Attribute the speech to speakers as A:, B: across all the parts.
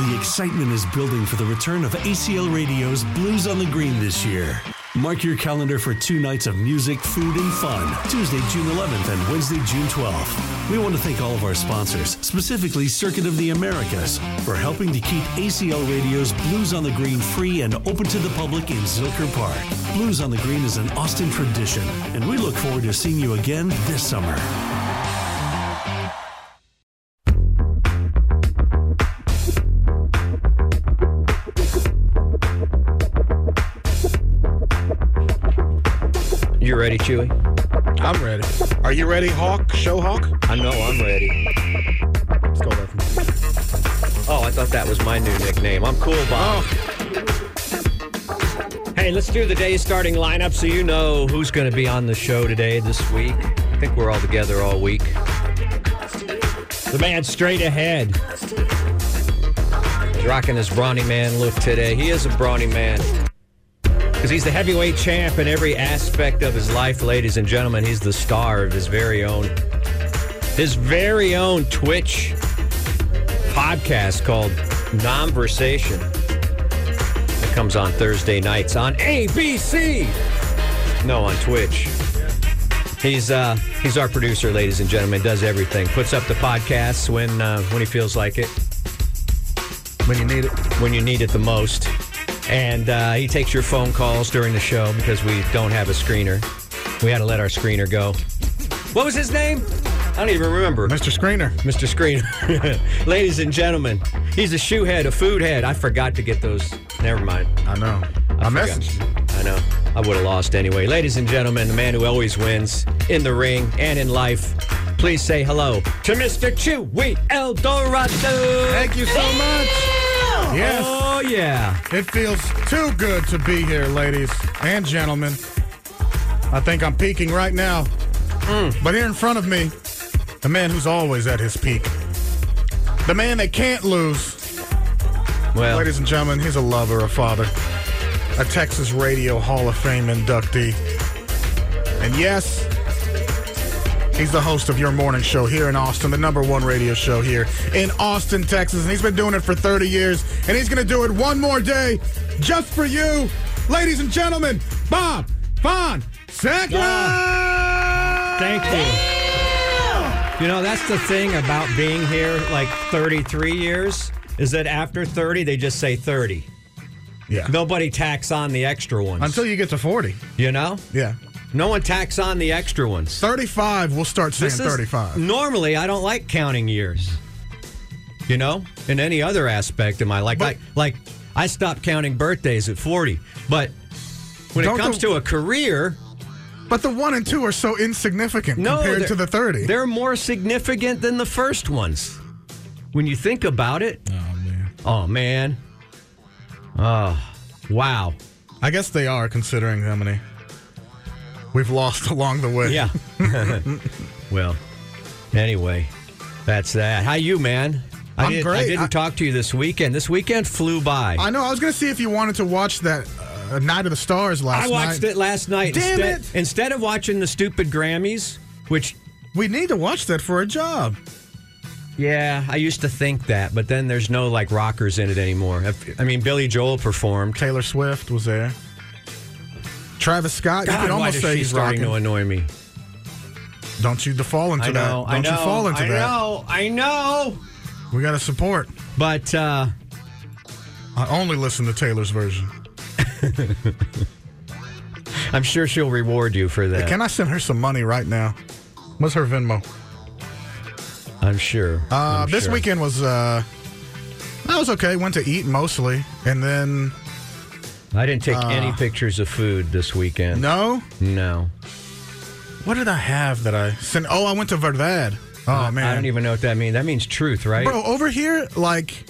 A: The excitement is building for the return of ACL Radio's Blues on the Green this year. Mark your calendar for two nights of music, food, and fun, Tuesday, June 11th and Wednesday, June 12th. We want to thank all of our sponsors, specifically Circuit of the Americas, for helping to keep ACL Radio's Blues on the Green free and open to the public in Zilker Park. Blues on the Green is an Austin tradition, and we look forward to seeing you again this summer.
B: You ready, Chewy?
C: I'm ready. Are you ready, Hawk? Show Hawk?
B: I know I'm ready.
C: Let's go there.
B: Oh, I thought that was my new nickname. I'm cool, Bob.
C: Oh.
B: Hey, let's do the day's starting lineup so you know who's going to be on the show today, this week. I think we're all together all week. The man straight ahead. He's rocking his brawny man look today. He is a brawny man. Because he's the heavyweight champ in every aspect of his life, ladies and gentlemen. He's the star of his very own, his very own Twitch podcast called Conversation. It comes on Thursday nights on ABC. No, on Twitch. He's uh, he's our producer, ladies and gentlemen. Does everything. Puts up the podcasts when uh, when he feels like it
C: When you need it.
B: when you need it the most. And uh, he takes your phone calls during the show because we don't have a screener. We had to let our screener go. What was his name? I don't even remember.
C: Mr. Screener.
B: Mr. Screener. Ladies and gentlemen, he's a shoe head, a food head. I forgot to get those. Never mind.
C: I know. I,
B: forgot.
C: messaged you.
B: I know. I would have lost anyway. Ladies and gentlemen, the man who always wins in the ring and in life. Please say hello to Mr. Chewy El Dorado.
C: Thank you so much. Yes.
B: Oh, yeah.
C: It feels too good to be here, ladies and gentlemen. I think I'm peaking right now.
B: Mm.
C: But here in front of me, the man who's always at his peak, the man that can't lose,
B: Well,
C: ladies and gentlemen, he's a lover, a father, a Texas Radio Hall of Fame inductee. And yes, he's the host of your morning show here in Austin, the number one radio show here in Austin, Texas. And he's been doing it for 30 years, and he's going to do it one more day just for you. Ladies and gentlemen, Bob Von Seca!
B: Thank you. You know, that's the thing about being here like 33 years is that after 30, they just say 30.
C: Yeah.
B: Nobody tacks on the extra ones.
C: Until you get to 40.
B: you know?
C: Yeah.
B: No one tacks on the extra ones.
C: 35, we'll start saying
B: This is-
C: 35.
B: Normally, I don't like counting years. You know, in any other aspect of my life,
C: But-
B: like like I stopped counting birthdays at forty. But when it
C: Don't
B: comes
C: the-
B: to a career,
C: But the one and two are so insignificant
B: no,
C: compared
B: they're-
C: to the 30.
B: they're more significant than the first ones. When you think about it,
C: Oh, man.
B: oh man, oh wow,
C: I guess they are, considering how many we've lost along the way.
B: yeah. well, anyway, that's that. How you, man? I
C: I'm
B: did, I
C: great.
B: didn't
C: I-
B: talk to you this weekend. This weekend flew by.
C: I know. I was going to see if you wanted to watch that uh, Night of the Stars last
B: I watched
C: night.
B: it last night.
C: Damn
B: instead,
C: it!
B: instead of watching the stupid Grammys, which
C: We need to watch that for a job.
B: yeah, I used to think that, but then there's no like rockers in it anymore. If- I mean, Billy Joel performed.
C: Taylor Swift was there. Travis Scott. you
B: God,
C: could
B: why
C: almost
B: does
C: say
B: she
C: he's
B: starting
C: rocking.
B: to annoy me?
C: Don't you fall into
B: I know,
C: that.
B: I
C: Don't
B: know,
C: you fall into
B: I
C: that.
B: know, I know.
C: We got to support.
B: But uh,
C: I only listen to Taylor's version.
B: I'm sure she'll reward you for that.
C: Can I send her some money right now? What's her Venmo?
B: I'm sure.
C: Uh,
B: I'm
C: this
B: sure.
C: weekend was uh, that was okay. Went to eat mostly, and then
B: I didn't take any pictures of food this weekend.
C: Uh, no.
B: no.
C: What did I have that I sent? Oh, I went to Verdad. Oh man,
B: I don't even know what that means. That means truth, right?
C: bro. Over here, like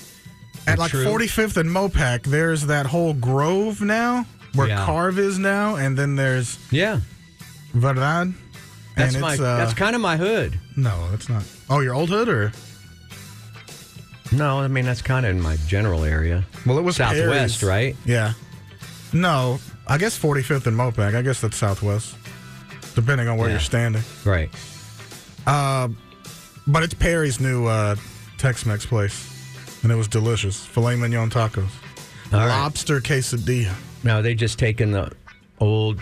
C: at like
B: True.
C: 45th and Mopac, there's that whole grove now where
B: Yeah.
C: Carve is now, and then there's
B: yeah,
C: Verdad.
B: that's
C: and
B: my.
C: it's, uh,
B: that's kind of my hood.
C: no, that's not. Oh, your old hood or
B: No, I mean that's kind of in my general area.
C: well, it was
B: Southwest,
C: Perry's.
B: right?
C: Yeah. No, I guess 45th and Mopac. I guess that's Southwest, depending on where
B: Yeah.
C: you're standing.
B: Right.
C: But it's Perry's new uh, Tex-Mex place. and it was delicious. Filet mignon tacos,
B: All right.
C: lobster quesadilla.
B: Now they just taking the old.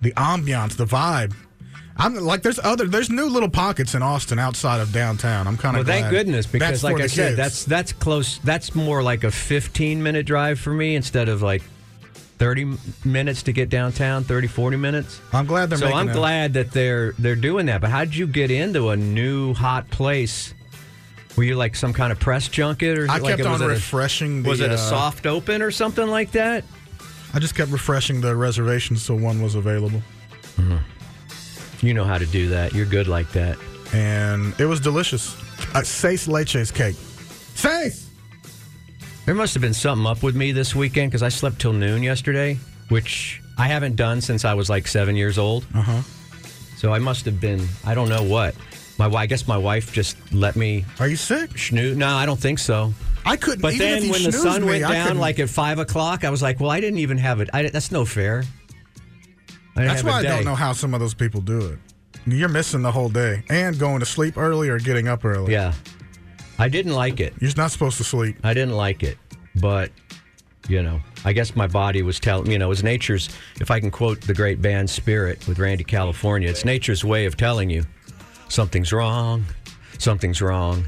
C: the ambiance, the vibe. I'm like, there's other, there's new little pockets in Austin outside of downtown. I'm kind
B: Well,
C: of
B: thank goodness because, like I said, that's that's close. That's more like a 15 minute drive for me instead of like 30 minutes to get downtown, 30, 40 minutes.
C: I'm glad they're
B: so
C: making
B: I'm
C: it.
B: glad that they're they're doing that. But how did you get into a new hot place? Were you like some kind of press junket or
C: I
B: like
C: kept
B: it- was
C: on
B: it a-
C: refreshing. the,
B: was it
C: uh,
B: a soft open or something like that?
C: I just kept refreshing the reservations till one was available,
B: Mm-hmm. You know how to do that. You're good like that.
C: and it was delicious. Uh, seis leches cake. Seis.
B: There must have been something up with me this weekend because I slept till noon yesterday, which I haven't done since I was like seven years old. Uh
C: Uh-huh.
B: huh. So I must have been, I don't know what. My, wi- I guess my wife just let me
C: Are you sick?
B: snooze. No, I don't think so.
C: I couldn't.
B: But
C: even if
B: then
C: you
B: when the
C: snoozed
B: sun
C: me,
B: went
C: I
B: down,
C: couldn't-
B: like at five o'clock, I was like, well, I didn't even have it. I, that's no fair. I didn't
C: That's
B: have a
C: why I
B: day.
C: don't know how some of those people do it. You're missing the whole day and going to sleep early or getting up early.
B: Yeah. I didn't like it.
C: You're not supposed to sleep.
B: I didn't like it, but you know, I guess my body was telling you know, it's nature's. If I can quote the great band Spirit with Randy California, it's nature's way of telling you something's wrong, something's wrong.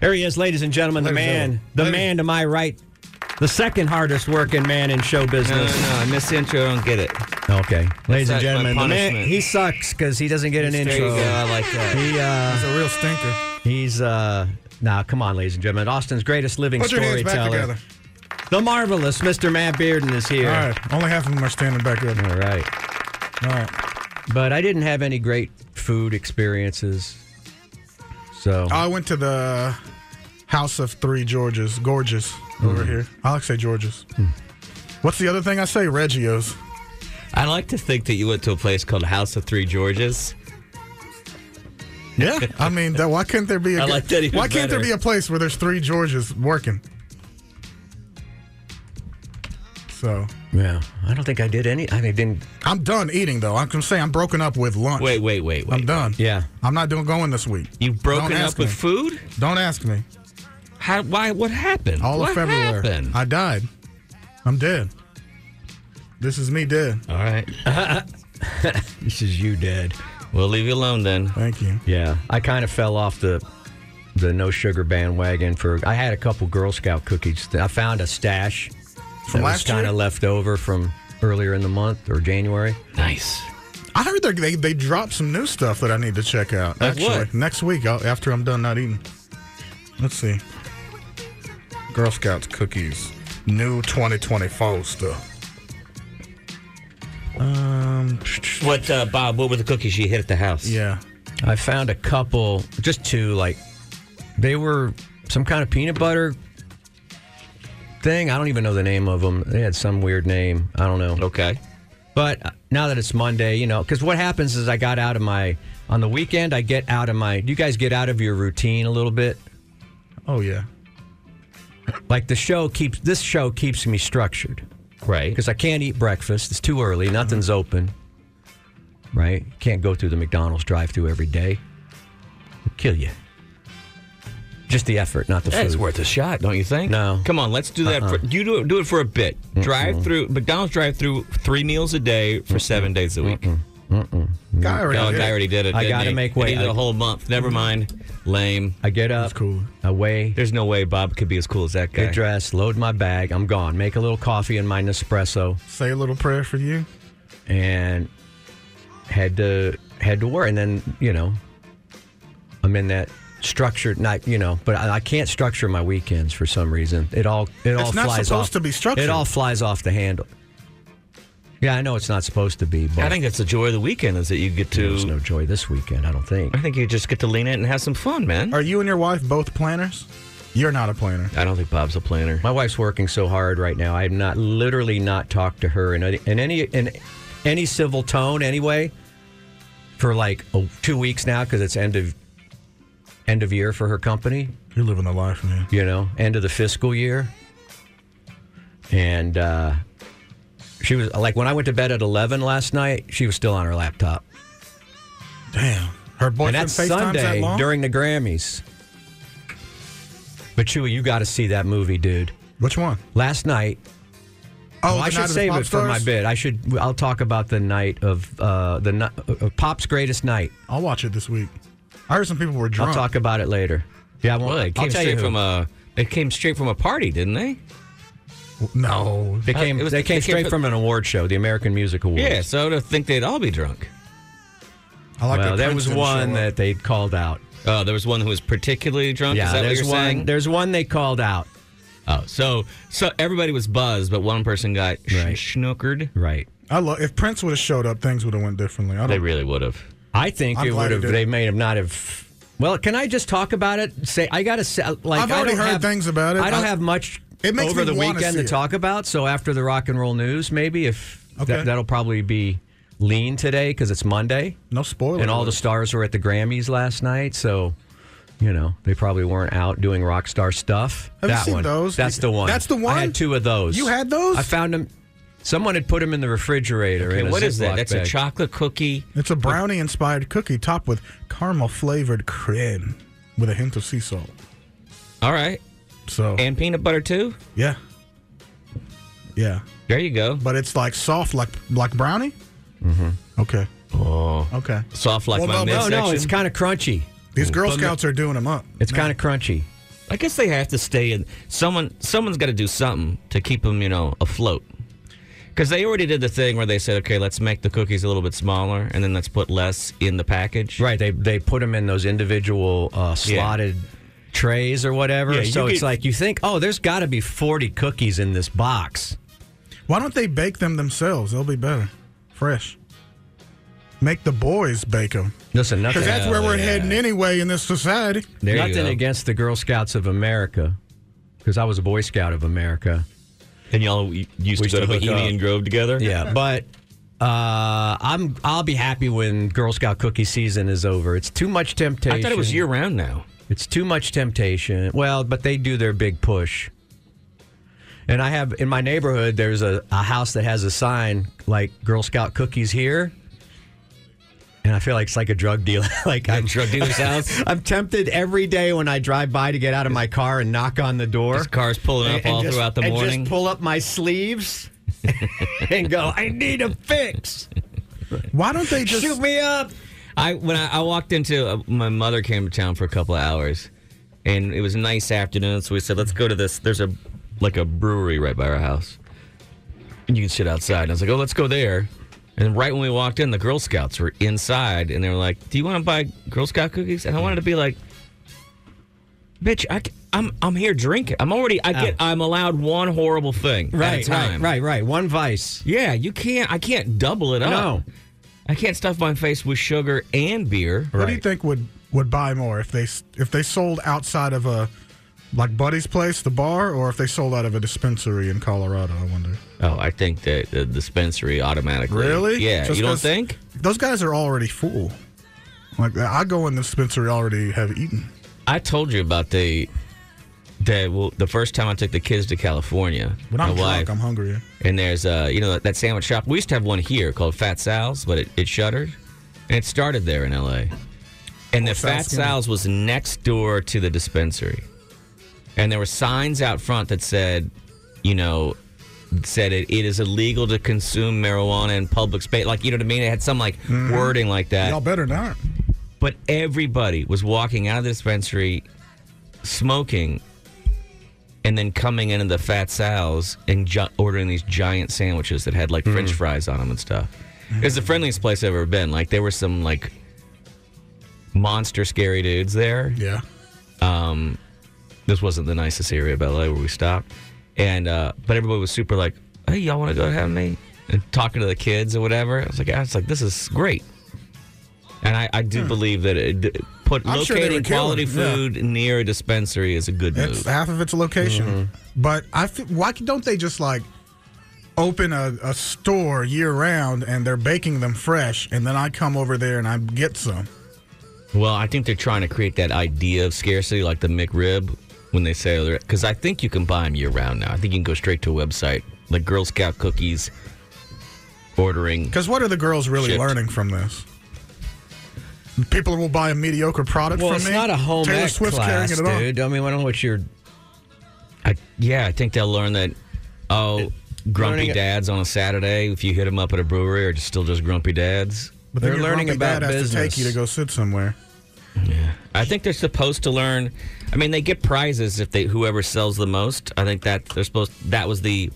B: There he is, ladies and gentlemen, the
C: Ladies
B: man,
C: and gentlemen.
B: the
C: Ladies-
B: man to my right, the second hardest working man in show
D: No,
B: business.
D: no, no. I missed the intro. I don't get it.
B: Okay, ladies and
D: like my
B: gentlemen, the man,
D: punishment.
B: he sucks because he doesn't get an
D: There you
B: intro.
D: go. I like that.
B: He, uh,
C: It's a real stinker.
B: he's uh, now come on, ladies and gentlemen, Austin's greatest living
C: Put your hands back
B: storyteller.
C: together.
B: The marvelous Mr. Matt Bearden is here.
C: All right. Only half of them are standing back up.
B: All right.
C: All right.
B: But I didn't have any great food experiences. So
C: Oh, I went to the House of Three Georges. Gorgeous
B: Mm-hmm.
C: over here. I like to say Georges.
B: Hmm.
C: What's the other thing I say? Reggio's.
D: I like to think that you went to a place called House of Three Georges.
C: Yeah. I mean, that, why couldn't there be a
D: I like that even
C: Why can't there
D: better.
C: be a place where there's three Georges working? So
B: yeah, I don't think I did any. I mean, didn't.
C: I'm done eating though. I'm gonna say I'm broken up with lunch.
D: Wait, wait, wait, wait.
C: I'm done.
B: Yeah.
C: I'm not doing going this week.
D: You've broken
C: Don't
D: up
C: ask
D: with
C: me.
D: food?
C: Don't ask me.
D: How? Why? What happened?
C: All
D: what
C: of February.
D: Happened?
C: I died. I'm dead. This is me dead.
D: All right.
B: This is you, Dad.
D: We'll leave you alone then.
C: Thank you.
B: Yeah, I kind of fell off the the no sugar bandwagon for. I had a couple Girl Scout cookies. that I found a stash
C: From
B: that was
C: last year?
B: kind of left over from earlier in the month or January.
D: Nice.
C: I heard they they, they dropped some new stuff that I need to check out.
D: Like
C: actually,
D: what?
C: next week I'll, after I'm done not eating. Let's see. Girl Scouts cookies, new 2024 stuff. Um.
D: What, uh, Bob? What were the cookies you hit at the house?
C: Yeah.
B: I found a couple, just two, like they were some kind of peanut butter thing. I don't even know the name of them. They had some weird name. I don't know.
D: Okay.
B: But uh, now that it's Monday, you know, because what happens is I got out of my, on the weekend, I get out of my, do you guys get out of your routine a little bit?
C: Oh yeah.
B: Like the show keeps, this show keeps me structured
D: Right.
B: because I can't eat breakfast. It's too
C: Mm-hmm.
B: early. Nothing's open. Right? Can't go through the McDonald's drive through every day. It'll kill you. Just the effort, not the
D: That's
B: food.
D: worth a shot, don't you think?
B: No.
D: Come on, let's do that.
B: Uh-uh.
D: For, you do it, do it for a bit. Drive through McDonald's. Drive through three meals a day for seven days a week.
C: Guy already.
D: Oh,
C: did it.
D: guy already did it.
B: I
D: didn't
B: gotta
D: he?
B: make Mm-hmm. way.
D: He did
B: I-
D: a whole month. Never mind. Lame.
B: I get
C: That's
B: up,
C: cool.
B: I weigh,
D: There's no way Bob could be as cool as that guy.
B: get dressed, load my bag. I'm gone. Make a little coffee in my Nespresso
C: Say a little prayer for you.
B: and head to head to work. And then you know, I'm in that structured night. You know, but I, I can't structure my weekends for some reason. It all it all
C: It's not
B: flies
C: supposed
B: off.
C: to be structured.
B: It all flies off the handle. Yeah, I know it's not supposed to be, but
D: I think that's the joy of the weekend is that you get to.
B: there's no joy this weekend. I don't think.
D: I think you just get to lean in and have some fun, man.
C: Are you and your wife both planners? You're not a planner.
D: I don't think Bob's a planner.
B: My wife's working so hard right now. I have not literally not talked to her in, any- in any in any civil tone anyway for like oh, two weeks now because it's end of end of year for her company.
C: You're living the life, man.
B: You know, end of the fiscal year, and uh, she was like when I went to bed at eleven last night, she was still on her laptop,
C: Damn. Her
B: and
C: boyfriend
B: that's
C: FaceTimes that
B: Sunday
C: long?
B: during the Grammys. But Chewy, you got to see that movie, dude.
C: Which one?
B: Last night, Well,
C: Oh,
B: I
C: The Night
B: should
C: of the
B: save
C: Pop
B: it for my
C: Stars?
B: bit. I should. I'll talk about the night of uh, the ni- uh, Pop's greatest night.
C: I'll watch it this week. I heard some people were drunk.
B: I'll talk about it later. Yeah, I won't.
D: Well, they
B: I'll
D: came
B: tell you
D: straight
B: who.
D: from uh, a. They came straight from a party, didn't they?
C: no,
B: they came.
D: it was-
B: they
D: they
B: came
D: came
B: straight
D: from-
B: from an award show, the American Music Awards.
D: Yeah. So to think they'd all be drunk.
C: I like
B: well,
C: that
B: there
C: Prince
B: was
C: didn't
B: one
C: show up.
B: that they called out.
D: Oh, there was one who was particularly drunk. Is
B: Yeah,
D: that what
B: there's
D: you're
B: one.
D: saying?
B: There's one they called out.
D: Oh, so so everybody was buzzed, but one person got sh-
B: Right.
D: schnookered.
B: Right.
C: I love. If Prince would have showed up, things would have went differently. I
D: They
C: don't.
D: really would have.
B: I think
C: I'm
B: it
C: glad
B: would
C: we
B: have.
C: did.
B: They may have not have. Well, can I just talk about it? Say I gotta say, like
C: I've
B: I
C: already
B: don't
C: heard
B: have-
C: things about it.
B: I don't
C: I-
B: have much
C: It makes
B: over
C: me
B: the
C: wanna
B: weekend
C: see
B: to
C: it.
B: talk about. So after the rock and roll news, maybe if
C: Okay.
B: that, that'll probably be lean today because it's Monday
C: no spoilers.
B: and all the stars were at the Grammys last night. So you know they probably weren't out doing rock star stuff.
C: Have you
B: that
C: seen
B: one.
C: those?
B: That's the one.
C: That's the
B: I
C: one?
B: had two of those.
C: You had those?
B: I found them. Someone had put them in the refrigerator.
D: Okay,
B: in a
D: what is that?
B: Ziploc
D: That's a
B: bag.
D: chocolate cookie.
C: It's a brownie-inspired cookie topped with caramel-flavored creme with a hint of sea salt.
D: All right,
C: So
D: and peanut butter too.
C: yeah, yeah.
D: There you go.
C: But it's like soft, like like brownie. Mm-hmm. Okay. Oh. Okay.
D: Soft like
C: Well,
D: my
C: no, no,
B: No,
D: midsection.
B: no, it's kind of crunchy.
C: These Girl Scouts are doing them up.
B: It's kind of crunchy.
D: I guess they have to stay in. Someone, someone's got to do something to keep them, you know, afloat. Because they already did the thing where they said, okay, let's make the cookies a little bit smaller, and then let's put less in the package.
B: Right. They they put them in those individual uh, slotted trays or whatever.
D: Yeah, you
B: so it's
D: could-
B: like you think, oh, there's got to be 40 cookies in this box.
C: Why don't they bake them themselves? They'll be better, fresh. Make the boys bake them.
B: Listen, nothing,
C: Because that's where we're
D: yeah.
C: heading anyway in this society.
D: There you
B: nothing
D: go.
B: against the Girl Scouts of America, because I was a Boy Scout of America.
D: And y'all used to
B: used
D: go
B: to
D: to
B: hook
D: Bohemian
B: up.
D: Grove together.
B: Yeah, but uh, I'm I'll be happy when Girl Scout cookie season is over. It's too much temptation.
D: I thought it was year round now.
B: It's too much temptation. Well, but they do their big push. And I have in my neighborhood, there's a, a house that has a sign like Girl Scout cookies here. And I feel like it's like a drug dealer. like I'm,
D: drug dealer's house.
B: I'm tempted every day when I drive by to get out of my car and knock on the door.
D: This car's pulling up
B: and
D: all
B: just-
D: throughout the
B: and
D: morning.
B: just pull up my sleeves and go, I need a fix.
C: Why don't they just
B: Shoot me up.
D: I when I, I walked into uh, my mother came to town for a couple of hours, and it was a nice afternoon. So we said, let's go to this. There's a like a brewery right by our house, and you can sit outside. And I was like, oh, let's go there. And right when we walked in, the Girl Scouts were inside, and they were like, "Do you want to buy Girl Scout cookies?" And I wanted to be like, "Bitch, I, am I'm here drinking. I'm already. I get.
B: Oh.
D: I'm allowed one horrible thing at
B: Right,
D: a time.
B: right, right, right. One vice.
D: Yeah, you can't. I can't double it up.
B: No.
D: I can't stuff my face with sugar and beer.
C: What do you think would would buy more if they s- if they sold outside of a like Buddy's place, the bar, or if they sold out of a dispensary in Colorado? I wonder.
D: Oh, I think that the dispensary automatically.
C: Really?
D: Yeah.
C: Just
D: you don't
C: 'cause
D: think?
C: Those guys are already full. Like I go in the dispensary already have eaten.
D: I told you about the the well, the first time I took the kids to California.
C: When I'm
D: my wife,
C: drunk, I'm hungry.
D: and there's uh you know that, that sandwich shop. We used to have one here called Fat Sal's, but it, it shuttered, and it started there in L.A. And the Fat
C: Sal's Skinny.
D: Sal's was next door to the dispensary, and there were signs out front that said, you know, said it, it is illegal to consume marijuana in public space. Like you know what I mean? It had some like wording like that.
C: Y'all better not.
D: But everybody was walking out of the dispensary smoking and then coming into the Fat Sal's and ju- ordering these giant sandwiches that had like french fries on them and stuff. It was the friendliest place I've ever been. Like, there were some like monster scary dudes there.
C: Yeah.
D: Um, This wasn't the nicest area of LA where we stopped. And, uh, but everybody was super like, hey, y'all want to go have me? And talking to the kids or whatever. I was like, I was like, this is great. And I, I do believe that it, it put
C: Hmm. I'm sure they were
D: locating quality
C: killing, yeah.
D: food near a dispensary is a good
C: It's
D: move. Mm-hmm.
C: half of its location. But I feel, why don't they just like open a, a store year round and they're baking them fresh and then I come over there and I get some.
D: Well, I think they're trying to create that idea of scarcity, like the McRib, when they say, because I think you can buy them year round now. I think you can go straight to a website, like Girl Scout cookies, ordering.
C: Because what are the girls really
D: Shipped.
C: learning from this? People will buy a mediocre product
B: Well,
C: from
B: it's
C: me.
B: not a home
C: Taylor
B: ec
C: Swift's
B: class,
C: carrying it on.
B: dude. I mean, I don't know what you're
D: I, yeah, I think they'll learn that. Oh, grumpy
B: learning-
D: dads on a Saturday. If you hit them up at a brewery, are still just grumpy dads.
C: But then
B: They're
C: your
B: learning
C: grumpy
B: about
C: dad has
B: business.
C: to take you to go sit somewhere.
D: I think they're supposed to learn. I mean, they get prizes if they whoever sells the most. I think that they're supposed. That was the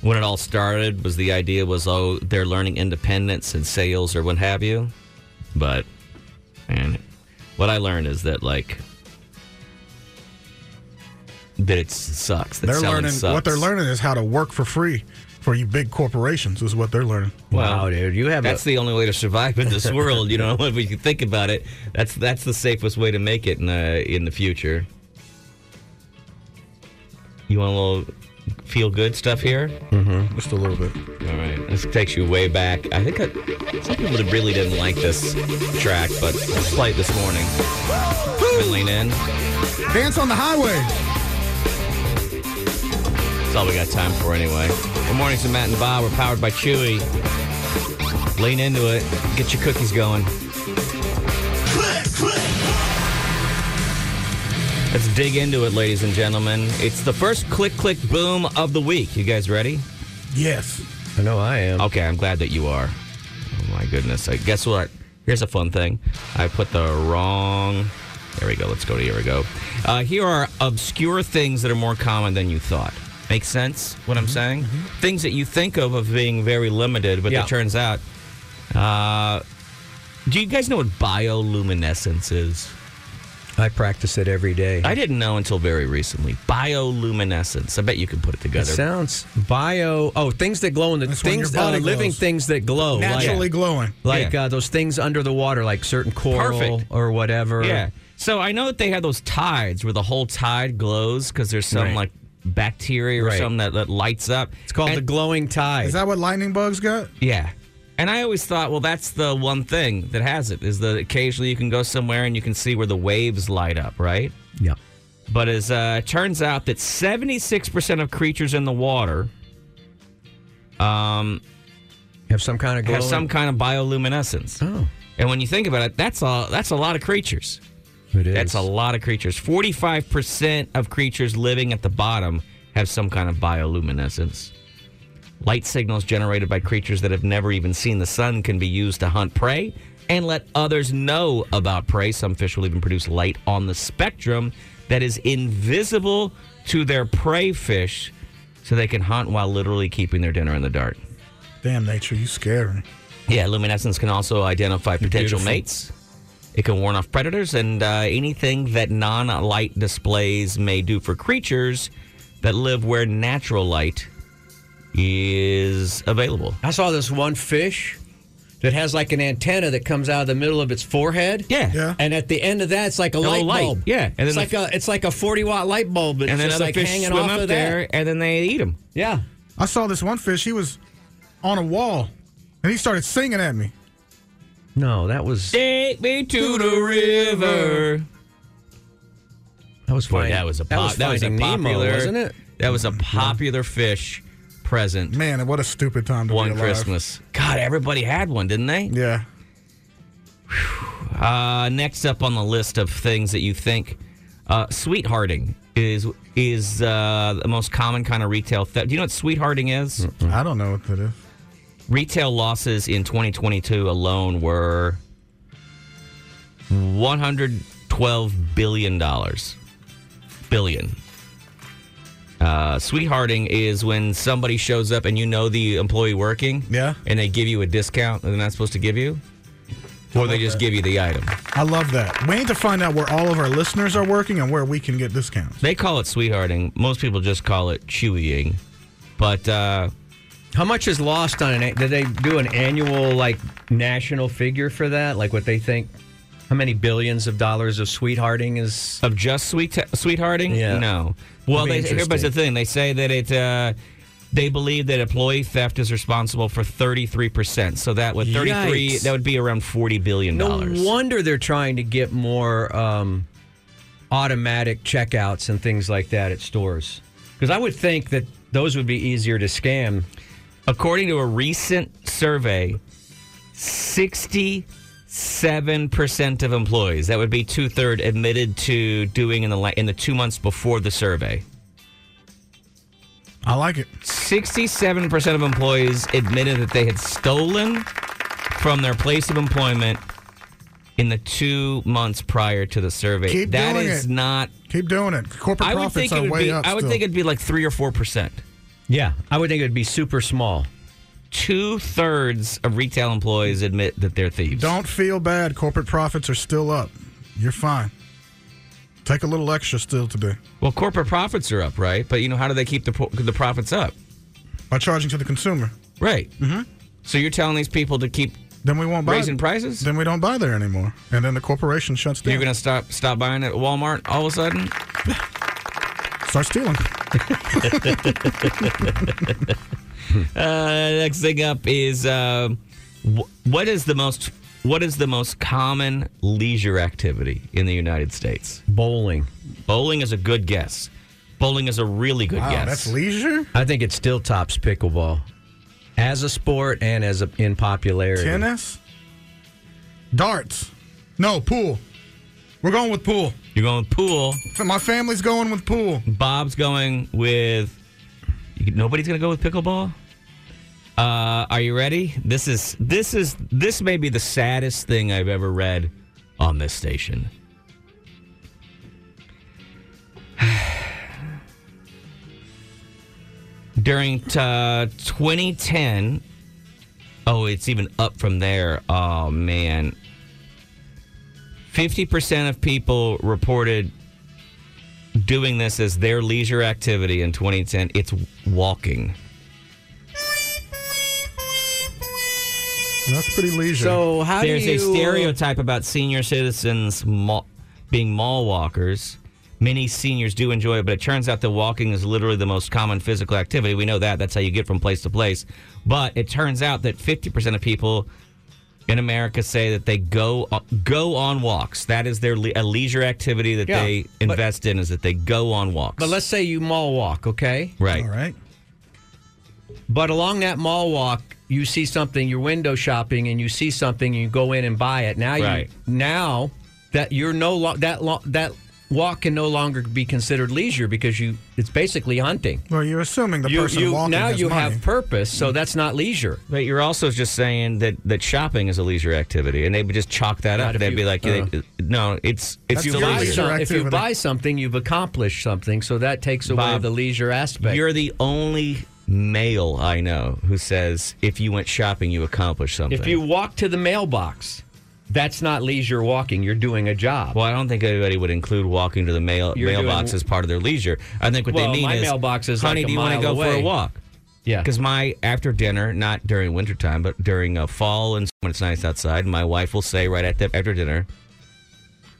D: when it all started. Was the idea was oh they're learning independence and sales or what have you. But and what I learned is that like that it sucks. That
C: They're
D: selling
C: learning
D: sucks.
C: what they're learning is how to work for free for you big corporations is what they're learning.
B: wow, dude, you have
D: That's
B: a,
D: the only way to survive in this world. You know, if you think about it, that's that's the safest way to make it in the in the future. You want a little feel good stuff here?
B: Mm-hmm,
C: Just a little bit.
D: All right, this takes you way back. I think I, some people that really didn't like this track, but let's play it this morning. We Lean in.
C: Dance on the highway.
D: That's all we got time for anyway. Good morning to Matt and Bob. We're powered by Chewy. Lean into it. Get your cookies going. Let's dig into it, ladies and gentlemen. It's the first click click boom of the week. You guys ready?
C: Yes.
B: I know I am.
D: Okay, I'm glad that you are. Oh my goodness. I guess what? Here's a fun thing. I put the wrong There we go. Let's go to here we go. Uh, here are obscure things that are more common than you thought. Make sense what
B: Mm-hmm.
D: I'm saying? Things that you think of of being very limited, but
B: Yeah.
D: it turns out uh, do you guys know what bioluminescence is?
B: I practice it every day.
D: I didn't know until very recently. Bioluminescence. I bet you can put it
B: it
D: together.
B: sounds bio. Oh, things that glow in the
C: That's when
B: things,
C: your
B: uh,
C: body
B: living
C: glows.
B: things that glow, like-
C: Naturally glowing.
B: like,
D: Yeah.
B: uh, those things under the water, like certain coral
D: Perfect.
B: or whatever.
D: Yeah. So I know that they have those tides where the whole tide glows because there's some
B: Right.
D: like bacteria or
B: Right.
D: something that, that lights up.
B: It's called
D: And-
B: the glowing tide.
C: Is that what lightning bugs got?
D: yeah. And I always thought, well, that's the one thing that has it is that occasionally you can go somewhere and you can see where the waves light up, right?
B: yeah.
D: But as uh, it turns out, that 76% of creatures in the water um,
B: Have some kind of glowing.
D: have some kind of bioluminescence.
B: Oh,
D: And when you think about it, that's a that's a lot of creatures.
B: it is.
D: That's a lot of creatures. 45% of creatures living at the bottom have some kind of bioluminescence. Light signals generated by creatures that have never even seen the sun can be used to hunt prey and let others know about prey. Some fish will even produce light on the spectrum that is invisible to their prey fish so they can hunt while literally keeping their dinner in the dark.
C: Damn nature, you scared me.
D: Yeah, luminescence can also identify potential
C: Beautiful.
D: mates. It can warn off predators and uh, anything that non light displays may do for creatures that live where natural light is available.
B: I saw this one fish that has like an antenna that comes out of the middle of its forehead.
D: Yeah.
C: Yeah.
B: And at the end of that, it's like a light,
D: little light,
B: bulb.
D: yeah.
B: And
D: And then
B: it's like
D: the-
B: a it's like a forty watt light bulb, but
D: And
B: it's
D: then
B: just
D: other
B: like
D: fish
B: hanging
D: swim
B: off
D: up
B: of
D: there
B: that.
D: and then they eat them.
B: Yeah.
C: I saw this one fish. He was on a wall, and he started singing at me.
B: No, that was that
D: Take me to the river.
B: was
D: Boy,
B: fine.
D: that was a pop, that was a
B: Finding
D: popular,
B: Nemo, wasn't it?
D: That was a popular fish present
C: Man, and what a stupid time to be
D: one
C: alive.
D: Christmas. God, everybody had one, didn't they?
C: Yeah.
D: Uh, next up on the list of things that you think uh, sweethearting is is uh, the most common kind of retail theft. Do you know what sweethearting is?
C: I don't know what that is.
D: Retail losses in 2022 alone were 112 billion dollars. Billion. Uh, sweethearting is when somebody shows up and you know the employee working,
C: Yeah.
D: and they give you a discount that they're not supposed to give you, or they just give you the item.
C: I love that. We need to find out where all of our listeners are working and where we can get discounts.
D: They call it sweethearting. Most people just call it chewying. But uh,
B: How much is lost on an? Did they do an annual like national figure for that? Like what they think? How many billions of dollars of sweethearting is?
D: of just sweet sweethearting,
B: Yeah.
D: no. Well,
B: That'd be
D: they, here's the
B: interesting.
D: thing. They say that it. Uh, they believe that employee theft is responsible for 33%. So that would 33
B: Yikes.
D: that would be around 40 billion
B: No
D: dollars.
B: wonder they're trying to get more um, automatic checkouts and things like that at stores. Because I would think that those would be easier to scam.
D: According to a recent survey, 67% of employees, that would be two third, admitted to doing in the la- in the two months before the survey,
C: I like it.
D: 67% of employees admitted that they had stolen from their place of employment in the two months prior to the survey.
C: Keep
D: That
C: doing
D: is
C: it.
D: not.
C: Keep doing it. Corporate
D: I would
C: profits
D: think
C: are
D: it would
C: way
D: be.
C: up.
D: I would
C: still.
D: think it'd be like three or four percent.
B: Yeah, I would think it would be super small.
D: Two thirds of retail employees admit that they're thieves.
C: Don't feel bad. Corporate profits are still up. You're fine. Take a little extra still today
D: Well, corporate profits are up, right? But you know, how do they keep the pro- the profits up?
C: by charging to the consumer.
D: Right. Mm-hmm. So you're telling these people to keep
C: Then we won't buy.
D: raising prices?
C: Then we don't buy there anymore, and then the corporation shuts down.
D: You're gonna stop stop buying at Walmart all of a sudden?
C: start stealing.
D: Uh, next thing up is uh, wh- what is the most what is the most common leisure activity in the United States?
B: Bowling.
D: Bowling is a good guess. Bowling is a really good
C: Wow,
D: guess.
C: that's leisure.
B: I think it still tops pickleball as a sport and as a, in popularity.
C: Tennis, darts. No pool. We're going with pool.
D: You're going pool.
C: My family's going with pool.
D: Bob's going with. Nobody's gonna go with pickleball. Uh, are you ready? This is this is this may be the saddest thing I've ever read on this station. During t- 2010, oh, it's even up from there. Oh man, 50% of people reported doing this as their leisure activity in 2010. It's walking.
C: That's pretty leisure.
B: So how
D: There's
B: do
D: a
B: you uh,
D: stereotype about senior citizens mall, being mall walkers. Many seniors do enjoy it, but it turns out that walking is literally the most common physical activity. We know that. That's how you get from place to place. But it turns out that 50% of people in America say that they go uh, go on walks. That is their le- a leisure activity that
B: Yeah,
D: they
B: but-
D: invest in is that they go on walks.
B: But let's say you mall walk, okay?
D: right.
C: all right.
B: But along that mall walk, you see something, you're window shopping, and you see something, and you go in and buy it. Now you
D: Right.
B: now that you're no lo- that lo- that walk can no longer be considered leisure because you it's basically hunting.
C: Well, you're assuming the
B: You,
C: person
B: you
C: walking
B: now
C: has
B: you
C: money. Mm-hmm.
B: have purpose, so that's not leisure.
D: But you're also just saying that, that shopping is a leisure activity, and they would just chalk that
B: Not
D: up.
B: if
D: They'd
B: you-
D: be like,
B: uh,
D: "No, it's it's
C: That's
D: your
C: a
B: Buy
C: leisure
D: leisure."
B: some- if you
C: activity.
B: buy something, you've accomplished something, so that takes away
D: Bob,
B: the leisure aspect.
D: You're the only male I know who says if you went shopping, you accomplished something.
B: if you walk to the mailbox, that's not leisure walking. You're doing a job.
D: well, I don't think anybody would include walking to the mail
B: You're doing-
D: mailbox as part of their leisure. I think what
B: Well,
D: they mean
B: my
D: is,
B: mailbox is
D: "Honey,
B: like a
D: do you wanna
B: mile
D: go for a
B: away."
D: walk?"
B: yeah.
D: Because my after dinner, not during wintertime, but during uh, fall and when it's nice outside, my wife will say right at the after dinner,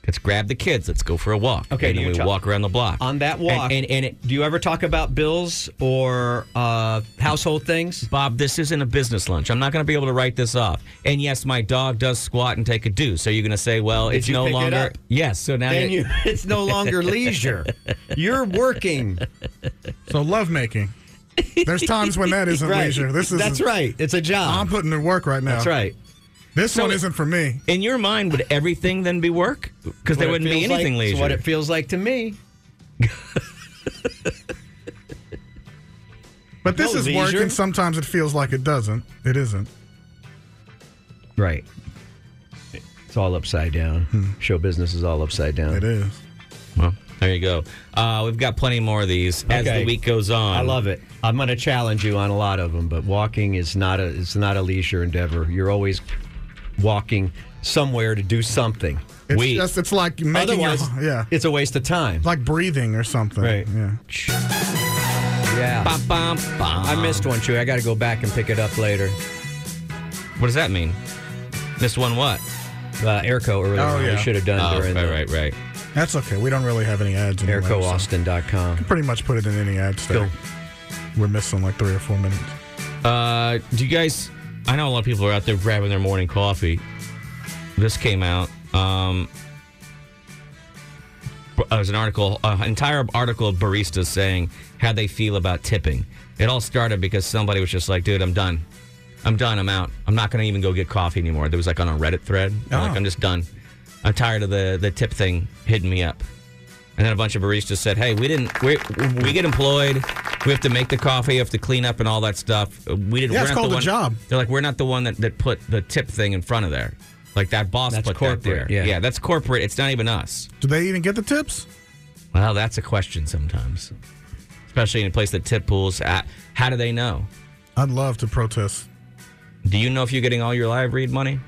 D: "Let's grab the kids. Let's go for a walk."
B: Okay,
D: and then
B: you
D: we
B: tell-
D: walk around the block.
B: on that walk.
D: and, and, and it,
B: do you ever talk about bills or uh, household things?
D: Bob, this isn't a business lunch. I'm not going to be able to write this off. And yes, my dog does squat and take a deuce. So you're going to say, "Well, it's
B: you
D: no
B: pick it
D: longer."
B: up?
D: Yes. So now
B: Then you,
D: you-
B: it's no longer leisure. You're working.
C: So lovemaking. There's times when that isn't leisure. This is
B: That's right. It's a
C: I'm
B: job.
C: putting in work right now.
B: That's right.
C: This
D: So
C: one
D: it-
C: isn't for me.
D: in your mind, would everything then be work? Because there
B: What it
D: wouldn't be
B: feels like-
D: anything
B: it's
D: leisure.
B: What it feels like to me.
C: But this
B: No
C: is work,
B: leisure.
C: and sometimes it feels like it doesn't. It isn't.
B: Right. It's all upside down. Show business is all upside down.
C: Hmm. It is.
D: well, there you go. Uh, we've got plenty more of these as
B: Okay.
D: the week goes on.
B: I love it. I'm going to challenge you on a lot of them, but walking is not a it's not a leisure endeavor. You're always walking somewhere to do something.
C: It's
D: We-
C: just it's like making your,
B: Otherwise,
C: yeah,
B: it's a waste of time.
C: like breathing or something.
B: Right.
C: Yeah.
B: Yeah.
D: Bum, bum, bum.
B: I missed one, Chewy. I got to go back and pick it up later.
D: What does that mean? Missed one what?
B: Uh, Airco earlier.
C: Oh,
B: on. We
C: yeah.
B: should have done
D: Oh,
B: during
D: right, right, right.
C: That's okay. We don't really have any ads.
B: the
C: Anyway, so
B: aircoaustin.com.
C: Pretty much put it in any ad stack. We're missing like three or four minutes.
D: Uh, do you guys? I know a lot of people are out there grabbing their morning coffee. This came out. Um, b- uh, it was an article, an entire article of baristas saying how they feel about tipping. It all started because somebody was just like, "Dude, I'm done. I'm done. I'm out. I'm not going to even go get coffee anymore." There was like on a Reddit thread. I'm
C: Oh.
D: Like, I'm just done. I'm tired of the the tip thing hitting me up. And then a bunch of baristas said, "Hey, we didn't. We we get employed. We have to make the coffee, we have to clean up, and all that stuff. Uh, We didn't.
C: Yeah,
D: we're
C: it's
D: not
C: called
D: the
C: a
D: one,
C: job.
D: They're like, we're not the one that, that put the tip thing in front of there. Like that boss
B: That's
D: put
B: corporate,
D: that there.
B: yeah.
D: that's corporate. It's not even us.
C: Do they even get the tips?
D: Well, that's a question sometimes, especially in a place that tip pools. At. How do they know?
C: I'd love to protest.
D: Do you know if you're getting all your live read money?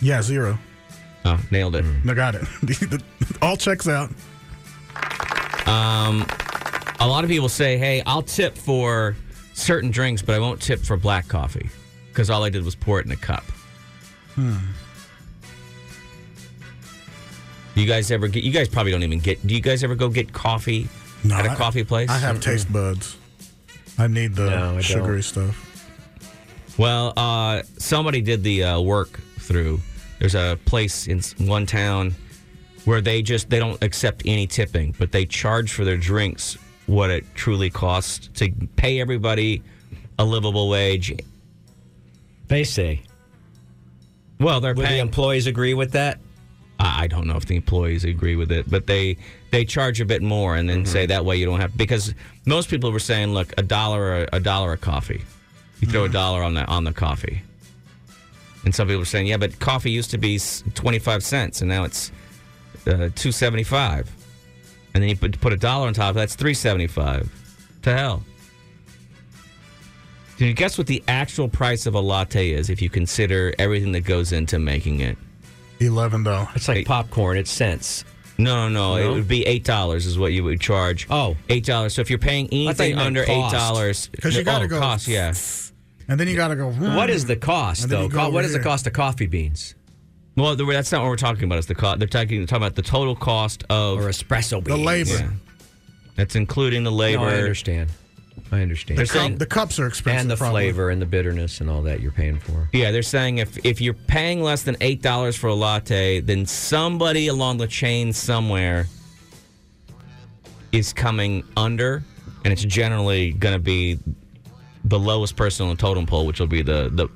C: Yeah, zero.
D: Oh, nailed it.
C: I got it. All checks out.
D: Um, A lot of people say, "Hey, I'll tip for certain drinks, but I won't tip for black coffee because all I did was pour it in a cup." Do you guys ever get? You guys probably don't even get. Do you guys ever go get coffee at a
C: I-
D: coffee place?
C: I have taste buds. I need the
B: No, I don't.
C: sugary stuff.
D: Well, uh, somebody did the uh, work through. There's a place in s- one town where they just they don't accept any tipping, but they charge for their drinks what it truly costs to pay everybody a livable wage.
B: They say.
D: Well, they're
B: Would the
D: paying.
B: employees agree with that?
D: I I don't know if the employees agree with it, but they they charge a bit more and
B: Mm-hmm.
D: then say that way you don't have because most people were saying, look, a dollar a- a dollar a coffee, you throw
B: Mm-hmm.
D: a dollar on the on the coffee, and some people were saying, yeah, but coffee used to be twenty five cents and now it's uh, two seventy five, and then you put, put a dollar on top, that's three seventy five. To hell. Can you guess what the actual price of a latte is if you consider everything that goes into making it?
C: Eleven though.
B: It's like
D: Eight.
B: popcorn. It's cents.
D: No, no, no.
B: No?
D: It would be eight dollars is what you would charge.
B: Oh.
D: eight dollars. So if you're paying
B: thought you
D: anything
B: meant
D: under eight
B: cost.
D: dollars,
C: Because you gotta
D: oh,
C: go.
D: cost. Yeah,
C: And then you gotta go. hmm.
B: What is the cost
C: And then
B: though?
C: you go
B: Co-
C: over
B: what is the
C: here.
B: cost of coffee beans
D: well, the- that's not what we're talking about. It's the cost. They're talking, talking about the total cost of.
B: or espresso
C: the
B: beans?
C: labor?
D: yeah. That's including the
B: No,
D: labor.
B: I understand. I understand.
C: The,
D: They're saying-
C: cup, the cups are expensive.
B: and the
C: probably.
B: flavor and the bitterness and all that you're paying for.
D: Yeah, they're saying if if you're paying less than eight dollars for a latte, then somebody along the chain somewhere is coming under, and it's generally going to be the lowest person on the totem pole, which will be the the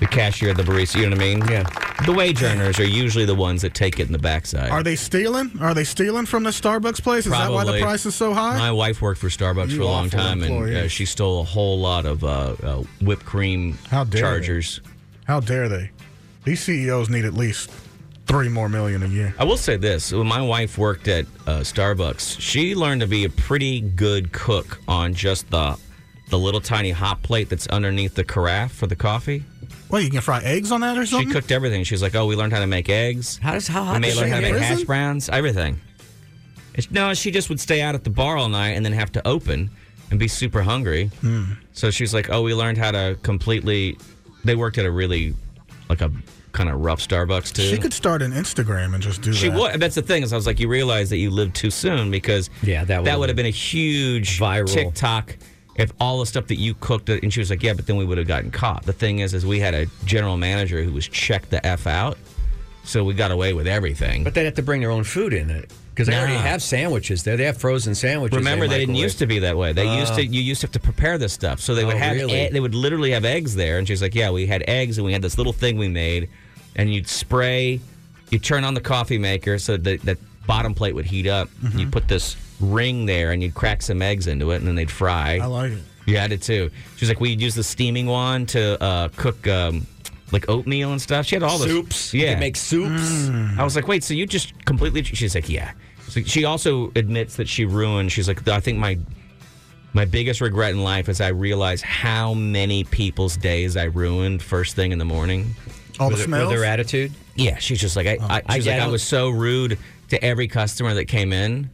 D: the cashier, the barista. You know what I mean?
B: Yeah.
D: The wage earners are usually the ones that take it in the backside.
C: Are they stealing? Are they stealing from the Starbucks place? Is that why the
D: Probably.
C: price is so high?
D: My wife worked for Starbucks
C: You
D: for a long
C: awful
D: time, and uh,
C: employee.
D: she stole a whole lot of uh, uh, whipped cream
C: How dare they.
D: chargers.
C: How dare they? These CEOs need at least three more million a year.
D: I will say this: when my wife worked at uh, Starbucks, she learned to be a pretty good cook on just the the little tiny hot plate that's underneath the carafe for the coffee.
C: Well, you can fry eggs on that or
D: She
C: something.
D: cooked everything. She was like, "Oh, we learned how to make eggs.
B: How does how
D: we
B: hot
D: may
B: does
D: learn
B: she
D: how to
B: get
D: make
B: it?
D: hash browns. Everything." It's, no, she just would stay out at the bar all night and then have to open and be super hungry.
C: Hmm.
D: So she was like, "Oh, we learned how to completely." They worked at a really like a kind of rough Starbucks too.
C: She could start an Instagram and just do
D: She
C: that.
D: would. and That's the thing is, I was like, you realize that you lived too soon because
B: Yeah, that would've
D: would have been a huge
B: viral.
D: TikTok if all the stuff that you cooked. And she was like, yeah, but then we would have gotten caught. The thing is, is we had a general manager who was checked the f out, so we got away with everything.
B: But they'd have to bring their own food in it because they already
D: Nah.
B: have sandwiches there. They have frozen sandwiches.
D: Remember, they didn't used to be that way. They used to you used to have to prepare this stuff. So they would
B: Oh,
D: have
B: really?
D: e- they would literally have eggs there. And she's like, "Yeah, we had eggs, and we had this little thing we made, and you'd spray, you turn on the coffee maker so that that bottom plate would heat up.
B: Mm-hmm.
D: You put this ring there, and you'd crack some eggs into it, and then they'd fry.
C: I like it.
D: Yeah, I did too. She was like, we'd use the steaming wand to uh, cook um, like oatmeal and stuff. She had all the
B: soups.
D: Yeah,
B: you could make soups.
D: I was like, wait, so you just completely? She's like, yeah. So she also admits that she ruined. She's like, I think my my biggest regret in life is I realized how many people's days I ruined first thing in the morning.
C: All
B: With,
C: the
B: it-
C: smells.
B: with their attitude.
D: Yeah, she's just like, I, I,
B: Oh, I
D: she's like,
B: get
D: I
B: it.
D: was so rude to every customer that came in,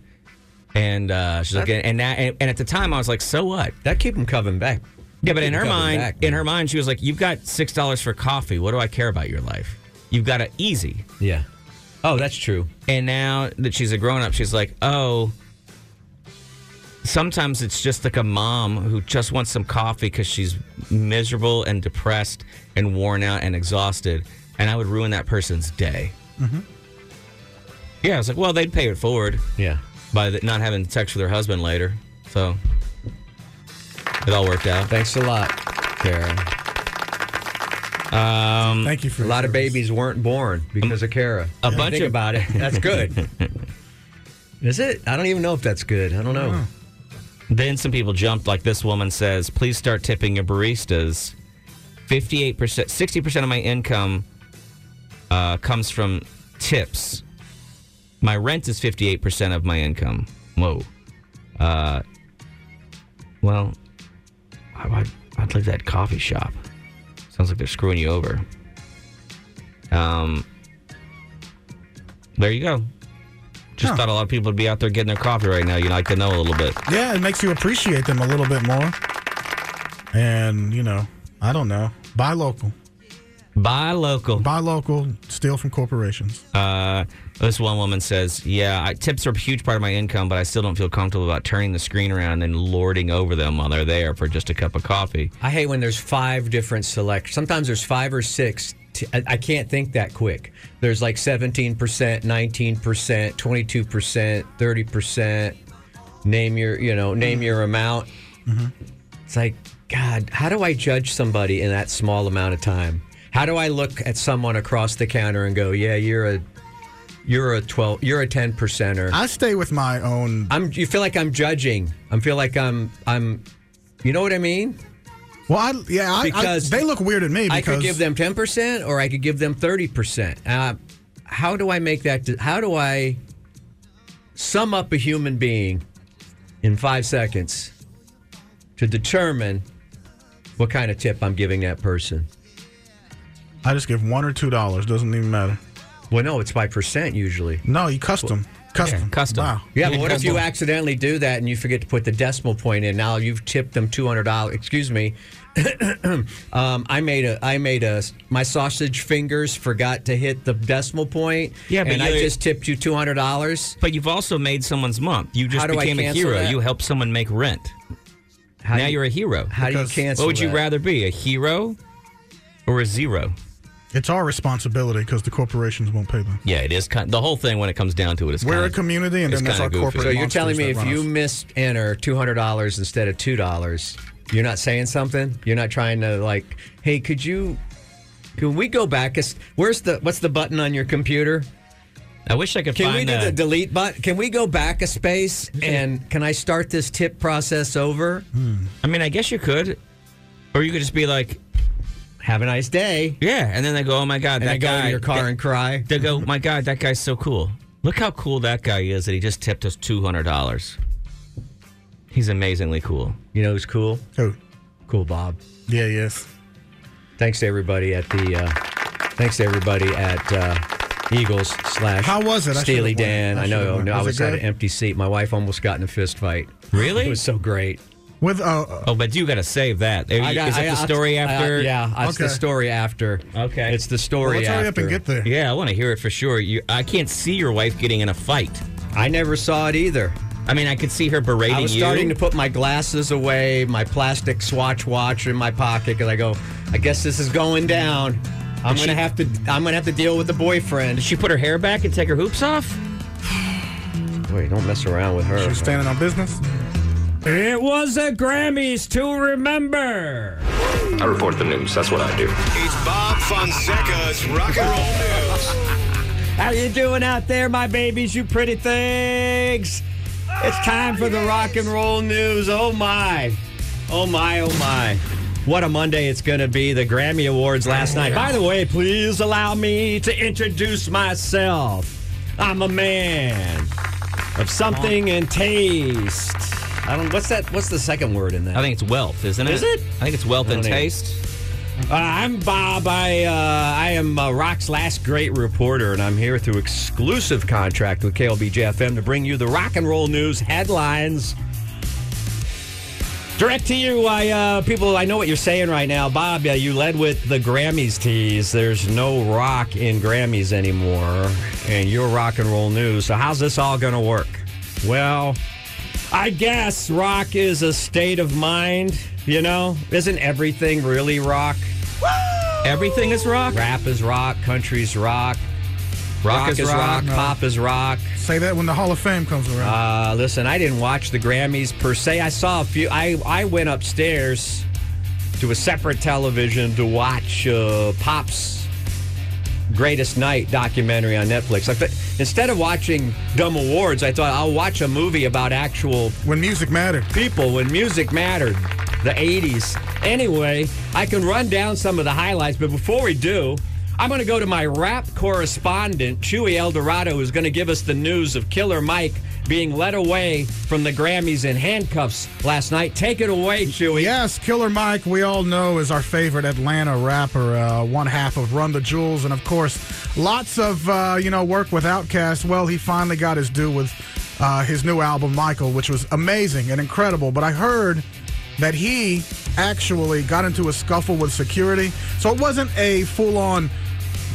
D: and uh, she's like, and that, and, and at the time I was like, so what?
B: That keep them coming back.
D: Yeah, but
B: Keep
D: in
B: 'em
D: her
B: coming
D: mind,
B: back,
D: in
B: man.
D: her mind, she was like, "You've got six dollars for coffee. What do I care about your life? You've got it easy."
B: Yeah. Oh, that's true.
D: And now that she's a grown up, she's like, "Oh." Sometimes it's just like a mom who just wants some coffee because she's miserable and depressed and worn out and exhausted, and I would ruin that person's day.
C: Mm-hmm.
D: Yeah, I was like, well, they'd pay it forward
B: Yeah.
D: by the, not having sex with her husband later, so it all worked out.
B: Thanks a lot, Kara.
D: Um,
C: Thank you for
B: A lot of
C: babies.
B: babies weren't born because of Kara.
D: A bunch
B: Think
D: of-
B: about it. That's good. Is it? I don't even know if that's good. I don't know.
D: Then some people jumped, like this woman says, please start tipping your baristas. 58%, 60% of my income uh, comes from tips. My rent is 58% of my income. Whoa. Uh, well, I, would I'd leave that coffee shop. Sounds like they're screwing you over. Um, there you go. Just
C: Huh.
D: thought a lot of people would be out there getting their coffee right now. You'd like to know a little bit.
C: Yeah, it makes you appreciate them a little bit more. And, you know, I don't know. Buy local.
D: Buy local.
C: Buy local, steal from corporations.
D: Uh, this one woman says, "Yeah, I, tips are a huge part of my income, but I still don't feel comfortable about turning the screen around and then lording over them while they're there for just a cup of coffee."
B: I hate when there's five different select. Sometimes there's five or six. T- I I can't think that quick. There's like 17%, 19%, 22%, 30%. Name your, you know, name your amount. It's like, God, how do I judge somebody in that small amount of time? How do I look at someone across the counter and go, yeah, you're a, you're a 12, you're a 10 percenter.
C: I stay with my own.
B: I'm, you feel like I'm judging. I feel like I'm, I'm, you know what I mean?
C: Well, I, yeah, I,
B: Because
C: I, they look weird at me because
B: I could give them 10% or I could give them 30%. Uh, how do I make that? How do I sum up a human being in five seconds to determine what kind of tip I'm giving that person?
C: I just give one or two dollars. Doesn't even matter.
B: Well, no, Oh, it's by percent usually.
C: No, you custom, custom,
D: custom.
C: Wow.
B: Yeah,
D: Yeah,
B: but what if you
D: double.
B: accidentally do that and you forget to put the decimal point in? Now you've tipped them two hundred dollars. Excuse me. um, I made a. I made a. My sausage fingers forgot to hit the decimal point.
D: Yeah, but
B: and I
D: you-
B: just tipped you two hundred dollars.
D: But you've also made someone's month. You just
B: How do I
D: became a
B: cancel
D: hero.
B: that?
D: You helped someone make rent. now you're a hero.
B: How do you
C: Because-
B: cancel?
D: what would you
B: that?
D: rather be, a hero or a zero?
C: It's our responsibility because the corporations won't pay them.
D: Yeah, it is kind. The whole thing, when it comes down to it, is
C: We're
D: kind
C: a community, and
D: it's
C: then that's
D: kinda
C: our
D: goofy.
C: corporate.
D: So
B: So you're
C: monsters
B: telling me
C: that
B: if
C: run
B: you
C: us.
B: missed enter two hundred dollars instead of two dollars, you're not saying something. You're not trying to like, hey, could you? Can we go back? a s- Where's the what's the button on your computer?
D: I wish I could
B: Can
D: find.
B: we do
D: uh,
B: the delete button? Can we go back a space and can I start this tip process over?
D: I mean, I guess you could, or you could just be like,
B: Have a nice day.
D: yeah, and then they go, oh my god,
B: And
D: that
B: I go
D: guy,
B: to your car
D: that-
B: and cry.
D: They go, my God, that guy's so cool. Look how cool that guy is that he just tipped us two hundred dollars. He's amazingly cool.
B: You know who's cool?
C: Who?
B: Cool Bob.
C: Yeah, yes.
B: Thanks to everybody at the. Uh, thanks to everybody at uh, Eagles slash.
C: How was it? I should've
B: Steely
C: went.
B: Dan.
C: I
B: I, know.
C: should've
B: No,
C: went.
B: I
C: Was it
B: was at an
C: good?
B: empty seat. My wife almost got in a fist fight.
D: Really?
B: It was so great.
C: With uh, uh,
D: oh, but you got to save that. Is
B: I got-
D: that
B: I-
D: the story
B: I- I-
D: after?
B: yeah, it's the
C: Okay.
B: story after.
D: Okay.
B: It's the story
C: let's
B: after.
C: hurry up and get there.
D: Yeah, I want to hear it for sure. You, I can't see your wife getting in a fight.
B: I never saw it either.
D: I mean, I could see her berating
B: I was
D: you.
B: starting to put my glasses away, my plastic Swatch watch in my pocket, because I go, I guess this is going down. I'm
D: she-
B: gonna have to. I'm gonna have to deal with the boyfriend.
D: Did she put her hair back and take her hoops off?
B: Wait, don't mess around with her.
C: You're standing on business.
D: It was a Grammys to remember.
E: I report the news. That's what I do.
F: It's Bob Fonseca's Rock and Roll News.
B: How you doing out there, my babies? You pretty things. It's time for the rock and roll news. Oh my, oh my, oh my. What a Monday it's going to be. The Grammy Awards last night. By the way, please allow me to introduce myself. I'm a man of something and taste. I don't. What's that? What's the second word in that?
D: I think it's wealth, isn't it?
B: Is it?
D: I think it's wealth and
B: don't know.
D: taste.
B: Uh, I'm Bob. I uh, I am uh, Rock's last great reporter, and I'm here through exclusive contract with KLBJ FM to bring you the rock and roll news headlines. Direct to you, I uh, people. I know what you're saying right now, Bob. Yeah, you led with the Grammys tease. There's no rock in Grammys anymore, and you're rock and roll news. So how's this all going to work? Well, I guess rock is a state of mind. You know, isn't everything really rock?
D: Everything is rock.
B: Rap is rock, country's rock,
D: Rock, is, rock.
B: pop is rock.
C: Say that when the Hall of Fame comes around.
B: Uh, listen, I didn't watch the Grammys per se. I saw a few. I I went upstairs to a separate television to watch uh, Pop's Greatest Night documentary on Netflix. Like, but instead of watching dumb awards, I thought I'll watch a movie about actual
C: When music mattered.
B: people when music mattered, the 80s. Anyway, I can run down some of the highlights, but before we do, I'm going to go to my rap correspondent, Chewy Eldorado, who's going to give us the news of Killer Mike being led away from the Grammys in handcuffs last night. Take it away, Chewy.
C: Yes, Killer Mike, we all know, is our favorite Atlanta rapper, uh, one half of Run the Jewels, and of course, lots of uh, you know work with Outkast. Well, he finally got his due with uh, his new album, Michael, which was amazing and incredible. But I heard that he actually got into a scuffle with security, so it wasn't a full-on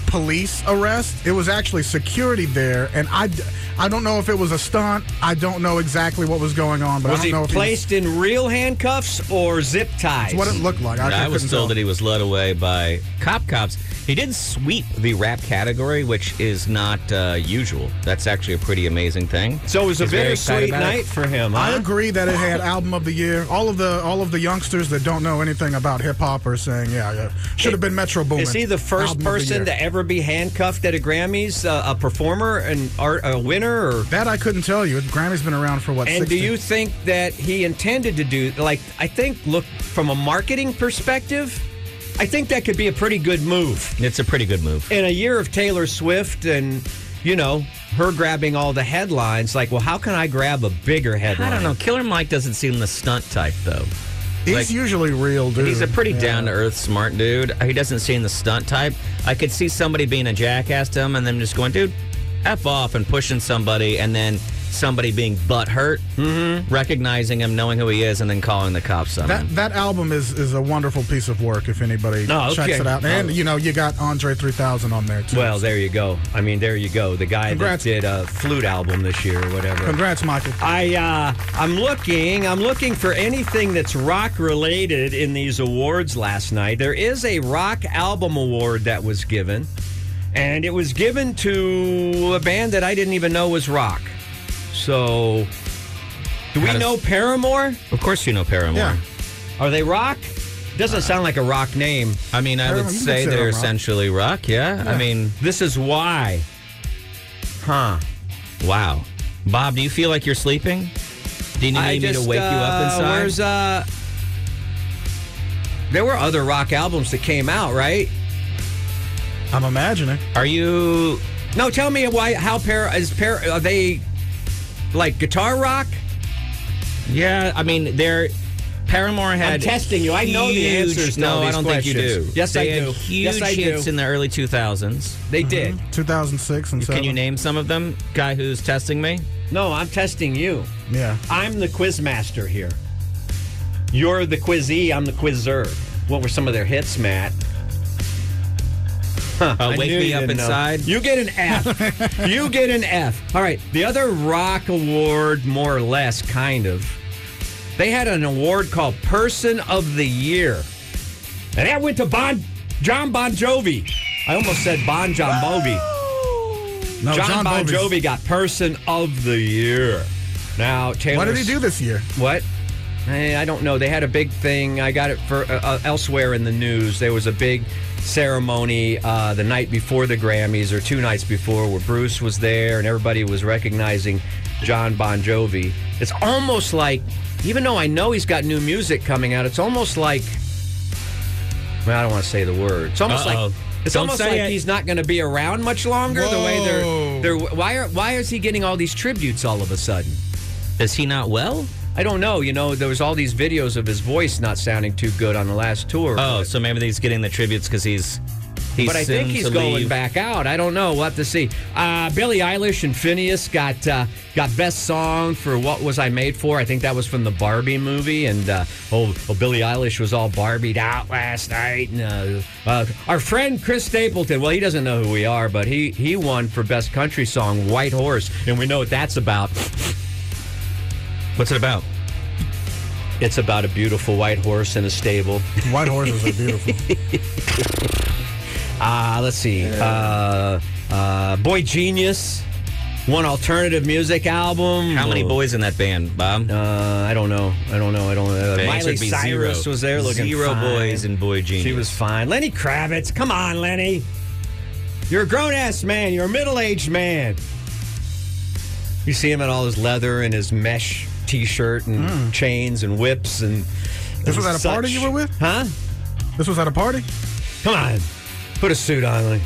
C: police arrest. It was actually security there, and I, d- I don't know if it was a stunt. I don't know exactly what was going on, but
B: Was
C: I don't
B: he
C: know if he was-
B: placed in real handcuffs or zip ties?
C: what it looked like. I,
D: I
C: couldn't
D: was
C: tell.
D: told that he was led away by cop cops. He did sweep the rap category, which is not uh, usual. That's actually a pretty amazing thing.
B: so it was a
D: He's very
B: bittersweet
D: excited about it.
B: night for him.
C: I
B: huh?
C: agree that it had album of the year. All of the all of the youngsters that don't know anything about hip hop are saying, yeah, yeah, should have been Metro Boomin.
B: Is he the first
C: Album of the
B: person
C: year.
B: to ever be handcuffed at a Grammys? Uh, a performer, an art, a winner, or?
C: That I couldn't tell you. Grammy's been around for what?
B: And
C: 60?
B: do you think that he intended to do like I think look from a marketing perspective, I think that could be a pretty good move.
D: It's a pretty good move.
B: In a year of Taylor Swift and you know her grabbing all the headlines, like well, how can I grab a bigger headline?
D: I don't know. Killer Mike doesn't seem the stunt type, though.
C: He's
D: like-
C: usually real, dude.
D: He's a pretty down to earth, smart dude. He doesn't seem the stunt type. I could see somebody being a jackass to him and then just going, dude, F off and pushing somebody and then somebody being butthurt, recognizing him, knowing who he is, and then calling the cops on
C: Mm-hmm. That
D: him.
C: that album is is a wonderful piece of work. If anybody
B: Oh, okay.
C: checks it out, and you know you got Andre 3000 on there too.
B: Well, there you go. I mean, there you go. The guy
C: Congrats.
B: that did a flute album this year or whatever.
C: congrats, Michael.
B: I uh, I'm looking. I'm looking for anything that's rock related in these awards last night. There is a rock album award that was given, and it was given to a band that I didn't even know was rock. So, do we
D: How does-
B: know Paramore?
D: of course, you know Paramore.
C: Yeah.
B: Are they rock? Doesn't sound like a rock name.
D: Uh, I mean, I
C: Paramore,
D: would
C: you
D: say
C: consider
D: they're
C: them rock.
D: essentially rock, yeah? I mean,
B: This is why. Huh.
D: wow. Bob, do you feel like you're sleeping? Do you need
B: I
D: me
B: just,
D: to wake you
B: uh,
D: up inside?
B: Where's uh? There were other rock albums that came out, right?
C: I'm imagining.
D: Are you
B: No, tell me why. How pair is pair? Are they like guitar rock?
D: Yeah, I mean, they're Paramore had.
B: testing you. I know the
D: huge-
B: answers to
D: No,
B: all
D: I
B: these
D: don't think you
B: questions.
D: do.
B: Yes, I
D: They had
B: do.
D: Huge
B: Yes, I do.
D: hits in the early Mm-hmm. 2000s.
B: They did.
C: 2006 and
D: Can you
C: Mm-hmm. seven.
D: name some of them? Guy who's testing me.
B: No, I'm testing you.
C: Yeah.
B: I'm the quiz master here. You're the quizee. I'm the quizzer. What were some of their hits, Matt? Huh,
D: Uh,
B: I
D: Wake
B: knew
D: Me
B: you
D: Up
B: didn't know.
D: Inside.
B: You get an F. you get an F. All right. The other rock award, more or less, kind of. They had an award called Person of the Year, and that went to Bon John Bon Jovi. I almost said Bon John Jovi.
C: No,
B: John,
C: John
B: Bon
C: Bovi's-
B: Jovi got Person of the Year. Now, Taylor.
C: What did he do this year?
B: What? Eh, I don't know. They had a big thing. I got it for uh, uh, elsewhere in the news. There was a big ceremony uh, the night before the Grammys, or two nights before, where Bruce was there and everybody was recognizing John Bon Jovi. It's almost like, even though I know he's got new music coming out, it's almost like. Well, I don't want to say the word. It's almost
D: Uh-oh.
B: like it's
D: Don't
B: almost
D: say
B: like
D: it.
B: he's not going to be around much longer. The way
C: Whoa.
B: they're they're why are why is he getting all these tributes all of a sudden?
D: Is he not well?
B: I don't know. You know, there was all these videos of his voice not sounding too good on the last tour.
D: Oh, so maybe he's getting the tributes because he's he's.
B: but I think
D: soon
B: he's
D: to
B: going
D: leave.
B: back out. I don't know. We'll have to see. Uh, Billie Eilish and Phineas got uh, got best song for "What Was I Made For." I think that was from the Barbie movie. And uh, oh, oh, Billie Eilish was all Barbied out last night. And, uh, uh, our friend Chris Stapleton. Well, he doesn't know who we are, but he he won for best country song "White Horse," and we know what that's about.
D: What's it about?
B: It's about a beautiful white horse in a stable.
C: White horses are beautiful.
B: Uh, let's see. Uh, uh, Boy Genius, one alternative music album.
D: How many
B: Uh,
D: boys in that band, Bob?
B: Uh, I don't know. I don't know. I don't. Uh,
D: The answer
B: Miley
D: would be
B: Cyrus
D: zero.
B: was there looking
D: zero
B: fine.
D: boys and boy genius.
B: She was fine. Lenny Kravitz, come on, Lenny. You're a grown ass man. You're a middle aged man. You see him in all his leather and his mesh t shirt and chains and whips and.
C: Hmm. This was
B: and
C: at a party you were with?
B: Huh?
C: This was at a party?
B: Come on. Put a suit on. Like.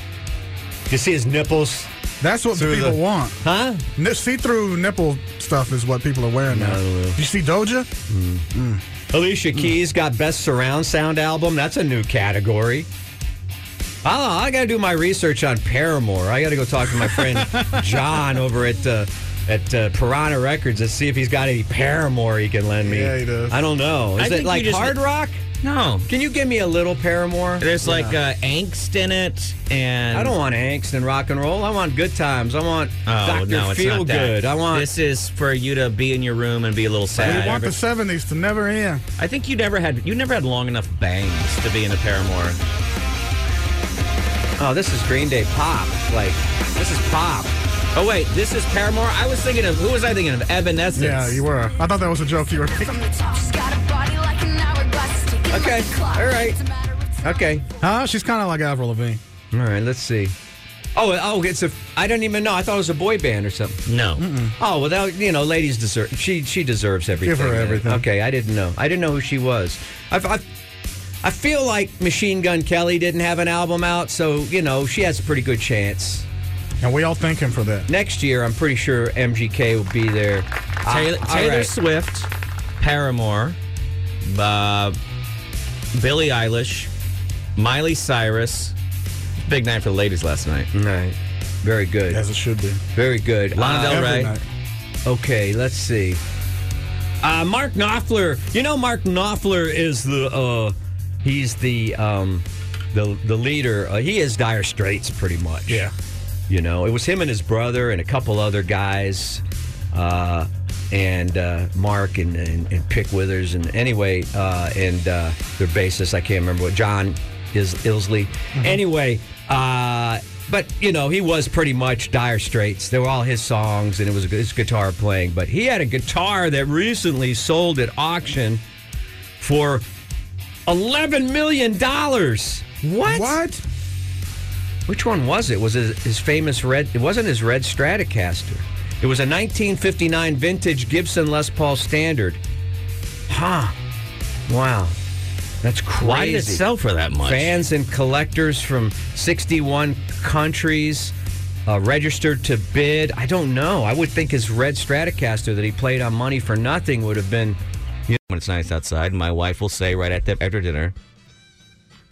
B: You see his nipples?
C: That's what
B: Through
C: the people
B: the-
C: want.
B: Huh?
C: See through nipple stuff is what people are wearing now.
B: No.
C: You see Doja? Hmm.
B: Alicia Keys got best surround sound album. That's a new category. Oh, I got to do my research on Paramore. I got to go talk to my friend John over at uh, at uh, Piranha Records and see if he's got any Paramore he can lend me.
C: Yeah, he does.
B: I don't know.
D: I
B: Is
D: think
B: it
D: you
B: like
D: just-
B: hard rock?
D: No.
B: Can you give me a little Paramore?
D: There's like uh, angst in it, and
B: I don't want angst and rock and roll. I want good times. I want
D: Oh
B: Doctor
D: no, it's
B: Feel
D: not that.
B: Good. I want
D: This is for you to be in your room and be a little
C: We
D: sad.
C: want the 70s to never end.
D: I think you never had you never had long enough bangs to be in a Paramore.
B: oh, this is Green Day pop. Like this is pop.
D: Oh wait, this is Paramore. I was thinking of who was I thinking of? Evanescence.
C: Yeah, you were. I thought that was a joke you were making.
B: Okay, all right. Okay.
C: Huh? She's kind of like Avril Lavigne.
B: All right. Let's see. Oh, oh, it's a. I don't even know. I thought it was a boy band or something.
D: No.
B: Oh, well, that, you know, ladies deserve. She she deserves everything.
C: Give her
B: then.
C: everything.
B: Okay, I didn't know. I didn't know who she was. I, I, I feel like Machine Gun Kelly didn't have an album out, so you know she has a pretty good chance.
C: And we all thank him for that.
B: Next year, I'm pretty sure MGK will be there.
D: Taylor,
B: Uh, all
D: Taylor
B: right.
D: Swift, Paramore, uh, Billie Eilish, Miley Cyrus. Big night for the ladies last night.
B: All right. Very good.
C: As it should be.
B: Very good.
D: Lana Del
C: Every
D: Rey.
C: night.
B: Okay, let's see. Uh, Mark Knopfler. You know, Mark Knopfler is the uh, he's the um, the the leader. Uh, he is Dire Straits, pretty much.
C: Yeah.
B: You know, it was him and his brother and a couple other guys, uh, and uh, Mark and, and, and Pick Withers and anyway, uh, and uh, their bassist. I can't remember what John is Ilsley. Mm-hmm. Anyway, uh, but you know, he was pretty much Dire Straits. They were all his songs, and it was his guitar playing. But he had a guitar that recently sold at auction for eleven million dollars. What?
C: What?
B: Which one was it? Was it his famous red? It wasn't his red Stratocaster. It was a 1959 vintage Gibson Les Paul Standard. Huh. Wow. That's crazy.
D: Why did it sell for that much?
B: Fans and collectors from 61 countries uh, registered to bid. I don't know. I would think his red Stratocaster that he played on Money for Nothing would have been.
D: When it's nice outside, my wife will say right at the, after dinner,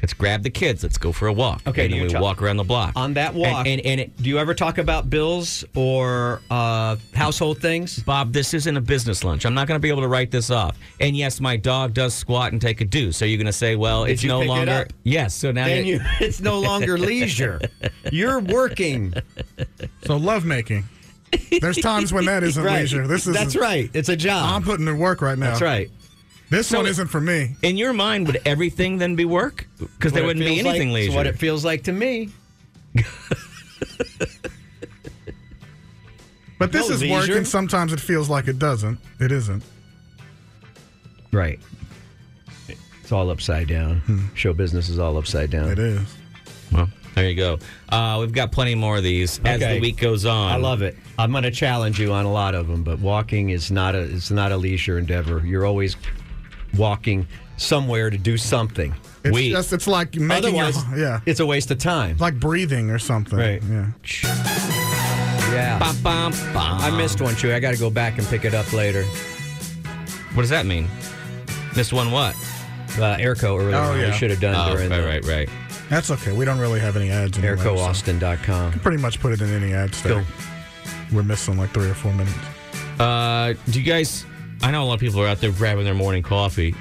D: "Let's grab the kids. Let's go for a walk."
B: Okay,
D: and
B: do
D: then
B: you
D: we
B: tell- Uh,
D: walk around the block.
B: On that
D: And-
B: walk,
D: and, and, it,
B: do you ever talk about bills or uh, household things?
D: Bob, this isn't a business lunch. I'm not going to be able to write this off. And yes, my dog does squat and take a deuce. So you're going to say, "Well,
B: Did
D: it's
B: you
D: no
B: pick it
D: longer."
B: up?
D: Yes. So now
B: then
D: you-
B: you, it's no longer leisure. You're working.
C: So lovemaking. There's times when that isn't leisure. This is
B: That's right. It's a
C: I'm
B: job.
C: putting in work right now.
B: That's right.
C: This
D: So-
C: one isn't for me.
D: In your mind, would everything then be work? Because there
B: What it
D: wouldn't be
B: feels
D: anything
B: like, it's
D: leisure.
B: What it feels like to me.
C: But this
B: No
C: is work,
B: leisure.
C: and sometimes it feels like it doesn't. It isn't.
B: Right. It's all upside down. Show business is all upside down.
C: Hmm. It is.
D: well, there you go. Uh, we've got plenty more of these as
B: Okay.
D: the week goes on.
B: I love it. I'm going to challenge you on a lot of them, but walking is not a it's not a leisure endeavor. You're always walking somewhere to do something.
C: It's
D: We-
C: just it's like making your,
B: Otherwise,
C: yeah,
B: it's a waste of time.
C: like breathing or something.
B: Right.
C: Yeah.
B: Yeah.
D: Bum, bum, bum.
B: I missed one, Chewy. I got to go back and pick it up later.
D: What does that mean? Missed one what?
B: Uh, Airco earlier.
C: Oh,
B: on. We
C: yeah.
B: should have done
D: Oh,
B: during
D: right,
B: the
D: right, right.
C: That's okay. We don't really have any ads. Anyway, so
B: aircooaustin.com.
C: Pretty much put it in any ad stack. We're missing like three or four minutes.
D: Uh, do you guys? I know a lot of people are out there grabbing their morning coffee.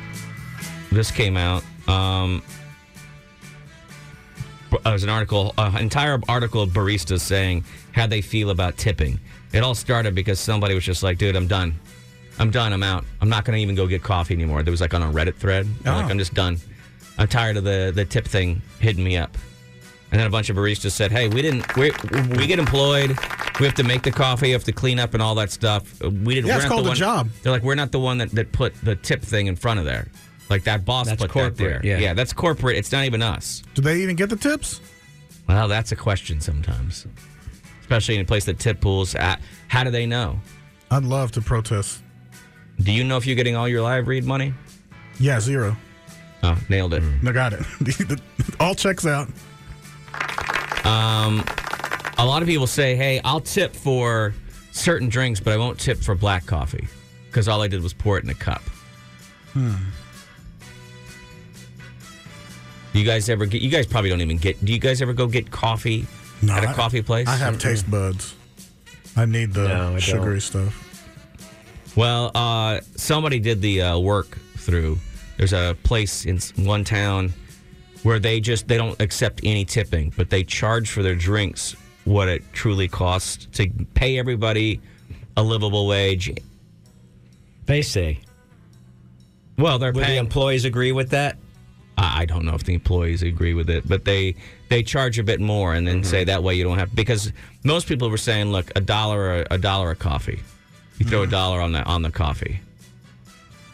D: This came out. Um, b- uh, there's an article, an entire article of baristas saying how they feel about tipping. It all started because somebody was just like, "Dude, I'm done. I'm done. I'm out. I'm not going to even go get coffee anymore." There was like on a Reddit thread. I'm
C: Oh.
D: Like, I'm just done. I'm tired of the the tip thing hitting me up. And then a bunch of baristas said, "Hey, we didn't. We we get employed. We have to make the coffee. We have to clean up and all that stuff. Uh, We didn't.
C: Yeah,
D: we're
C: it's
D: not
C: called
D: the
C: a
D: one,
C: job.
D: They're like, we're not the one that, that put the tip thing in front of there. Like that boss
B: That's
D: put
B: corporate,
D: that there.
B: yeah.
D: that's corporate. It's not even us.
C: Do they even get the tips?
D: Well, that's a question sometimes, especially in a place that tip pools. At. How do they know?
C: I'd love to protest.
D: Do you know if you're getting all your live read money?
C: Yeah, zero.
D: Oh, nailed it.
C: I got it. All checks out.
D: Um, A lot of people say, "Hey, I'll tip for certain drinks, but I won't tip for black coffee because all I did was pour it in a cup." Do you guys ever get? You guys probably don't even get. Do you guys ever go get coffee
C: No,
D: at a
C: I-
D: coffee place?
C: I have taste buds. I need the
B: No, I don't.
C: sugary stuff.
D: Well, uh, somebody did the uh, work through. There's a place in s- one town where they just they don't accept any tipping, but they charge for their drinks what it truly costs to pay everybody a livable wage.
B: They say.
D: Well, they're
B: Would the
D: paying.
B: employees agree with that?
D: I I don't know if the employees agree with it, but they they charge a bit more and then say that way you don't have because most people were saying, look, a dollar a dollar a coffee. You throw a dollar on the on the coffee.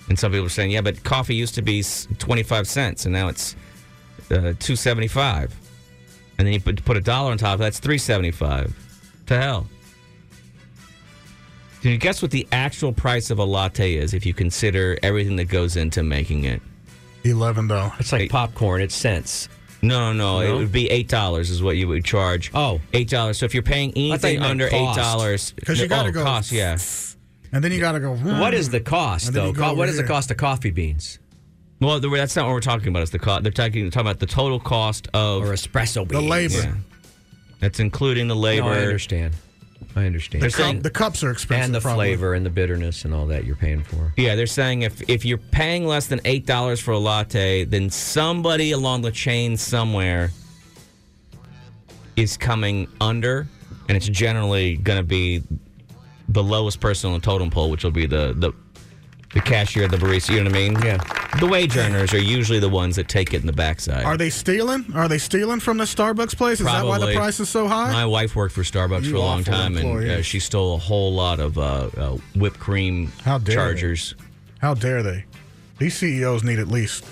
D: And some people were saying, yeah, but coffee used to be s- 25 cents and now it's uh, 275. And then you put, put a dollar on top, of that, that's 375. To hell. Can you guess what the actual price of a latte is if you consider everything that goes into making it?
C: Eleven dollars.
B: It's like
D: Hey.
B: popcorn. It's cents.
D: No, no, no. It
B: No?
D: would be eight dollars is what you would charge.
B: Oh.
D: eight dollars. So if you're paying anything
B: meant
D: under eight
B: cost.
D: dollars,
C: Because you gotta
D: oh,
C: go.
D: cost. Yeah.
C: And then you gotta go. "Hmm."
B: What is the cost,
C: And then
B: though?
C: you go
B: Co-
C: over
B: what is the
C: here.
B: cost of coffee beans
D: Well, the- that's not what we're talking about. It's the cost. They're talking, talking about the total cost of.
B: or espresso
C: the
B: beans?
C: labor?
D: That's including the
B: No,
D: labor.
B: I understand. I understand.
D: They're saying,
C: The cups are expensive.
B: and the
C: probably.
B: flavor and the bitterness and all that you're paying for.
D: yeah, they're saying if if you're paying less than eight dollars for a latte, then somebody along the chain somewhere is coming under, and it's generally going to be the lowest person on the totem pole, which will be the the the cashier, the barista. You know what I mean?
B: Yeah.
D: The wage earners are usually the ones that take it in the backside.
C: Are they stealing? Are they stealing from the Starbucks place? Is that why the
D: Probably.
C: price is so high?
D: My wife worked for Starbucks
C: You
D: for a long
C: awful
D: time, and uh,
C: employees.
D: she stole a whole lot of uh, uh, whipped cream
C: How dare they.
D: chargers.
C: How dare they? These CEOs need at least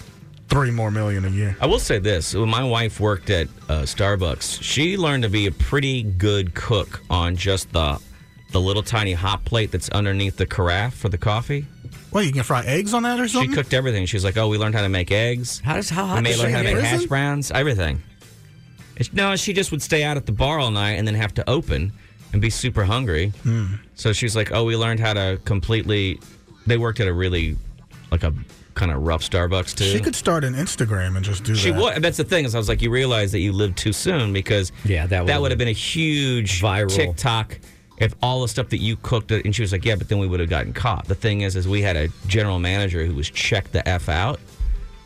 C: three more million a year.
D: I will say this: when my wife worked at uh, Starbucks, she learned to be a pretty good cook on just the the little tiny hot plate that's underneath the carafe for the coffee.
C: Wait, you can fry eggs on that or
D: She
C: something?
D: cooked everything. She's like, "Oh, we learned how to make eggs.
B: How does how
D: We
B: hot
D: may
B: does
D: learn
C: she
D: how to
C: in
D: make hash
C: prison?
D: browns. Everything." It's- no, she just would stay out at the bar all night and then have to open and be super hungry.
C: Hmm.
D: So she's like, "Oh, we learned how to completely." They worked at a really like a kind of rough Starbucks too.
C: She could start an Instagram and just do
D: She
C: that.
D: would. That's the thing is, I was like, you realize that you lived too soon because
B: Yeah, that
D: that
B: would've
D: would have been a huge
B: Viral.
D: TikTok. If all the stuff that you cooked, it- and she was like, yeah, but then we would have gotten caught. The thing is, is we had a general manager who was checked the f out,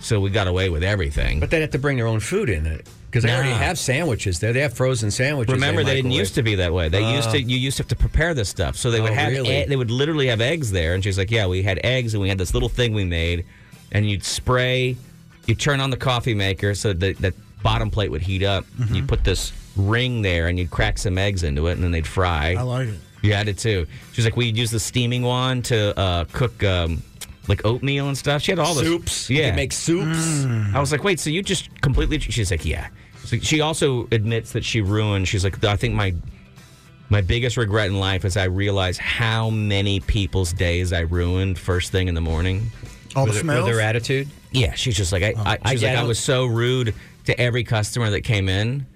D: so we got away with everything.
B: But they'd have to bring their own food in it because they already
D: Nah.
B: have sandwiches there. They have frozen sandwiches.
D: Remember, they didn't used to be that way. They used to you used to have to prepare this stuff. So they would
B: uh. Oh,
D: have
B: really?
D: e- they would literally have eggs there. And she's like, "Yeah, we had eggs, and we had this little thing we made, and you'd spray, you turn on the coffee maker so that that bottom plate would heat up.
B: Mm-hmm.
D: You put this ring there, and you'd crack some eggs into it, and then they'd fry.
C: I like it.
D: you had it too. She's like, "We'd use the steaming wand to uh, cook." Um, like oatmeal and stuff. She had all the
B: soups.
D: Yeah, Mm.
B: they make soups.
D: I was like, wait, so you just completely? She's like, yeah. So she also admits that she ruined. She's like, I think my my biggest regret in life is I realized how many people's days I ruined first thing in the morning.
C: All the
B: with, their, with
C: smells.
B: their attitude.
D: Yeah, she's just like, I, I, she's
B: Oh, I
D: like, I
B: don't-
D: was so rude to every customer that came in,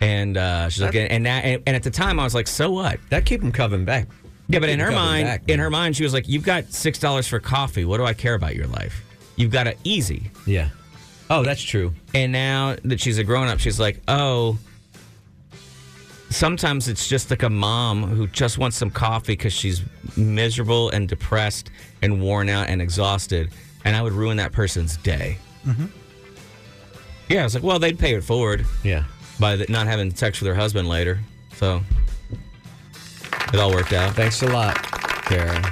D: and uh, she's like, and that, and, and at the time I was like, so what?
B: That keep them coming back.
D: Yeah, but
B: Keep 'em
D: in her
B: coming
D: mind,
B: back,
D: in
B: man.
D: her mind, she was like, you've got six dollars for coffee. What do I care about your life? You've got it easy.
B: Yeah. Oh, that's true.
D: And now that she's a grown up, she's like, oh, sometimes it's just like a mom who just wants some coffee because she's miserable and depressed and worn out and exhausted. And I would ruin that person's day.
C: Mm-hmm.
D: Yeah, I was like, well, they'd pay it forward
B: Yeah.
D: by the, not having sex with her husband later. So it all worked out.
B: Thanks a lot, Karen.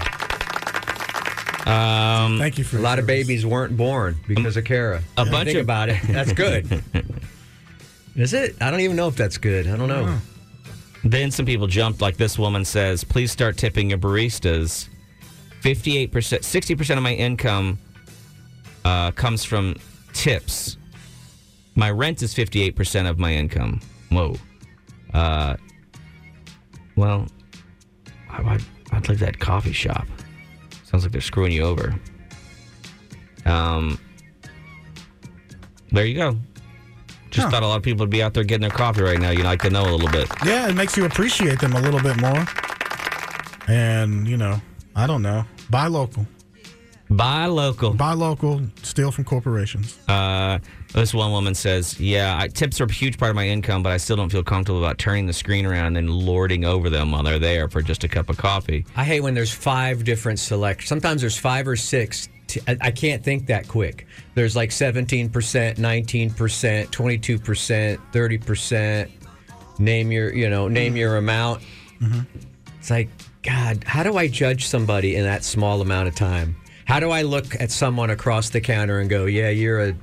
C: Thank you for
B: Um, A lot of
C: babies.
B: babies weren't born because of Kara.
D: A
B: Now
D: bunch
B: think
D: of-
B: about it. That's good. Is it? I don't even know if that's good. I don't know.
D: Then some people jumped, like this woman says, please start tipping your baristas. 58%, 60% of my income uh, comes from tips. My rent is 58% of my income. Whoa. Uh, well, I, would I'd like that coffee shop. Sounds like they're screwing you over. Um, there you go. Just
C: Huh.
D: thought a lot of people would be out there getting their coffee right now. You'd like to know a little bit.
C: Yeah, it makes you appreciate them a little bit more. And, you know, I don't know. Buy local.
D: Buy local.
C: Buy local, steal from corporations.
D: Uh, this one woman says, "Yeah, I, tips are a huge part of my income, but I still don't feel comfortable about turning the screen around and then lording over them while they're there for just a cup of coffee."
B: I hate when there's five different selections. Sometimes there's five or six. T- I I can't think that quick. There's like 17%, 19%, 22%, 30%. Name your, you know,
C: Mm-hmm.
B: name your amount. It's like, God, how do I judge somebody in that small amount of time? How do I look at someone across the counter and go, yeah, you're a,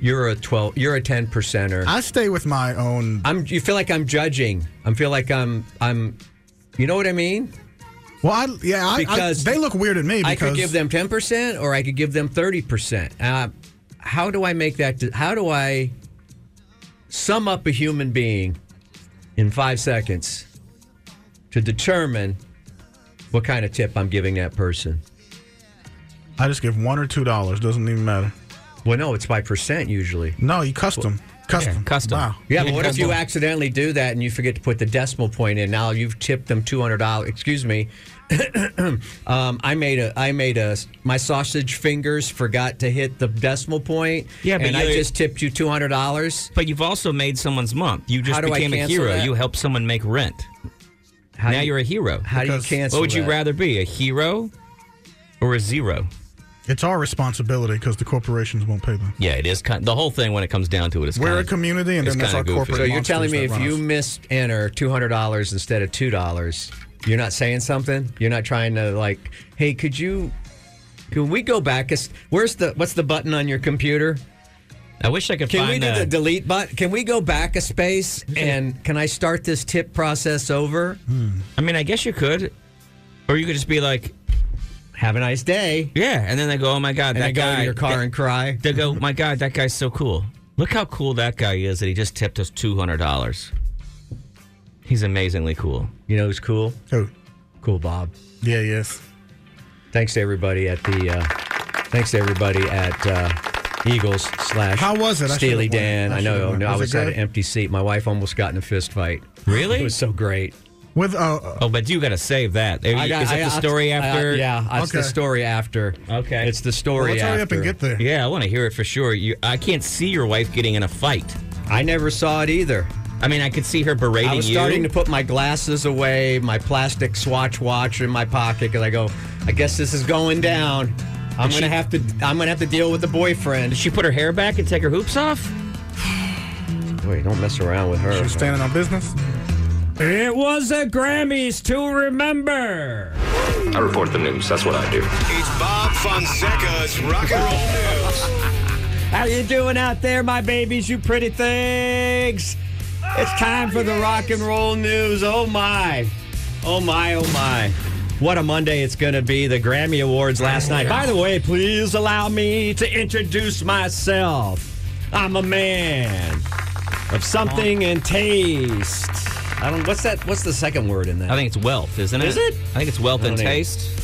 B: you're a 12, you're a 10 percenter.
C: I stay with my own.
B: I'm, you feel like I'm judging. I feel like I'm, I'm, you know what I mean?
C: Well, I, yeah, I, I,
B: Because
C: they look weird at me because
B: I could give them ten percent, or I could give them thirty percent. Uh, how do I make that? How do I sum up a human being in five seconds to determine what kind of tip I'm giving that person?
C: I just give one or two dollars. Doesn't even matter.
B: Well, no, it's by percent usually.
C: No, you custom, custom,
D: custom.
C: Wow.
B: Yeah, but what if you
D: Decimal.
B: accidentally do that and you forget to put the decimal point in? Now you've tipped them two hundred dollars. Excuse me. um, I made a. I made a. My sausage fingers forgot to hit the decimal point.
D: Yeah, but
B: and I
D: you-
B: just tipped you two hundred dollars.
D: But you've also made someone's month. You
B: How
D: just
B: do I
D: became a
B: cancel
D: hero.
B: that?
D: You helped someone make rent. now you're a hero.
B: How do you
C: Because-
B: cancel?
D: what would you
B: that?
D: rather be, a hero or a zero?
C: It's our responsibility because the corporations won't pay them.
D: Yeah, it is kind. The whole thing, when it comes down to it, is
C: We're
D: kind
C: a community, and
D: it's
C: then that's
D: kinda
C: our
D: goofy.
C: corporate.
B: So you're
C: monsters
B: telling me
C: that
B: if
C: run
B: you
C: us.
B: missed enter two hundred dollars instead of two dollars, you're not saying something. You're not trying to like, hey, could you? Can we go back? a s- Where's the what's the button on your computer?
D: I wish I could
B: Can we
D: find
B: do
D: uh,
B: the delete button? Can we go back a space and can I start this tip process over?
C: Mm-hmm.
D: I mean, I guess you could, or you could just be like,
B: Have a nice day.
D: yeah, and then they go, oh my god,
B: And
D: that
B: I go
D: guy.
B: to your car
D: that-
B: and cry.
D: They go, my god, that guy's so cool. Look how cool that guy is that he just tipped us two hundred dollars. He's amazingly cool.
B: You know, it's cool.
C: Oh,
B: Cool, Bob.
C: yeah, yes.
B: Thanks to everybody at the. Uh, thanks to everybody at uh, Eagles slash.
C: How was it? I
B: Steely
C: should've
B: Dan.
C: went. I
B: I, know.
C: should've went.
B: no, I
C: Was it
B: was at
C: good?
B: an empty seat. My wife almost got in a fist fight.
D: Really?
B: It was so great.
C: With uh, uh,
D: Oh, but you got to save that. Is
B: got-
D: that the
B: I'll-
D: story
B: I-
D: after?
B: yeah, it's the
C: Okay.
B: story after.
D: Okay.
B: It's the story
C: well, let's
B: after.
C: hurry up and get there.
D: Yeah, I want to hear it for sure. You, I can't see your wife getting in a fight.
B: I never saw it either.
D: I mean, I could see her berating
B: I was
D: you.
B: starting to put my glasses away, my plastic Swatch watch in my pocket, because I go, I guess this is going down. I'm
D: she-
B: gonna have to. I'm gonna have to deal with the boyfriend.
D: She put her hair back and take her hoops off.
B: Wait, don't mess around with her.
C: You're standing on business.
D: It was a Grammys to remember.
E: I report the news. That's what I do.
F: It's Bob Fonseca's Rock and Roll News.
B: How you doing out there, my babies? You pretty things. It's time for the rock and roll news. Oh my, oh my, oh my. What a Monday it's going to be. The Grammy Awards last night. By the way, please allow me to introduce myself. I'm a man of something and taste. I don't. What's that? What's the second word in that?
D: I think it's wealth, isn't it?
B: Is it?
D: I think it's wealth
B: I
D: and
B: don't either.
D: taste.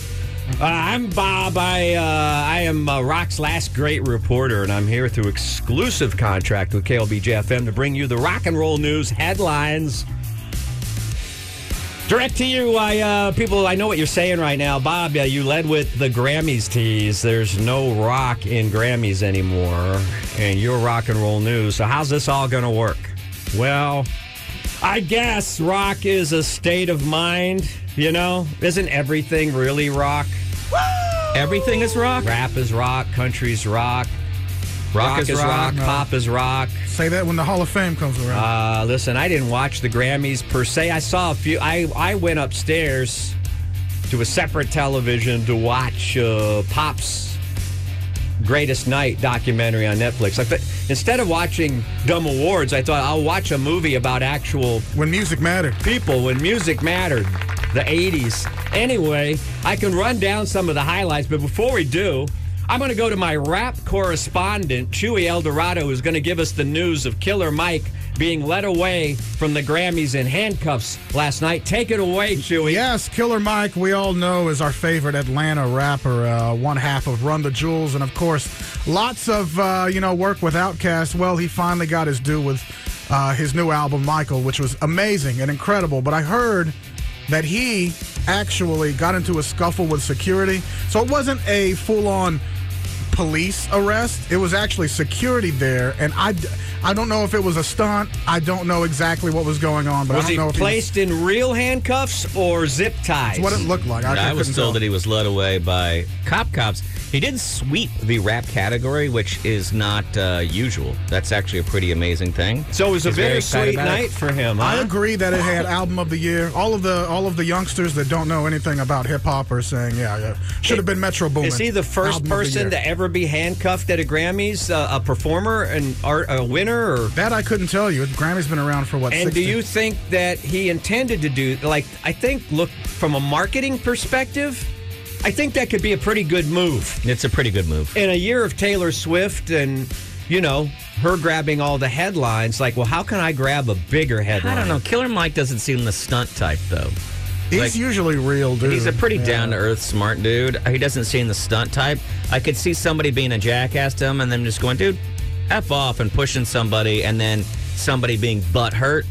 B: Uh, I'm Bob. I uh, I am uh, Rock's last great reporter, and I'm here through exclusive contract with KLBJ FM to bring you the rock and roll news headlines. Direct to you, I uh, people. I know what you're saying right now, Bob. Uh, you led with the Grammys tease. There's no rock in Grammys anymore, and you're rock and roll news. So how's this all going to work? Well, I guess rock is a state of mind. You know, isn't everything really rock?
D: Everything is rock.
B: Rap is rock, country's rock,
D: Rock is rock,
C: no.
B: pop is rock.
C: Say that when the Hall of Fame comes around.
B: Uh, listen, I didn't watch the Grammys per se. I saw a few. I I went upstairs to a separate television to watch uh, Pop's Greatest Night documentary on Netflix. I thought instead of watching dumb awards, I thought I'll watch a movie about actual
C: when music mattered.
B: people when music mattered, the 80s. Anyway, I can run down some of the highlights, but before we do, I'm going to go to my rap correspondent, Chewy Eldorado, who's going to give us the news of Killer Mike being led away from the Grammys in handcuffs last night. Take it away, Chewy.
C: Yes, Killer Mike, we all know, is our favorite Atlanta rapper, uh, one half of Run the Jewels, and of course, lots of uh, you know work with Outkast. Well, he finally got his due with uh, his new album, Michael, which was amazing and incredible. But I heard that he actually got into a scuffle with security, so it wasn't a full-on police arrest. It was actually security there, and I, d- I don't know if it was a stunt. I don't know exactly what was going on, but I
B: Was
C: don't
B: he
C: know if he was-
B: placed in real handcuffs or zip ties?
C: what it looked like. I,
D: I,
C: I
D: was
C: couldn't tell.
D: told that he was led away by cop cops. He did sweep the rap category, which is not uh, usual. That's actually a pretty amazing thing.
B: so it was a
D: He's very
B: bittersweet
D: excited about it.
B: night for him.
C: I
B: huh?
C: agree that it had album of the year. All of the all of the youngsters that don't know anything about hip hop are saying, yeah, yeah, should have been Metro Boomin.
B: Is he the first
C: Album of the
B: person
C: year.
B: to ever be handcuffed at a Grammys? Uh, a performer, an art, a winner, or?
C: That I couldn't tell you. Grammy's been around for what?
B: And do
C: 60?
B: you think that he intended to do like I think look from a marketing perspective, I think that could be a pretty good move.
D: It's a pretty good move.
B: In a year of Taylor Swift and you know her grabbing all the headlines, like well, how can I grab a bigger
D: I
B: headline?
D: don't know. Killer Mike doesn't seem the stunt type, though.
C: He's
D: like-
C: usually real, dude.
D: He's a pretty
C: Yeah.
D: down to earth, smart dude. He doesn't seem the stunt type. I could see somebody being a jackass to him and then just going, dude, F off and pushing somebody and then somebody being butthurt,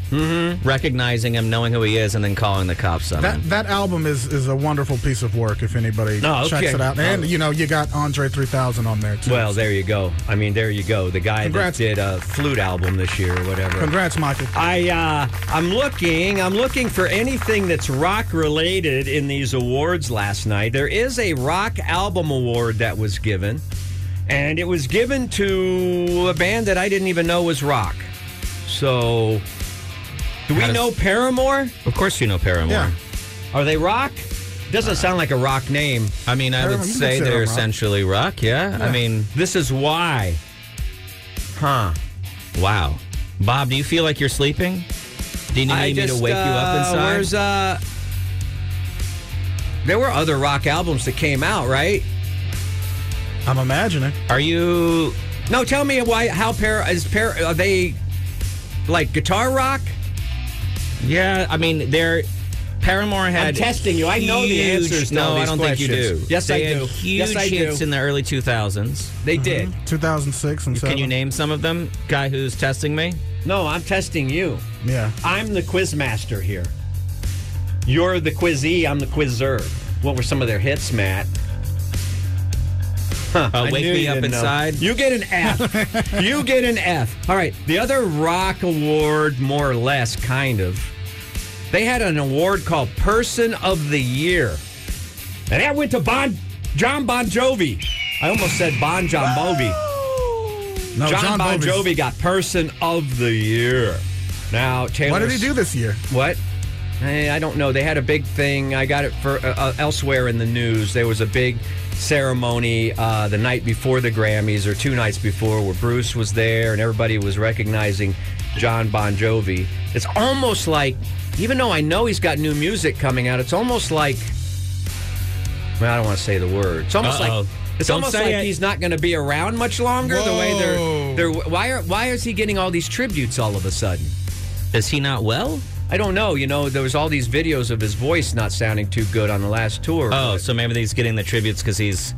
D: recognizing him, knowing who he is, and then calling the cops on
C: Mm-hmm. That
D: him.
C: that album is is a wonderful piece of work. If anybody
B: Oh, okay.
C: checks it out, and you know you got Andre 3000 on there too.
B: Well, there you go. I mean, there you go. The guy
C: Congrats.
B: that did a flute album this year or whatever.
C: congrats, Michael.
B: I uh, I'm looking. I'm looking for anything that's rock related in these awards last night. There is a rock album award that was given, and it was given to a band that I didn't even know was rock. So, do we
D: How does-
B: know Paramore?
D: of course, you know Paramore.
C: Yeah.
B: Are they rock? Doesn't sound like a rock name.
D: Uh, I mean, I
C: Paramore,
D: would
C: you can
D: say
C: consider
D: they're
C: them rock.
D: essentially rock, yeah? I mean,
B: This is why. Huh.
D: wow. Bob, do you feel like you're sleeping? Do you need
B: I
D: me
B: just,
D: to wake you
B: uh,
D: up inside?
B: Where's, uh, there were other rock albums that came out, right?
C: I'm imagining.
D: Are you
B: No, tell me why. How pair is pair? Are they like guitar rock?
D: Yeah, I mean, they're Paramore had.
B: testing you. I know the
D: huge-
B: answers to
D: No,
B: all
D: I
B: these
D: don't think you
B: questions.
D: do.
B: Yes,
D: They
B: I
D: had
B: do.
D: Huge
B: Yes, I do.
D: hits in the early 2000s.
B: They did.
C: Mm-hmm. 2006 and
D: Can you
C: 7.
D: name some of them? Guy who's testing me?
B: No, I'm testing you.
C: Yeah.
B: I'm the quiz master here. You're the quizee. I'm the quizzer. What were some of their hits, Matt? Huh,
D: Uh,
B: I
D: Wake
B: knew
D: Me
B: you
D: Up
B: didn't know.
D: Inside?
B: You get
C: Mm-hmm.
B: an F. you get an F. All right. The other rock award, more or less, kind of. They had an award called Person of the Year, and that went to Bon John Bon Jovi. I almost said Bon John Jovi.
C: No,
B: John, Bon
C: Bovi's-
B: Jovi got Person of the Year. Now, Taylor.
C: What did he do this year?
B: What? Eh, I don't know. They had a big thing. I got it for uh, uh, elsewhere in the news. There was a big ceremony uh, the night before the Grammys, or two nights before, where Bruce was there and everybody was recognizing John Bon Jovi. It's almost like, even though I know he's got new music coming out, it's almost like. Well, I don't want to say the word. It's almost
D: Uh-oh.
B: like it's
D: Don't
B: almost
D: say
B: like
D: it.
B: he's not going to be around much longer. The way
C: Whoa.
B: they're they're why are why is he getting all these tributes all of a sudden?
D: Is he not well?
B: I don't know. You know, there was all these videos of his voice not sounding too good on the last tour.
D: Oh, so maybe he's getting the tributes because he's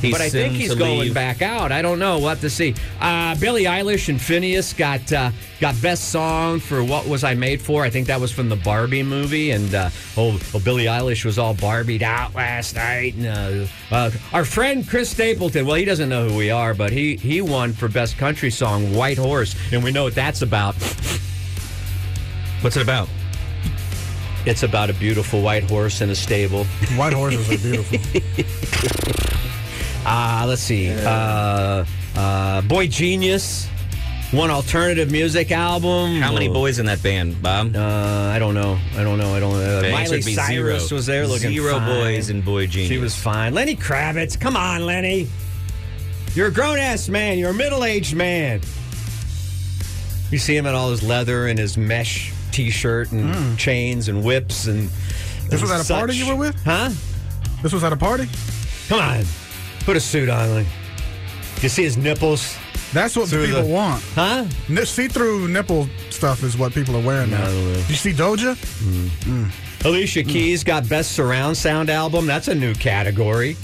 D: he's.
B: but I think
D: soon
B: he's
D: to
B: going
D: leave.
B: back out. I don't know. We'll have to see. Uh, Billie Eilish and Phineas got uh, got best song for "What Was I Made For." I think that was from the Barbie movie. And uh, oh, oh, Billie Eilish was all barbied out last night. And, uh, uh, our friend Chris Stapleton. Well, he doesn't know who we are, but he he won for best country song "White Horse," and we know what that's about.
D: What's it about?
B: It's about a beautiful white horse in a stable.
C: White horses are beautiful.
B: Uh, let's see. Uh, uh, Boy Genius, one alternative music album.
D: How many
B: Uh,
D: boys in that band, Bob?
B: Uh, I don't know. I don't know. I don't know.
D: The answer
B: Miley
D: would be
B: Cyrus
D: zero.
B: was there looking
D: Zero
B: fine.
D: boys in Boy Genius.
B: She was fine. Lenny Kravitz. Come on, Lenny. You're a grown ass man. You're a middle aged man. You see him in all his leather and his mesh t shirt and chains and whips and.
C: Hmm. This was
B: and
C: at a party
B: such.
C: you were with?
B: Huh?
C: this was at a party?
B: Come on. Put a suit on. Like. You see his nipples?
C: That's what
B: Through
C: people
B: the-
C: want.
B: Huh?
C: See through nipple stuff is what people are wearing now.
B: Totally.
C: You see Doja?
B: Alicia
C: Hmm.
B: Keys got Best Surround Sound Album. That's a new category.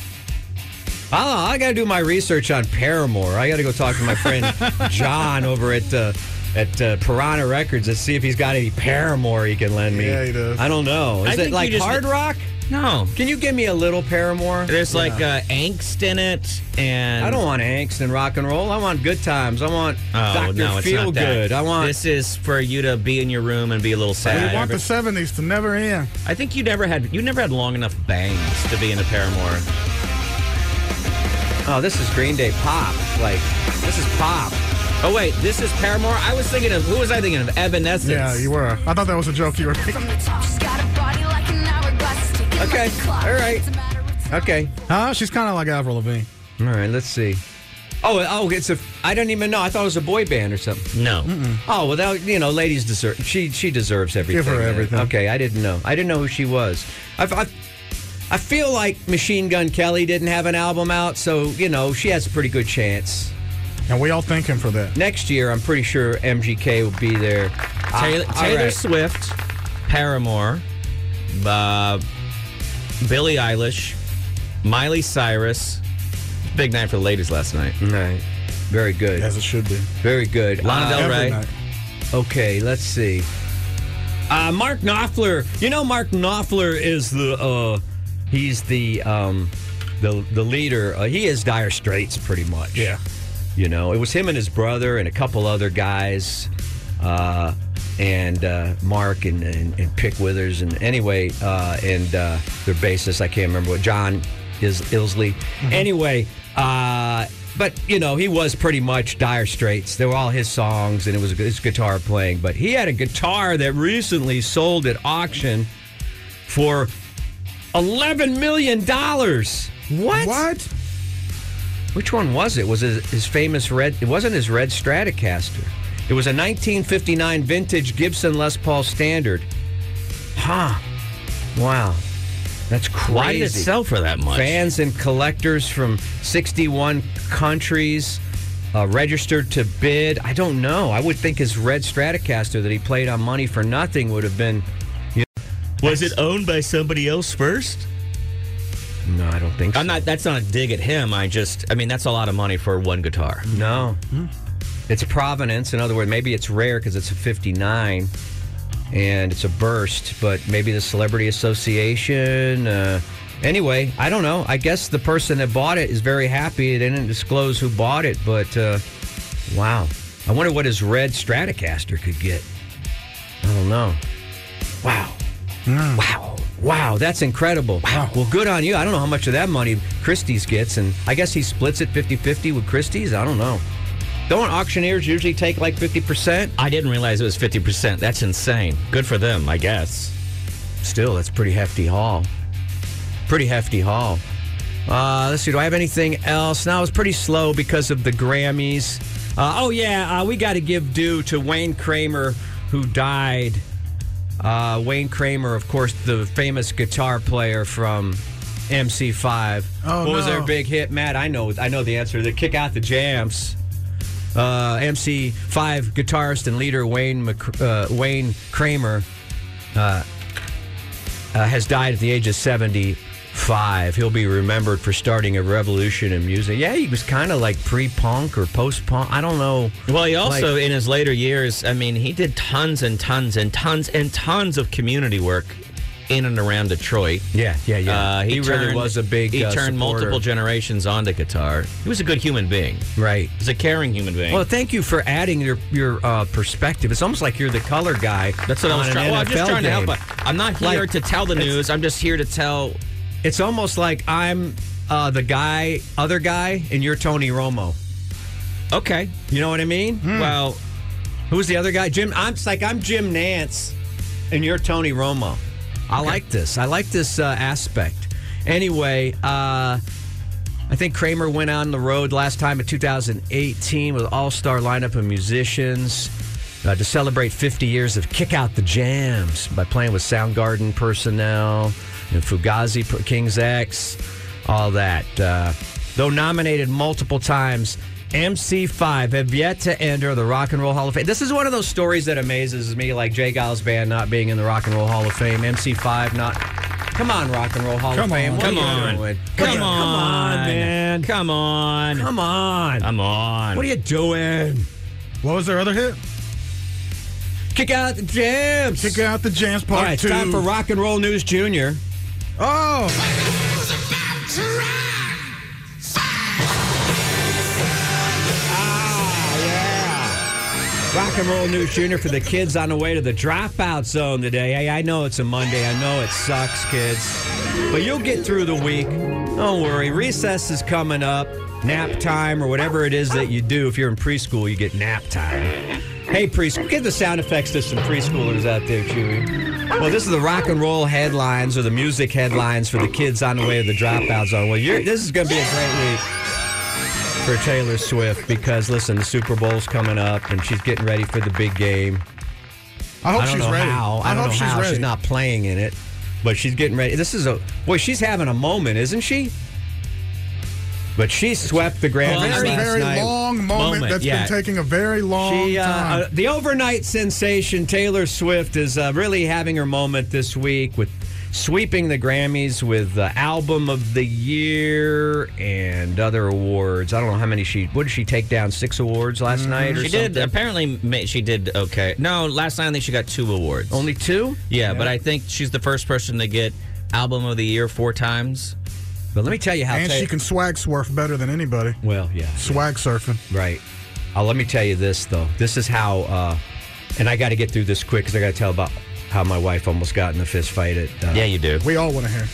B: Ah, I got to do my research on Paramore. I got to go talk to my friend John over at uh, at uh, Piranha Records and see if he's got any Paramore he can lend me.
C: Yeah, he does.
B: I don't know.
D: I
B: Is
D: think
B: it
D: you
B: like
D: just-
B: hard rock?
D: No.
B: Can you give me a little Paramore?
D: There's like uh, angst in it, and
B: I don't want angst and rock and roll. I want good times. I want
D: Oh,
B: Doctor
D: no, it's
B: Feel
D: not that.
B: Good. I want
D: This is for you to be in your room and be a little
C: We
D: sad.
C: want the 70s to never end.
D: I think you never had you never had long enough bangs to be in a Paramore.
B: oh, this is Green Day pop. Like this is pop.
D: Oh wait, this is Paramore. I was thinking of who was I thinking of? Evanescence.
C: Yeah, you were. I thought that was a joke you were making.
B: Okay,
G: Okay,
B: all right. Okay.
C: Huh? She's kind of like Avril Lavigne.
B: All right. Let's see. Oh, oh, it's a. I don't even know. I thought it was a boy band or something.
D: No.
B: Oh, well, that, you know, ladies deserve. She she deserves everything.
C: Give her
B: man.
C: everything.
B: Okay, I didn't know. I didn't know who she was. I, I, I feel like Machine Gun Kelly didn't have an album out, so you know she has a pretty good chance.
C: And we all thank him for that.
B: Next year, I'm pretty sure MGK will be there.
D: Taylor,
B: Ah, all
D: Taylor
B: right.
D: Swift, Paramore, uh, Billie Eilish, Miley Cyrus. Big night for the ladies last night.
B: Right. Very good.
C: As it should be.
B: Very good.
D: Lana Del
B: Uh,
D: All
C: Every
D: right.
C: night.
B: Okay, let's see. Uh, Mark Knopfler. You know, Mark Knopfler is the uh, he's the um, the the leader. Uh, he is Dire Straits, pretty much.
C: Yeah.
B: You know, it was him and his brother and a couple other guys, uh, and uh, Mark and, and, and Pick Withers and anyway, uh, and uh, their bassist. I can't remember what John is Ilsley. Anyway, uh, but you know, he was pretty much Dire Straits. They were all his songs, and it was his guitar playing. But he had a guitar that recently sold at auction for eleven million dollars. What?
C: What?
B: Which one was it? Was it his famous red? It wasn't his red Stratocaster. It was a 1959 vintage Gibson Les Paul Standard. Huh. Wow. That's crazy.
D: Why did it sell for that much?
B: Fans and collectors from 61 countries uh, registered to bid. I don't know. I would think his red Stratocaster that he played on Money for Nothing would have been.
D: Was it owned by somebody else first?
B: No, I don't think so.
D: I'm not. That's not a dig at him. I just. I mean, that's a lot of money for one guitar.
B: No. It's provenance. In other words, maybe it's rare because it's a 59 and it's a burst, but maybe the Celebrity Association. Uh, anyway, I don't know. I guess the person that bought it is very happy. They didn't disclose who bought it, but uh, wow. I wonder what his red Stratocaster could get. I don't know. Wow. Wow. Wow, that's incredible. Wow. Well, good on you. I don't know how much of that money Christie's gets, and I guess he splits it 50 50 with Christie's. I don't know. Don't auctioneers usually take like 50%?
D: I didn't realize it was 50. percent That's insane. Good for them, I guess.
B: Still, that's pretty hefty haul. Pretty hefty haul. Uh, let's see, do I have anything else? Now, it was pretty slow because of the Grammys. Uh, oh, yeah, uh, we got to give due to Wayne Kramer, who died. Uh, Wayne Kramer, of course, the famous guitar player from MC5.
C: Oh,
B: what was
C: no.
B: their big hit, Matt? I know, I know the answer. The Kick Out the Jams. Uh, MC5 guitarist and leader Wayne Mc- uh, Wayne Kramer uh, has died at the age of 75. He'll be remembered for starting a revolution in music. Yeah, he was kind of like pre punk or post punk. I don't know.
D: Well, he also
B: Like-
D: in his later years. I mean, he did tons and tons and tons and tons of community work in and around Detroit.
B: Yeah, yeah, yeah.
D: Uh, he,
B: He really
D: turned-
B: was a big,
D: He
B: uh,
D: turned
B: supporter.
D: multiple generations onto guitar. He was a good human being.
B: Right.
D: He was a caring human being.
B: Well, thank you for adding your your uh, perspective. It's almost like you're the color guy.
D: that's what I was
B: on an
D: trying. Well, I'm just
B: NFL
D: trying to help.
B: game.
D: But I'm not here
B: Like,
D: to tell the news. I'm just here to tell.
B: It's almost like I'm uh, the guy, other guy, and you're Tony Romo.
D: Okay.
B: You know what I mean?
D: Well,
B: Who's the other guy? Jim. I'm it's like I'm Jim Nance, and you're Tony Romo. I like this. I like this uh, aspect. Anyway, uh, I think Kramer went on the road last time in 2018 with all star lineup of musicians uh, to celebrate 50 years of Kick Out the Jams by playing with Soundgarden personnel and Fugazi, P- King's X, all that. Uh, though nominated multiple times, MC5 have yet to enter the Rock and Roll Hall of Fame. This is one of those stories that amazes me, like Jay Giles' band not being in the Rock and Roll Hall of Fame, MC5 not. Come on, Rock and Roll Hall
C: Come
B: of Fame.
C: on,
B: What are
C: come
B: you
D: on.
B: doing?
D: Come
B: Come on,
D: on.
B: man.
D: Come on.
B: Come on.
D: Come on.
B: What are you doing?
C: What was their other hit?
B: Kick out the jams.
C: Kick out the jams part
B: All right, it's
C: two.
B: time for Rock and Roll News Junior.
C: Oh,
B: Rock and Roll News Junior for the kids on the way to the dropout zone today. Hey, I know it's a Monday. I know it sucks, kids. But you'll get through the week. Don't worry. Recess is coming up, nap time, or whatever it is that you do. If you're in preschool, you get nap time. Hey, preschool, get the sound effects to some preschoolers out there, Chewy. Well, this is the rock and roll headlines or the music headlines for the kids on the way to the dropout zone. Well, you're, this is going to be a great week for Taylor Swift because listen, the Super Bowl's coming up and she's getting ready for the big game.
C: I hope
B: I don't
C: she's
B: know
C: ready.
B: how. I, don't
C: hope
B: know
C: she's
B: how
C: ready.
B: she's not playing in it, but she's getting ready. This is a boy. She's having a moment, isn't she? But she swept the Grammys
D: Well, I
C: Very,
D: mean-
B: last
C: very
B: night.
C: long moment,
D: Moment,
C: that's
B: yeah.
C: been taking a very long
B: She, uh,
C: time.
B: uh, the overnight sensation Taylor Swift is uh, really having her moment this week with sweeping the Grammys with uh, Album of the Year and other awards. I don't know how many she. What did she take down? Six awards last night or
D: Mm-hmm. She
B: something?
D: did. Apparently, ma- she did okay. No, last night I think she got two awards.
B: Only two?
D: Yeah, but I think she's the first person to get album of the year four times.
B: But let me tell you how.
C: and
B: Ta-
C: she can swag surf better than anybody.
B: Well, yeah.
C: Swag surfing.
B: Right. Uh, let me tell you this though. This is how, uh, and I got to get through this quick because I got to tell about how my wife almost got in a fist fight at uh, um,
D: Yeah, you do.
C: We all want to hear.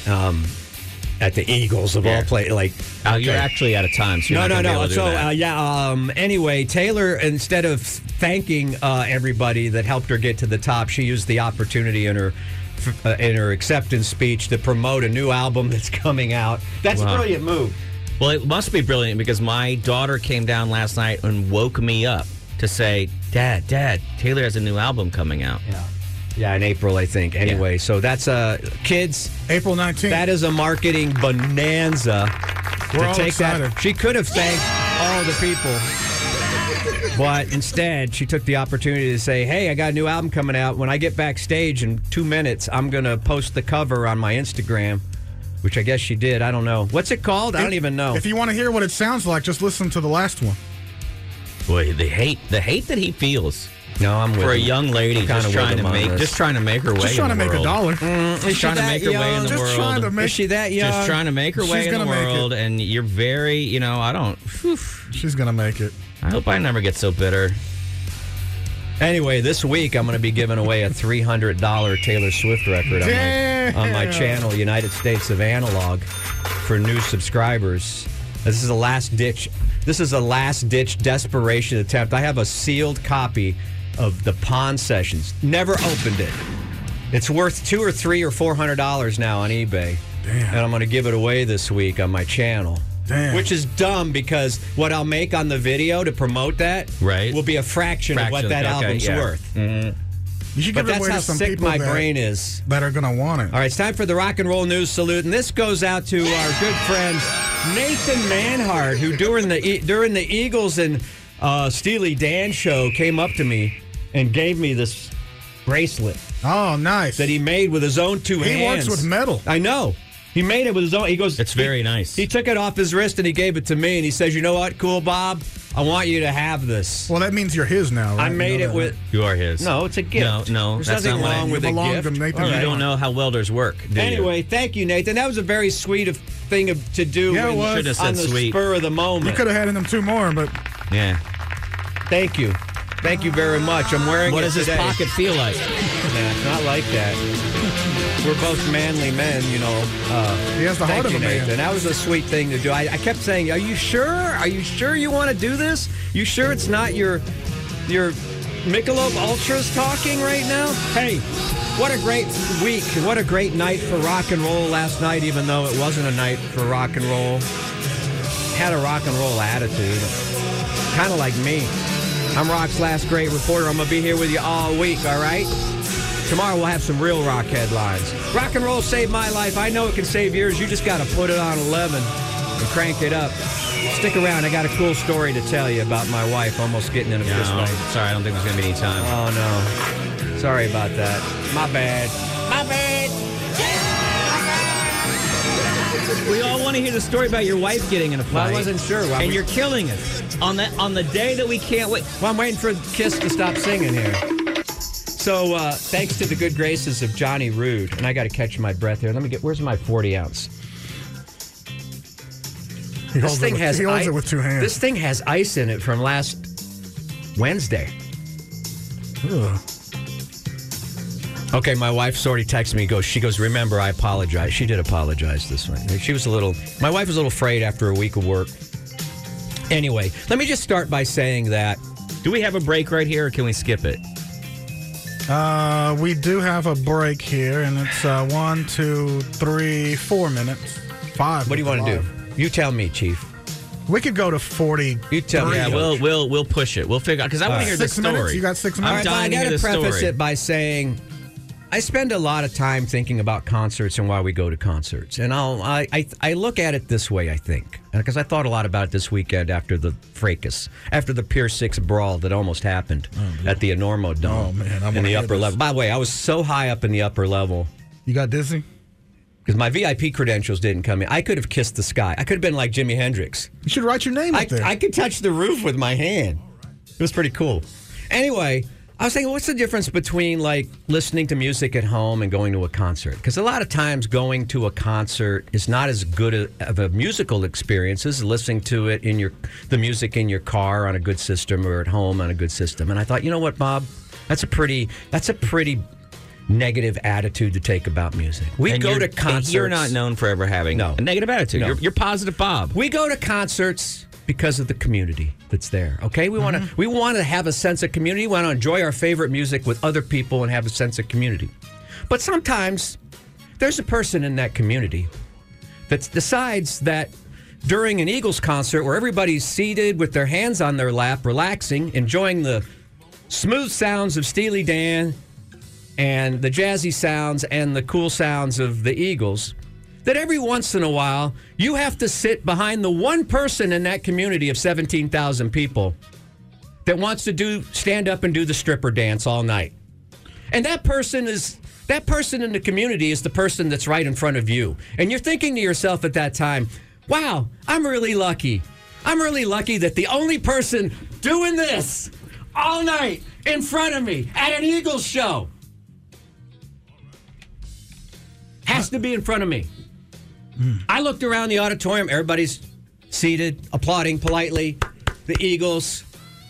B: at the Eagles of all
D: Yeah.
B: play. Like,
D: Oh, you're
B: okay.
D: actually out of time. So you're
B: no, no,
D: not gonna be
B: no.
D: able to do
B: So
D: that.
B: uh, yeah. Um, anyway, Taylor, instead of thanking uh, everybody that helped her get to the top, she used the opportunity in her f- uh, in her acceptance speech to promote a new album that's coming out. uh, That's a
D: Wow.
B: brilliant move.
D: Well, it must be brilliant because my daughter came down last night and woke me up to say, "Dad, Dad, Taylor has a new album coming out."
B: Yeah. Yeah, in April, I think. Anyway, so that's uh, kids.
C: April 19th.
B: That is a marketing bonanza.
C: We're
B: to
C: all
B: take
C: excited.
B: that. She could have thanked all the people. But instead, she took the opportunity to say, Hey, I got a new album coming out. When I get backstage in two minutes, I'm going to post the cover on my Instagram, which I guess she did. I don't know. What's it called? I don't even know.
C: If you want to hear what it sounds like, just listen to the last one.
D: Boy, the hate, the hate that he feels
B: no, I'm with
D: for a
B: you.
D: young lady
B: I'm kinda
D: just
B: with
D: trying to
B: him on
D: make,
B: this. Mm,
D: just trying to make her way.
C: Just trying to
D: in the
C: make a
D: world.
C: dollar.
B: Is
D: Just
B: she
D: trying to
B: that
D: make her way in
B: young?
D: the
C: Just
D: world.
C: trying to make-
B: Is she that young?
D: Just trying to make her
C: She's
D: way in the
C: gonna make it.
D: world, and you're very, you know, I don't. whew,
C: She's going to make it.
D: I hope I never get so bitter.
B: Anyway, this week I'm going to be giving away a $300 Taylor Swift record on my,
C: Damn.
B: on my channel, United States of Analog, for new subscribers. This is a last ditch. This is a last ditch desperation attempt. I have a sealed copy of the Pond Sessions. Never opened it. It's worth two or three or four hundred dollars now on eBay.
C: Damn.
B: And I'm going to give it away this week on my channel.
C: Damn.
B: Which is dumb because what I'll make on the video to promote that
D: Right.
B: will be a fraction, of
D: Fraction,
B: what that
D: okay,
B: album's
D: yeah.
B: worth.
C: Mm-hmm. You should
B: But
C: give it
B: that's
C: away
B: how
C: to some
B: sick
C: people
B: my
C: that,
B: brain is.
C: that are going to want it.
B: All right, it's time for the rock and roll news salute, and this goes out to our good friend Nathan Manhart, who during the E- during the Eagles and uh, Steely Dan show came up to me and gave me this bracelet
C: Oh, nice.
B: that he made with his own two
C: He
B: hands.
C: works with metal.
B: I know. He made it with his own. He goes.
D: It's very nice.
B: He took it off his wrist and he gave it to me, and he says, "You know what, cool Bob, I want you to have this.
C: well, that means you're his now, right?
B: I
C: You
B: made
C: know
B: it
C: that,
B: with."
D: You are his.
B: No, it's a gift.
D: No, no,
B: there's
D: that's
B: nothing
D: not what I-
B: wrong
D: You
B: with a
C: belong
B: gift.
C: to Nathan
B: All
D: You
B: right.
D: don't know how welders work, do you?
B: Anyway, thank you, Nathan. That was a very sweet of thing of, to do
C: Yeah, it
B: in-
C: was.
D: Should've said
B: on the
D: sweet.
B: spur of the
C: right?
B: moment.
C: You could have had him two more, but
D: yeah.
B: Thank you. Thank you very much. I'm wearing
D: What
B: it
D: does his
B: today.
D: pocket feel like?
B: Nah, it's not like that. We're both manly men, you know. Uh,
C: he has the
B: thank
C: heart of
B: you,
C: a man.
B: Nathan. That was a sweet thing to do. I, I kept saying, "Are you sure? Are you sure you want to do this? You sure it's not your your Michelob Ultras talking right now?" Hey, what a great week! What a great night for rock and roll last night, even though it wasn't a night for rock and roll. Had a rock and roll attitude, kind of like me. I'm Rock's last great reporter. I'm gonna be here with you all week. All right. Tomorrow we'll have some real rock headlines. Rock and roll saved my life. I know it can save yours. You just got to put it on 11 and crank it up. Stick around. I got a cool story to tell you about my wife almost getting in a fist
D: No,
B: fight.
D: sorry, I don't think there's gonna be any time.
B: Oh no. Sorry about that. My bad. My bad. We all want to hear the story about your wife getting in a fight.
D: I wasn't sure. Why
B: and
D: we-
B: you're killing it on the on the day that we can't wait. Well, I'm waiting for Kiss to stop singing here. So uh, thanks to the good graces of Johnny Rude, and I got to catch my breath here. Let me get. Where's my 40 ounce?
C: He
B: This
C: holds,
B: thing
C: it, with,
B: has
C: he holds
B: ice,
C: it with two hands.
B: This thing has ice in it from last Wednesday.
C: Ugh.
B: Okay, my wife's already texted me. Goes, she goes. Remember, I apologize. She did apologize this one. She was a little. My wife was a little afraid after a week of work. Anyway, let me just start by saying that
D: Do we have a break right here, or can we skip it?
C: Uh, we do have a break here, and it's uh, one, two, three, four minutes. Five.
B: What do you want to do? You tell me, Chief.
C: We could go to 40.
B: You tell me.
D: Yeah,
B: Coach.
D: we'll we'll we'll push it. We'll figure out because I want to hear
C: Six
D: the story.
C: minutes? You got six
D: I'm
B: All
C: minutes?
B: right, but
D: dying
B: I
D: to hear
B: gotta
D: the
B: preface
D: story.
B: it by saying I spend a lot of time thinking about concerts and why we go to concerts, and I'll I I, I look at it this way. I think because I thought a lot about it this weekend after the fracas, after the Pier Six brawl that almost happened at the Enormo Dome
C: Oh, man, I
B: in
C: wanna
B: the
C: hear
B: upper
C: this.
B: level. By the way, I was so high up in the upper level
C: You got dizzy?
B: because my VIP credentials didn't come in. I could have kissed the sky. I could have been like Jimi Hendrix.
C: You should write your name
B: I,
C: up there.
B: I could touch the roof with my hand. It was pretty cool. Anyway, I was thinking, what's the difference between like listening to music at home and going to a concert? Because a lot of times going to a concert is not as good a, of a musical experience as listening to it in your the music in your car on a good system or at home on a good system. And I thought, you know what, Bob, that's a pretty that's a pretty negative attitude to take about music. We
D: And
B: go
D: you're-
B: to concerts.
D: You're not known for ever having
B: No.
D: a negative attitude.
B: No.
D: You're, you're positive, Bob.
B: We go to concerts because of the community that's there. Okay, we want
D: Mm-hmm.
B: to we want to have a sense of community. We want to enjoy our favorite music with other people and have a sense of community. But sometimes there's a person in that community that decides that during an Eagles concert where everybody's seated with their hands on their lap, relaxing, enjoying the smooth sounds of Steely Dan and the jazzy sounds and the cool sounds of the Eagles, that every once in a while you have to sit behind the one person in that community of 17,000 people that wants to do stand up and do the stripper dance all night. And that person is that person in the community is the person that's right in front of you. And you're thinking to yourself at that time, "Wow, I'm really lucky. I'm really lucky that the only person doing this all night in front of me at an Eagles show has to be in front of me."
C: Hmm.
B: I looked around the auditorium, everybody's seated, applauding politely, the Eagles.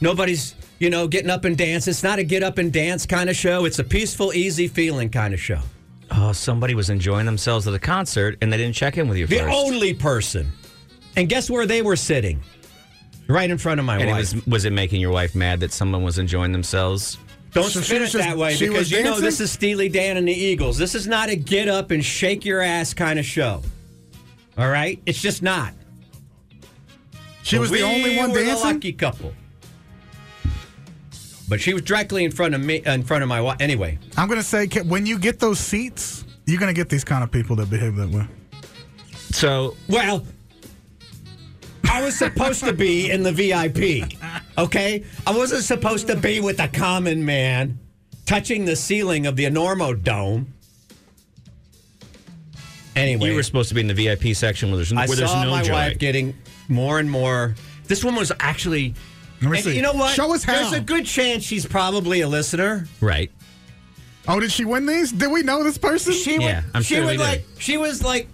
B: Nobody's, you know, getting up and dance. It's not a get up and dance kind of show. It's a peaceful, easy feeling kind of show.
D: Oh, somebody was enjoying themselves at a concert and they didn't check in with you
B: The
D: first.
B: only person. And guess where they were sitting? Right in front of my
D: and it
B: wife.
D: was was it making your wife mad that someone was enjoying themselves?
B: Don't
C: So she
B: spin it
C: was just-
B: that way
C: she
B: because
C: was
B: you know
C: dancing?
B: this is Steely Dan and the Eagles. This is not a get up and shake your ass kind of show. All right? It's just not.
C: she was
B: We
C: the only one
B: were the
C: dancing?
B: lucky couple. But she was directly in front of me, in front of my wife. Anyway,
C: I'm going to say, ca- when you get those seats, you're going to get these kind of people that behave that way.
D: So
B: Well, I was supposed to be in the VIP, okay? I wasn't supposed to be with the common man touching the ceiling of the Enormo Dome. Anyway,
D: you were supposed to be in the VIP section where there's,
B: I
D: where there's
B: saw
D: no
B: my
D: joy.
B: wife getting more and more. This woman was actually.
C: Let me
B: and
C: see.
B: You know what?
C: Show us how.
B: There's a good chance she's probably a listener.
D: right.
C: Oh, did she win these? Did we know this person?
B: She would,
D: Yeah, I'm
B: she
D: sure
B: would
D: we did.
B: like, she was like,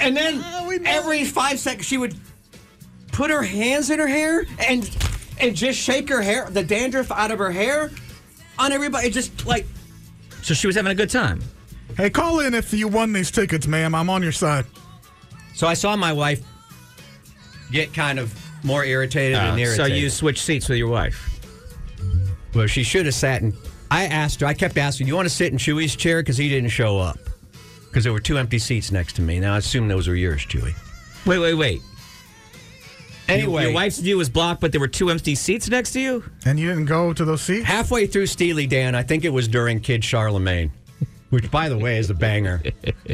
B: and then
C: we know.
B: every five seconds she would put her hands in her hair and and just shake her hair, the dandruff out of her hair, on everybody. Just like,
D: So she was having a good time.
C: Hey, call in if you won these tickets, ma'am. I'm on your side.
B: so I saw my wife get kind of more irritated and
D: Uh, so
B: irritated.
D: you switched seats with your wife.
B: Well, she should have sat and I asked her. I kept asking, "Do you want to sit in Chewy's chair?" Because he didn't show up. Because there were two empty seats next to me. Now I assume those were yours, Chewy.
D: Wait, wait, wait.
B: Anyway,
D: your wife's view was blocked, but there were two empty seats next to you.
C: And you didn't go to those seats?
B: halfway through Steely Dan, I think it was during Kid Charlemagne, which, by the way, is a banger.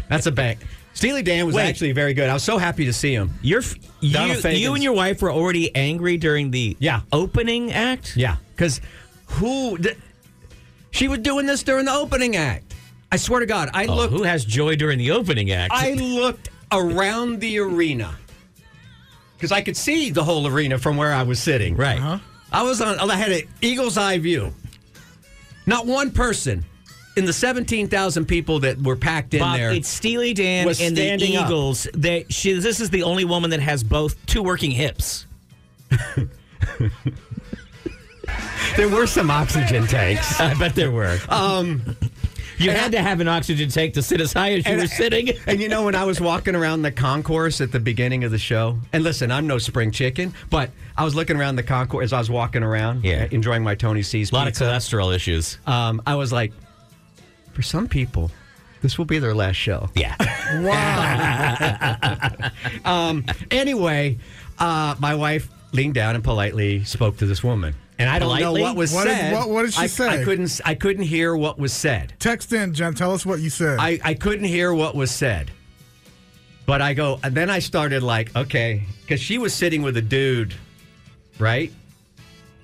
B: That's a bang. Steely Dan was
D: Wait.
B: actually very good. I was so happy to see him.
D: You're f- you,
B: Donald Fagen's-
D: you and your wife were already angry during the
B: Yeah.
D: opening act.
B: Yeah, because who? Th- she was doing this during the opening act. I swear to God, I
D: Oh,
B: looked.
D: who has joy during the opening act?
B: I looked around the arena because I could see the whole arena from where I was sitting.
D: right.
B: I was on. I had an eagle's eye view. Not one person in the seventeen thousand people that were packed in
D: Bob,
B: there.
D: it's Steely Dan
B: was
D: and the
B: standing up.
D: Eagles. They, she, this is the only woman that has both two working hips.
B: there were some oxygen tanks.
D: I bet there were.
B: Um,
D: you had to have an oxygen tank to sit as high as you
B: And
D: were
B: I-
D: sitting.
B: And you know, when I was walking around the concourse at the beginning of the show, and listen, I'm no spring chicken, but I was looking around the concourse as I was walking around,
D: Yeah.
B: enjoying my Tony C's
D: A lot of
B: pizza.
D: cholesterol issues.
B: um, I was like, for some people, this will be their last show.
D: Yeah.
C: Wow.
B: Um, Anyway, uh, my wife leaned down and politely spoke to this woman, and I don't
D: Politely?
B: know what was
C: What did-
B: said.
C: what- what did she
B: I,
C: say?
B: I couldn't. I couldn't hear what was said.
C: Text in, Jen. Tell us what you said.
B: I, I couldn't hear what was said. But I go, and then I started like, okay, because she was sitting with a dude, right?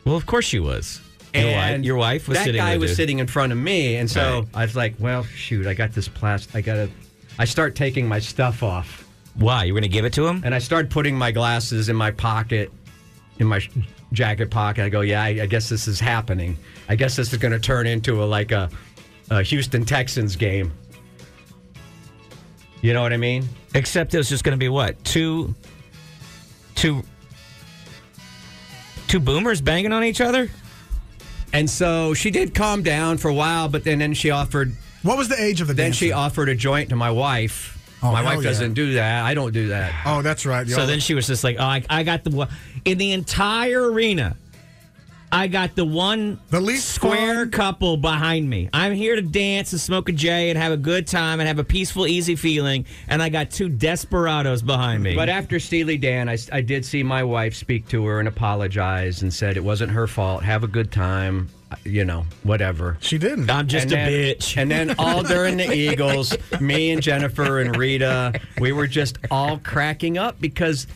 D: Well, of course she was. Your,
B: And
D: wife, your wife was
B: that
D: sitting.
B: guy
D: with
B: was
D: you.
B: sitting in front of me, and so
D: Right.
B: I was like, well, shoot, I got this plastic. I gotta. I start taking my stuff off,
D: Why? You were going to give it to him?
B: and I start putting my glasses in my pocket, in my sh- jacket pocket. I go, yeah, I, I guess this is happening. I guess this is going to turn into a like a, a Houston Texans game. You know what I mean?
D: Except it was just going to be what two, two, two boomers banging on each other.
B: And so she did calm down for a while, but then, then she offered
C: what was the age of the
B: then
C: dancer?
B: she offered a joint to my wife.
C: Oh,
B: my
C: hell
B: wife
C: yeah.
B: doesn't do that. I don't do that.
C: Oh, that's right.
D: So
C: y'all.
D: then she was just like, "Oh, I, I got the one in the entire arena. I got the one
C: The least
D: square
C: fun-
D: couple behind me. I'm here to dance and smoke a J and have a good time and have a peaceful, easy feeling. And I got two desperados behind me.
B: But after Steely Dan, I, I did see my wife speak to her and apologize and said it wasn't her fault. Have a good time, uh, you know, whatever.
C: she didn't.
D: I'm just
B: And
D: a
B: then-
D: bitch.
B: And then all during the Eagles, me and Jennifer and Rita, we were just all cracking up because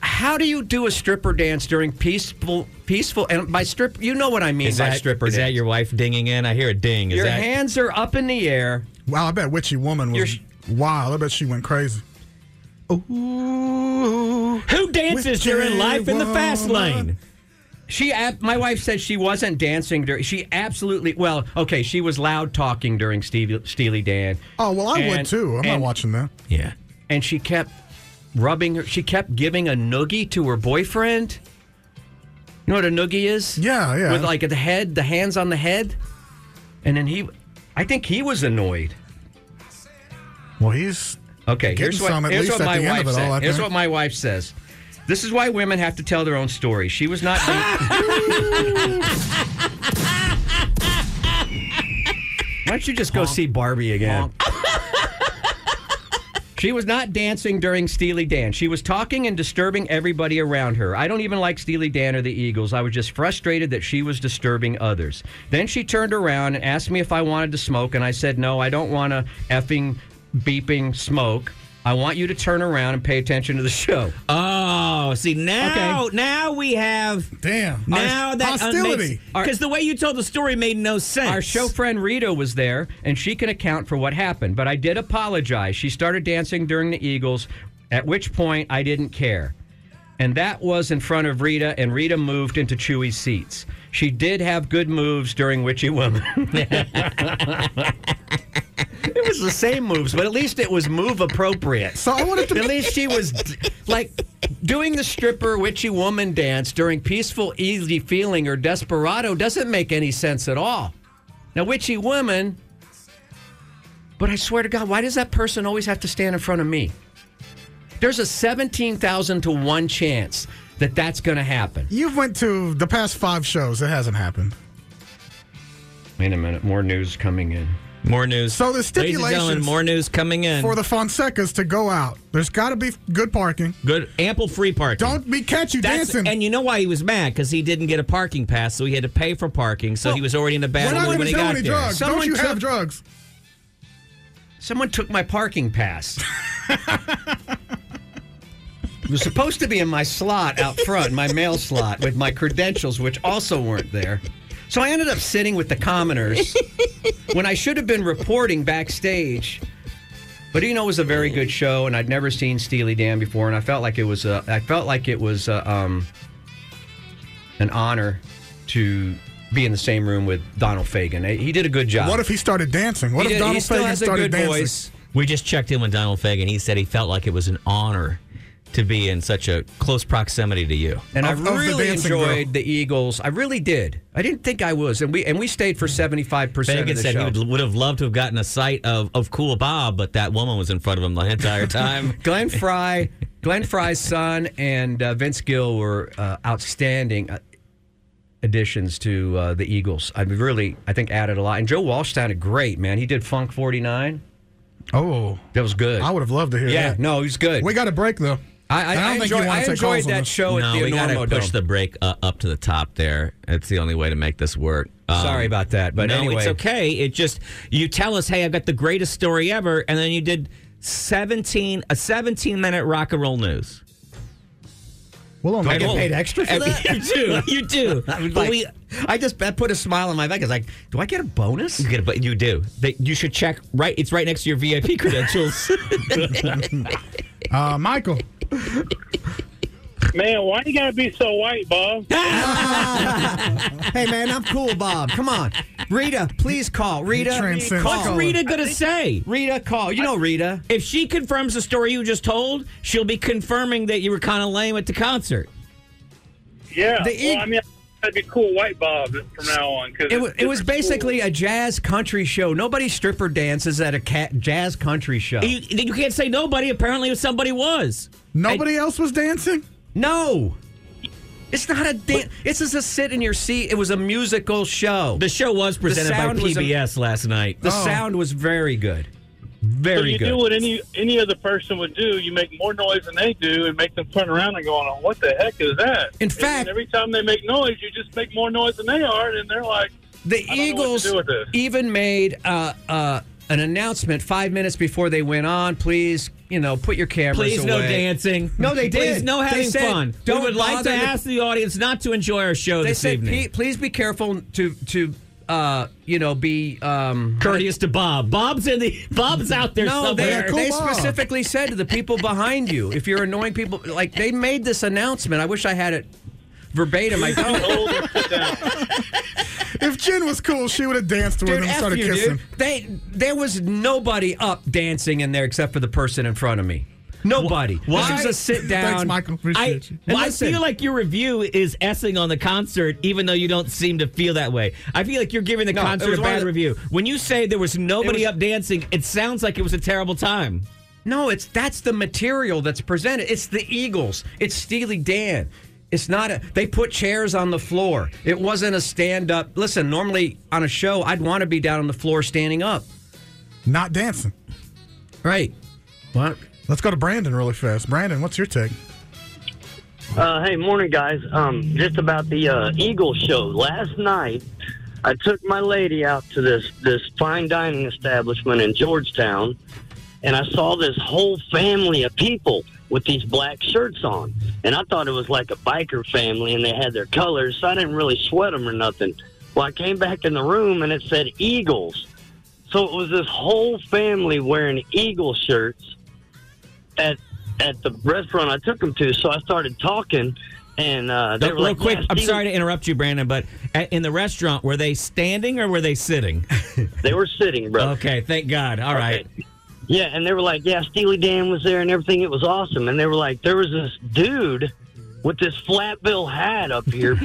B: how do you do a stripper dance during peaceful peaceful and by strip you know what I mean
D: is
B: by
D: that,
B: stripper
D: is
B: dance.
D: that your wife dinging in? I hear a ding. Is
B: your
D: that,
B: hands are up in the air.
C: wow, I bet Witchy Woman was
B: You're-
C: wild. I bet she went crazy. Ooh.
D: Who dances
C: With
D: during life in the fast
C: J-Woman.
D: lane?
B: She ab- my wife said she wasn't dancing during she absolutely well, okay, she was loud talking during Stevie, Steely Dan.
C: Oh, well, I would
B: And-
C: too. I'm not
B: and-
C: watching that.
D: Yeah.
B: and she kept rubbing her she kept giving a noogie to her boyfriend you know what a noogie is
C: Yeah, yeah.
B: with like the head the hands on the head and then he i think he was annoyed
C: Well, he's.
B: okay
C: Getting
B: here's what,
C: some, at
B: here's what
C: least at
B: my
C: the end
B: wife
C: of it all, I
B: said here's
C: think.
B: what my wife says this is why women have to tell their own story she was not Why don't you just go see Barbie again? she was not dancing during Steely Dan. She was talking and disturbing everybody around her. I don't even like Steely Dan or the Eagles. I was just frustrated that she was disturbing others. Then she turned around and asked me if I wanted to smoke, and I said, No, I don't want to effing, beeping smoke. I want you to turn around and pay attention to the show.
D: Oh, see now,
B: Okay.
D: now we have
C: Damn.
D: now that
C: hostility.
D: because the way you told the story made no sense.
B: Our show friend Rita was there, and she can account for what happened. But I did apologize. She started dancing during the Eagles, at which point I didn't care. And that was in front of Rita, and Rita moved into Chewy's seats. She did have good moves during Witchy Woman. it was the same moves, but at least it was move appropriate.
C: So I wanted
B: At
C: to.
B: least she was like doing the stripper witchy woman dance during peaceful, easy feeling or desperado doesn't make any sense at all. Now, witchy woman, but I swear to God, why does that person always have to stand in front of me? There's a 17,000 to 1 chance that that's going to happen.
C: You've went to the past five shows. It hasn't happened.
B: Wait a minute, more news coming in.
D: more news.
C: So the
D: Ladies and gentlemen,
C: stipulations-
D: more news coming in.
C: For the Fonsecas to go out, there's got to be good parking.
D: good ample free parking.
C: Don't be catchy
D: That's,
C: dancing.
D: and you know why he was mad? Because he didn't get a parking pass, so he had to pay for parking. So he was already in a
C: We're
D: bad
C: not
D: mood
C: going
D: when
C: to
D: he
C: sell
D: got
C: any
D: there.
C: drugs.
B: Someone
C: Don't you
B: took-
C: have drugs?
B: Someone took my parking pass. it was supposed to be in my slot out front, my mail slot, with my credentials, which also weren't there. So I ended up sitting with the commoners when I should have been reporting backstage. But you know, it was a very good show, and I'd never seen Steely Dan before, and I felt like it was a, I felt like it was a, um, an honor to be in the same room with Donald Fagen. He did a good job.
C: What if he started dancing? What
B: He
C: if
B: did- he
C: Donald
B: still
C: Fagen
B: has a
C: started
B: good
C: dancing?
B: voice.
D: We just checked in with Donald Fagan. He said he felt like it was an honor to be in such a close proximity to you.
B: and
C: Of- of
B: I
C: the
B: really
C: dancing
B: enjoyed the Eagles. I really did. I didn't think I was, and we and we stayed for seventy five percent
D: Fagan
B: of the
D: said
B: show.
D: he would, would have loved to have gotten a sight of, of Cool Bob, but that woman was in front of him the entire time.
B: Glenn Fry, Glenn Fry's son, and uh, Vince Gill were uh, outstanding uh, additions to uh, the Eagles. I really, I think, added a lot. And Joe Walsh sounded great, man. He did Funk forty nine.
C: Oh,
B: That was good.
C: I would have loved to hear
B: yeah,
C: that.
B: no, he was good.
C: We got a break though.
B: I, I,
C: And
B: I,
C: don't think you
B: enjoy,
C: wanna
B: I
C: take
B: enjoyed
C: calls on
B: that
C: this.
B: show
D: no,
B: at the
D: we got
B: Enormo
D: to push
B: Dome.
D: the break uh, up to the top there. It's the only way to make this work. Um,
B: Sorry about that, but
D: no,
B: anyway,
D: it's okay. It just you tell us, hey, I've got the greatest story ever, and then you did seventeen a seventeen minute rock and roll news.
C: We'll only
B: I
C: get
B: don't-
C: paid extra for that.
D: you do, you do. but
B: Like,
D: we,
B: I just that put a smile on my face. I was Like, do I get a bonus?
D: you, get, but you do. That you should check right. It's right next to your VIP credentials.
C: Uh, Michael,
G: Man, why you gotta be so white, Bob?
B: Hey man, I'm cool, Bob. Come on, Rita, please call. Rita,
C: transcends
B: call.
C: color.
D: What's Rita gonna say?
B: Rita, call. You know Rita.
D: If she confirms the story you just told, she'll be confirming that you were kind of lame at the concert.
G: Yeah.
B: The
G: well,
B: ig-
G: I mean, that'd be cool, white Bob, from now on. Cause
B: It was, it was basically a jazz country show. Nobody stripper dances at a cat jazz country show.
D: You, you can't say nobody. Apparently, somebody was.
C: nobody else was dancing.
B: No, it's not a dance. This is a sit in your seat. It was a musical show.
D: The show was presented by
B: sound was a-
D: PBS last night.
B: The
C: Oh.
B: sound was very good.
G: So
B: Very
G: you
B: good.
G: do what any any other person would do. You make more noise than they do, and make them turn around and go, on, "What the heck is that?"
B: In
G: And
B: fact-
G: every time they make noise, you just make more noise than they are, and they're like, I
B: The
G: don't know what to
B: Eagles
G: do with this.
B: even made uh, uh, an announcement five minutes before they went on. Please, you know, put your cameras
D: Please no
B: away.
D: dancing.
B: No, they did.
D: Please no
B: They
D: having
B: said,
D: fun. We
B: "Don't
D: would like
B: bother
D: to
B: to-
D: ask the audience not to enjoy our show
B: They
D: this
B: said,
D: evening.
B: "Pe- please be careful to to uh, you know be um,
D: Courteous to Bob. Bob's in the. Bob's out there
B: No, they,
D: somewhere.
C: cool
B: they
C: mom.
B: specifically said to the people behind you, if you're annoying people, like they made this announcement. I wish I had it verbatim. I don't.
G: "Hold and sit down."
C: If Jen was cool, she would have danced with
B: Dude,
C: him and
B: F
C: started
B: you,
C: kissing.
B: dude. They, there was nobody up dancing in there except for the person in front of me. Nobody.
D: Why-
B: This was a sit down.
C: Thanks, Michael.
D: I,
C: Appreciate you.
D: well, I
B: Listen.
D: feel like your review is essing on the concert, even though you don't seem to feel that way. I feel like you're giving the
B: No, it
D: concert
B: was
D: a
B: one of
D: bad
B: the-
D: review. When you say there was nobody
B: was-
D: up dancing, it sounds like it was a terrible time.
B: No, it's that's the material that's presented. It's the Eagles. It's Steely Dan. It's not a. They put chairs on the floor. It wasn't a stand up. Listen, normally on a show, I'd want to be down on the floor standing up.
C: Not dancing.
B: Right. What?
C: Let's go to Brandon really fast. Brandon, what's your take?
H: Uh, hey, morning, guys. Um, just about the uh, Eagle show last night. I took my lady out to this this fine dining establishment in Georgetown, and I saw this whole family of people with these black shirts on, and I thought it was like a biker family, and they had their colors, so I didn't really sweat them or nothing. Well, I came back in the room, and it said Eagles, so it was this whole family wearing Eagle shirts, at at the restaurant I took them to. So I started talking, and uh, they
D: Real
H: were like,
D: quick,
H: "Yeah,
D: I'm
H: Steven-"
D: sorry to interrupt you, Brandon, but a- in the restaurant, were they standing or were they sitting?
H: They were sitting, bro.
D: okay, thank God. All right.
H: Yeah, and they were like, "Yeah, Steely Dan was there and everything. It was awesome." And they were like, "There was this dude with this flat bill hat up here."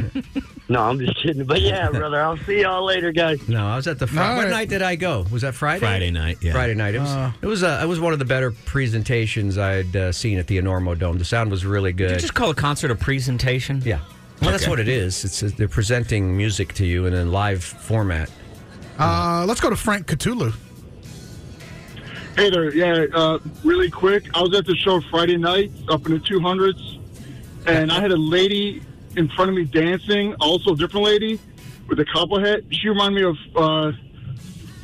H: no, I'm just kidding. But yeah, brother, I'll see y'all later, guys.
B: No, I was at the. Fri-
C: All
B: What
C: right.
B: night did I go? Was that Friday?
D: Friday night, yeah.
B: Friday night. It was.
C: Uh.
B: it was. Uh, it was one of the better presentations I'd uh, seen at the Enormo Dome. The sound was really good.
D: Just call a concert a presentation.
B: yeah. Well, that's what it is. It's uh, they're presenting music to you in a live format.
C: Uh, let's go to Frank Cthulhu.
I: Hey there, yeah, uh, really quick. I was at the show Friday night up in the 200s, and I had a lady in front of me dancing, also a different lady with a cowboy hat. She reminded me of uh,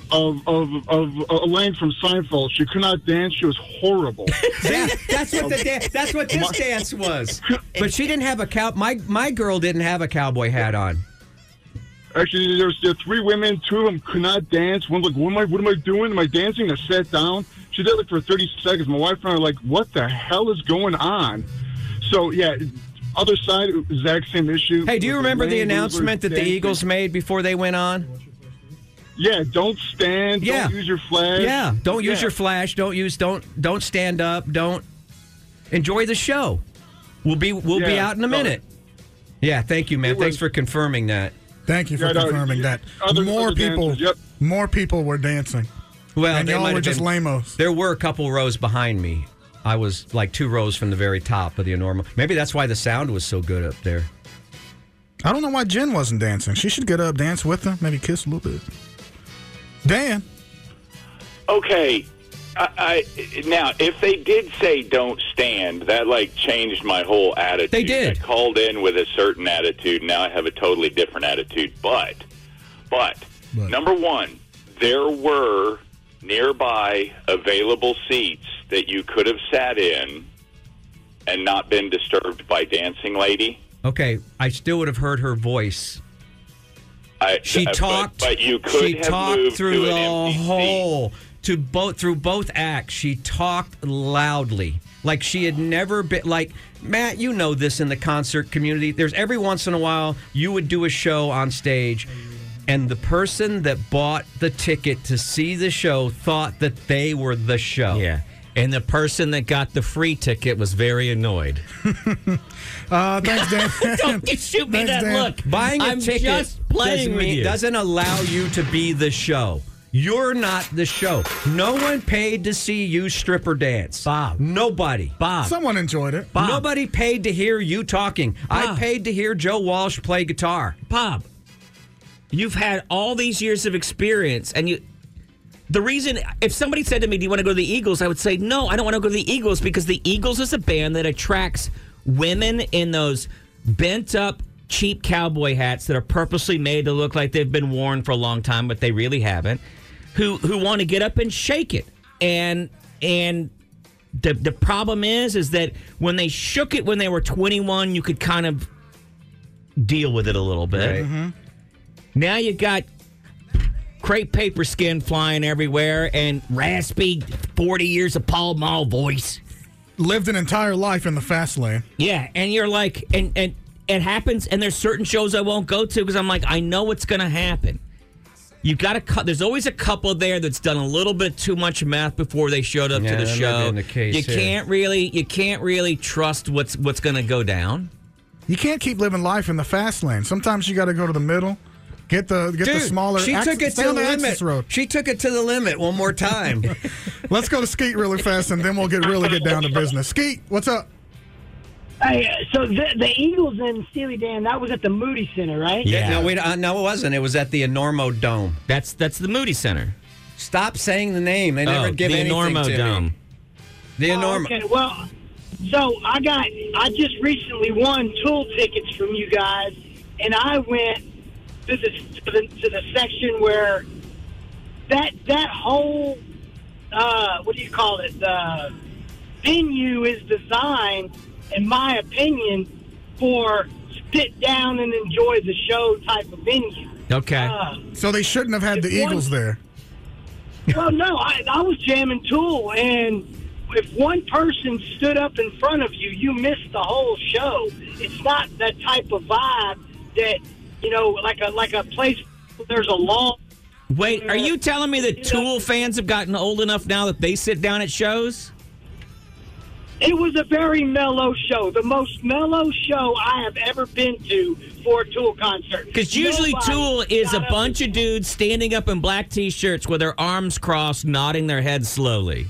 I: of, of, of Elaine from Seinfeld. She could not dance. She was horrible.
B: Yeah, that's what the da- that's what this dance was. But she didn't have a cow. My my girl didn't have a cowboy hat on.
I: Actually, there's there were three women. Two of them could not dance. One's like, "What am I? What am I doing? Am I dancing?" I sat down. She did it for 30 seconds. My wife and I are like, "What the hell is going on?" So yeah, other side, exact same issue.
B: Hey, do you
I: With
B: remember the
I: Elaine, we were
B: announcement that the
I: dancing.
B: Eagles made before they went on?
I: Yeah, don't stand.
B: Yeah.
I: Don't use your flag.
B: Yeah, don't use
I: Yeah.
B: your flash. Don't use don't don't stand up. Don't enjoy the show. We'll be we'll be
I: Yeah,
B: out in a
I: no.
B: minute. Yeah, thank you, man.
I: It
B: Thanks
I: was-
B: for confirming that.
C: Thank you for
I: Yeah, no,
C: confirming
I: y-
C: that.
I: other-
C: more
I: other
C: people,
I: dancers, yep.
C: more people were dancing,
B: Well,
C: and
B: they might
C: y'all were
B: have
C: just
B: been-
C: lamos.
B: There were a couple rows behind me. I was like two rows from the very top of the enormous. Maybe that's why the sound was so good up there.
C: I don't know why Jen wasn't dancing. She should get up, dance with them, maybe kiss a little bit. Dan,
J: Okay. I, I now if they did say don't stand, that like changed my whole attitude.
B: They did.
J: I called in with a certain attitude. Now I have a totally different attitude. But, but,
C: But.
J: number one, there were nearby available seats that you could have sat in and not been disturbed by dancing lady.
B: Okay, I still would have heard her voice.
J: I,
B: She
J: Uh, but-
B: talked.
J: but, you could
B: she
J: have
B: talked
J: moved
B: through
J: to
B: the
J: an empty seat.
B: whole to both through both acts. She talked loudly, like she had never been. Like Matt, you know this in the concert community. There's every once in a while you would do a show on stage, and the person that bought the ticket to see the show thought that they were the show.
D: Yeah. And the person that got the free ticket was very annoyed.
C: uh, thanks, Dan.
D: You shoot me
C: Thanks,
D: that
C: Dan.
D: look.
B: Buying a
D: I'm
B: ticket
D: just playing
B: doesn't,
D: with
B: mean-
D: you.
B: doesn't allow you to be the show. You're not the show. No one paid to see you stripper dance.
D: Bob.
B: Nobody.
D: Bob.
C: Someone enjoyed it.
D: Bob.
B: Nobody paid to hear you talking. I
D: Bob.
B: paid to hear Joe Walsh play guitar.
D: Bob, you've had all these years of experience, and you. The reason, if somebody said to me, "Do you want to go to the Eagles?" I would say, "No, I don't want to go to the Eagles because the Eagles is a band that attracts women in those bent up." Cheap cowboy hats that are purposely made to look like they've been worn for a long time, but they really haven't. Who who want to get up and shake it, and and the the problem is is that when they shook it when they were 21, you could kind of deal with it a little bit. Now you got crepe paper skin flying everywhere and raspy 40 years of Paul Mall voice.
C: Lived an entire life in the fast lane.
D: Yeah, and you're like, and and it happens, and there's certain shows I won't go to because I'm like, I know what's gonna happen. You got to cut. There's always a couple there that's done a little bit too much math before they showed up
B: Yeah,
D: to the
B: that may have
D: show.
B: been the case
D: you
B: here.
D: can't really, you can't really trust what's what's gonna go down.
C: You can't keep living life in the fast lane. Sometimes you got to go to the middle, get the get the smaller.
B: she
C: access,
B: took it
C: stay
B: to the
C: on the
B: limit.
C: access road.
B: She took it to the limit one more time.
C: Let's go to Skeet really fast, and then we'll get really get down to business. Skeet, what's up?
K: Hey, so the, the Eagles and Steely Dan, that was at the Moody Center, right?
B: No, we, uh, no, it wasn't. It was at the Enormo Dome.
D: That's that's the Moody Center.
B: Stop saying the name. They never
D: oh,
B: give
D: the
B: anything to
D: Enormo
B: me.
D: Dome.
B: The
K: Oh,
B: Enormo.
K: Okay, well, so I got, I just recently won Tool tickets from you guys, and I went to the, to the, to the section where that, that whole, uh, what do you call it, the venue is designed, in my opinion, for sit down and enjoy the show type of venue.
D: Okay.
K: Uh,
C: So they shouldn't have had the
K: If one-
C: Eagles there.
K: Well, no, I, I was jamming Tool, and if one person stood up in front of you, you missed the whole show. It's not that type of vibe that you know, like a like a place. where There's a long.
D: Wait, are you telling me that Tool fans have gotten old enough now that they sit down at shows?
K: It was a very mellow show, the most mellow show I have ever been to for a Tool concert.
D: Because usually
K: Nobody
D: Tool is a
K: got up
D: bunch of dudes standing up in black t-shirts with their arms crossed, nodding their heads slowly.
K: and-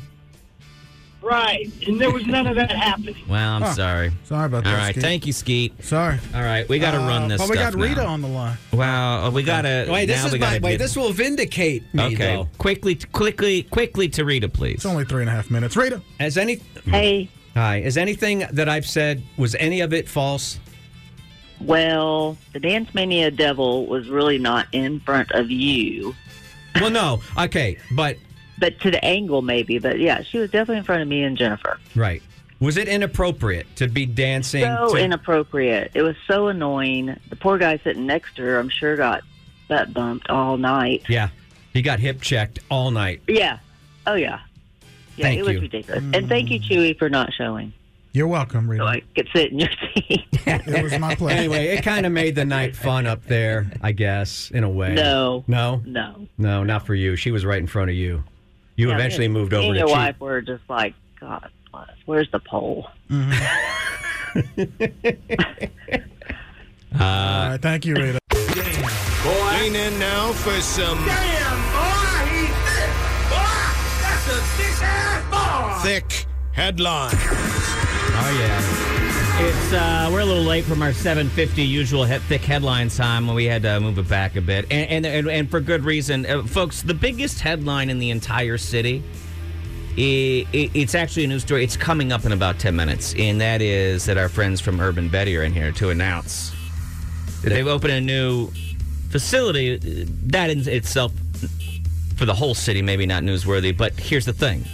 K: right, and there was none of that happening.
D: Well, I'm
C: Huh.
D: sorry.
C: Sorry about
D: All
C: that,
D: right,
C: Skeet.
D: thank you, Skeet.
C: Sorry.
D: All right, we got to run
K: Uh,
D: this
C: Uh, But we
D: stuff
C: got Rita
D: now.
C: on the line.
D: Wow, uh, we got to.
B: Wait, this
D: now
B: is
D: we
B: my,
D: gotta
B: wait.
D: do-
B: This will vindicate me,
D: Okay,
B: though.
D: quickly, quickly, quickly to Rita, please.
C: It's only three and a half minutes. Rita,
B: As any
L: Hey,
B: hi, is anything that I've said was any of it false?
L: well, the Dance Mania Devil was really not in front of you.
M: Well, no. Okay, but
L: but to the angle maybe. But yeah, she was definitely in front of me and Jennifer.
M: right. Was it inappropriate to be dancing?
L: So
M: to-
L: inappropriate. It was so annoying. The poor guy sitting next to her, I'm sure, got butt bumped all night.
M: yeah, he got hip checked all night.
L: Yeah. Oh yeah. Yeah,
M: Thank
L: it was
M: you.
L: ridiculous. And thank you, Chewy, for not showing.
C: You're welcome, Rita.
L: Could sit in your seat.
C: it was my pleasure.
M: Anyway, it kind of made the night fun up there, I guess, in a way.
L: No.
M: no,
L: No.
M: no, not for you. She was right in front of you. You
L: Yeah,
M: eventually
L: me and-
M: moved
L: me
M: over
L: and
M: to
L: your
M: Chi-
L: wife were just like, God bless. Where's the pole?
C: Mm-hmm. All right, thank you, Rita.
F: Lean in now for some
N: That's a thick ass bar.
F: thick headline.
B: Oh yeah.
D: It's uh, we're a little late from our 7:50 usual he- thick headline time when we had to move it back a bit, and and and, and for good reason, uh, folks. The biggest headline in the entire city. i i it's actually a news story. It's coming up in about 10 minutes, and that is that our friends from Urban Betty are in here to announce that they've opened a new facility. That in itself, for the whole city, maybe not newsworthy, but here's the thing.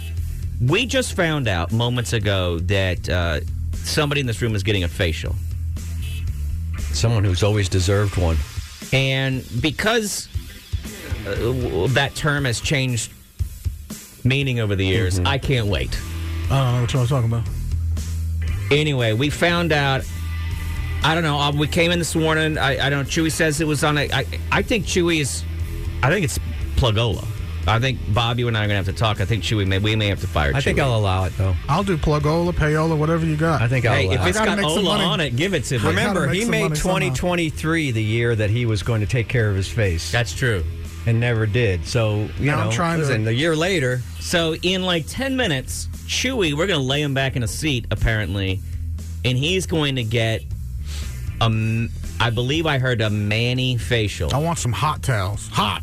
D: We just found out moments ago that uh, somebody in this room is getting a facial.
M: Someone who's always deserved one.
D: And because uh, w- that term has changed meaning over the years,
M: Mm-hmm.
D: I can't wait.
C: I don't know what y'all was talking about.
D: Anyway, we found out. I don't know. Um, we came in this morning. I, I don't. Chewy says it was on a. I, I think Chewy is. I think it's Plugola. I think Bob, you and I are gonna have to talk. I think Chewy may. We may have to fire.
C: I think
D: Chewy.
M: I'll allow it though.
C: I'll do plugola, payola, whatever you got. I
M: think
D: Hey, if it's got Ola on it, give it to me.
M: Remember, he made 2023 the year that he was going to take care of his face.
D: That's true.
M: And never did. So, you know, listen, the year later.
D: So in like ten minutes, Chewy, we're gonna lay him back in a seat apparently, and he's going to get a. m- I believe I heard a Manny facial.
C: I want some hot towels. Hot.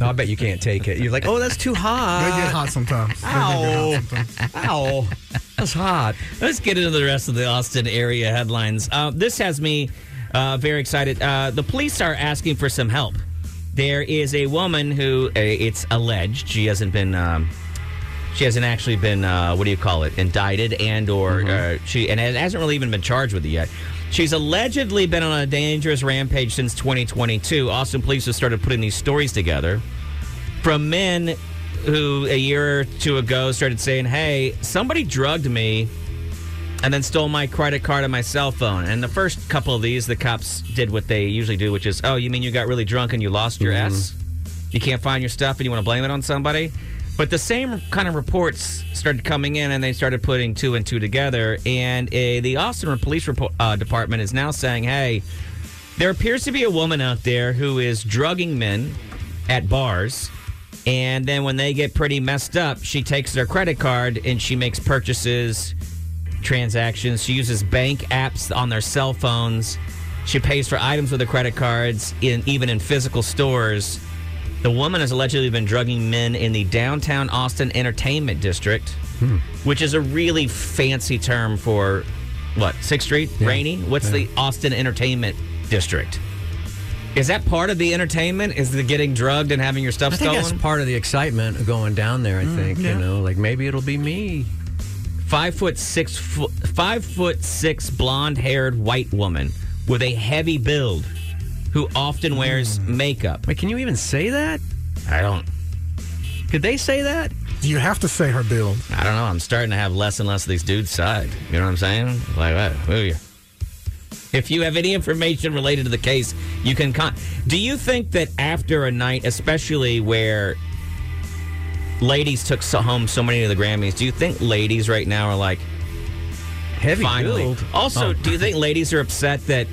M: I bet you can't take it. You're like, oh, that's too hot.
C: They get hot sometimes. They do get hot
D: Ow.
C: sometimes.
M: Ow. That's hot.
D: Let's get into the rest of the Austin area headlines. Uh, this has me uh, very excited. Uh, the police are asking for some help. There is a woman who uh, it's alleged she hasn't been. Um, she hasn't actually been uh, what do you call it indicted and or
M: Mm-hmm.
D: uh, she and it hasn't really even been charged with it yet she's allegedly been on a dangerous rampage since 2022 austin police have started putting these stories together from men who a year or two ago started saying hey somebody drugged me and then stole my credit card and my cell phone and the first couple of these the cops did what they usually do which is oh you mean you got really drunk and you lost your
M: Mhm.
D: ass you can't find your stuff and you want to blame it on somebody. But the same kind of reports started coming in, and they started putting two and two together. And uh, the Austin Police Repo- uh, Department is now saying, "Hey, there appears to be a woman out there who is drugging men at bars, and then when they get pretty messed up, she takes their credit card and she makes purchases, transactions. She uses bank apps on their cell phones. She pays for items with her credit cards, in even in physical stores." The woman has allegedly been drugging men in the downtown Austin Entertainment District, which is a really fancy term for what? Sixth Street? Rainy? What's the Austin Entertainment District? Is that part of the entertainment? Is the getting drugged and having your stuff
M: I think
D: stolen? Mm,
M: that's part of the excitement of going down there, I think.
D: yeah.
M: You know, like maybe it'll be me.
D: five foot six foot five foot six blonde haired white woman with a heavy build who often wears makeup.
M: Mm. Wait, can you even say that?
D: I don't
M: Could they say that?
C: Do you have to say her build?
D: I don't know. I'm starting to have less and less of these dudes' side. You know what I'm saying? Like, what? Who you? If you have any information related to the case, you can con. Do you think that after a night, especially where ladies took so home so many of the Grammys, do you think ladies right now are like
M: heavy?
D: Finally.
M: build.
D: Also,
M: Oh.
D: do you think ladies are upset that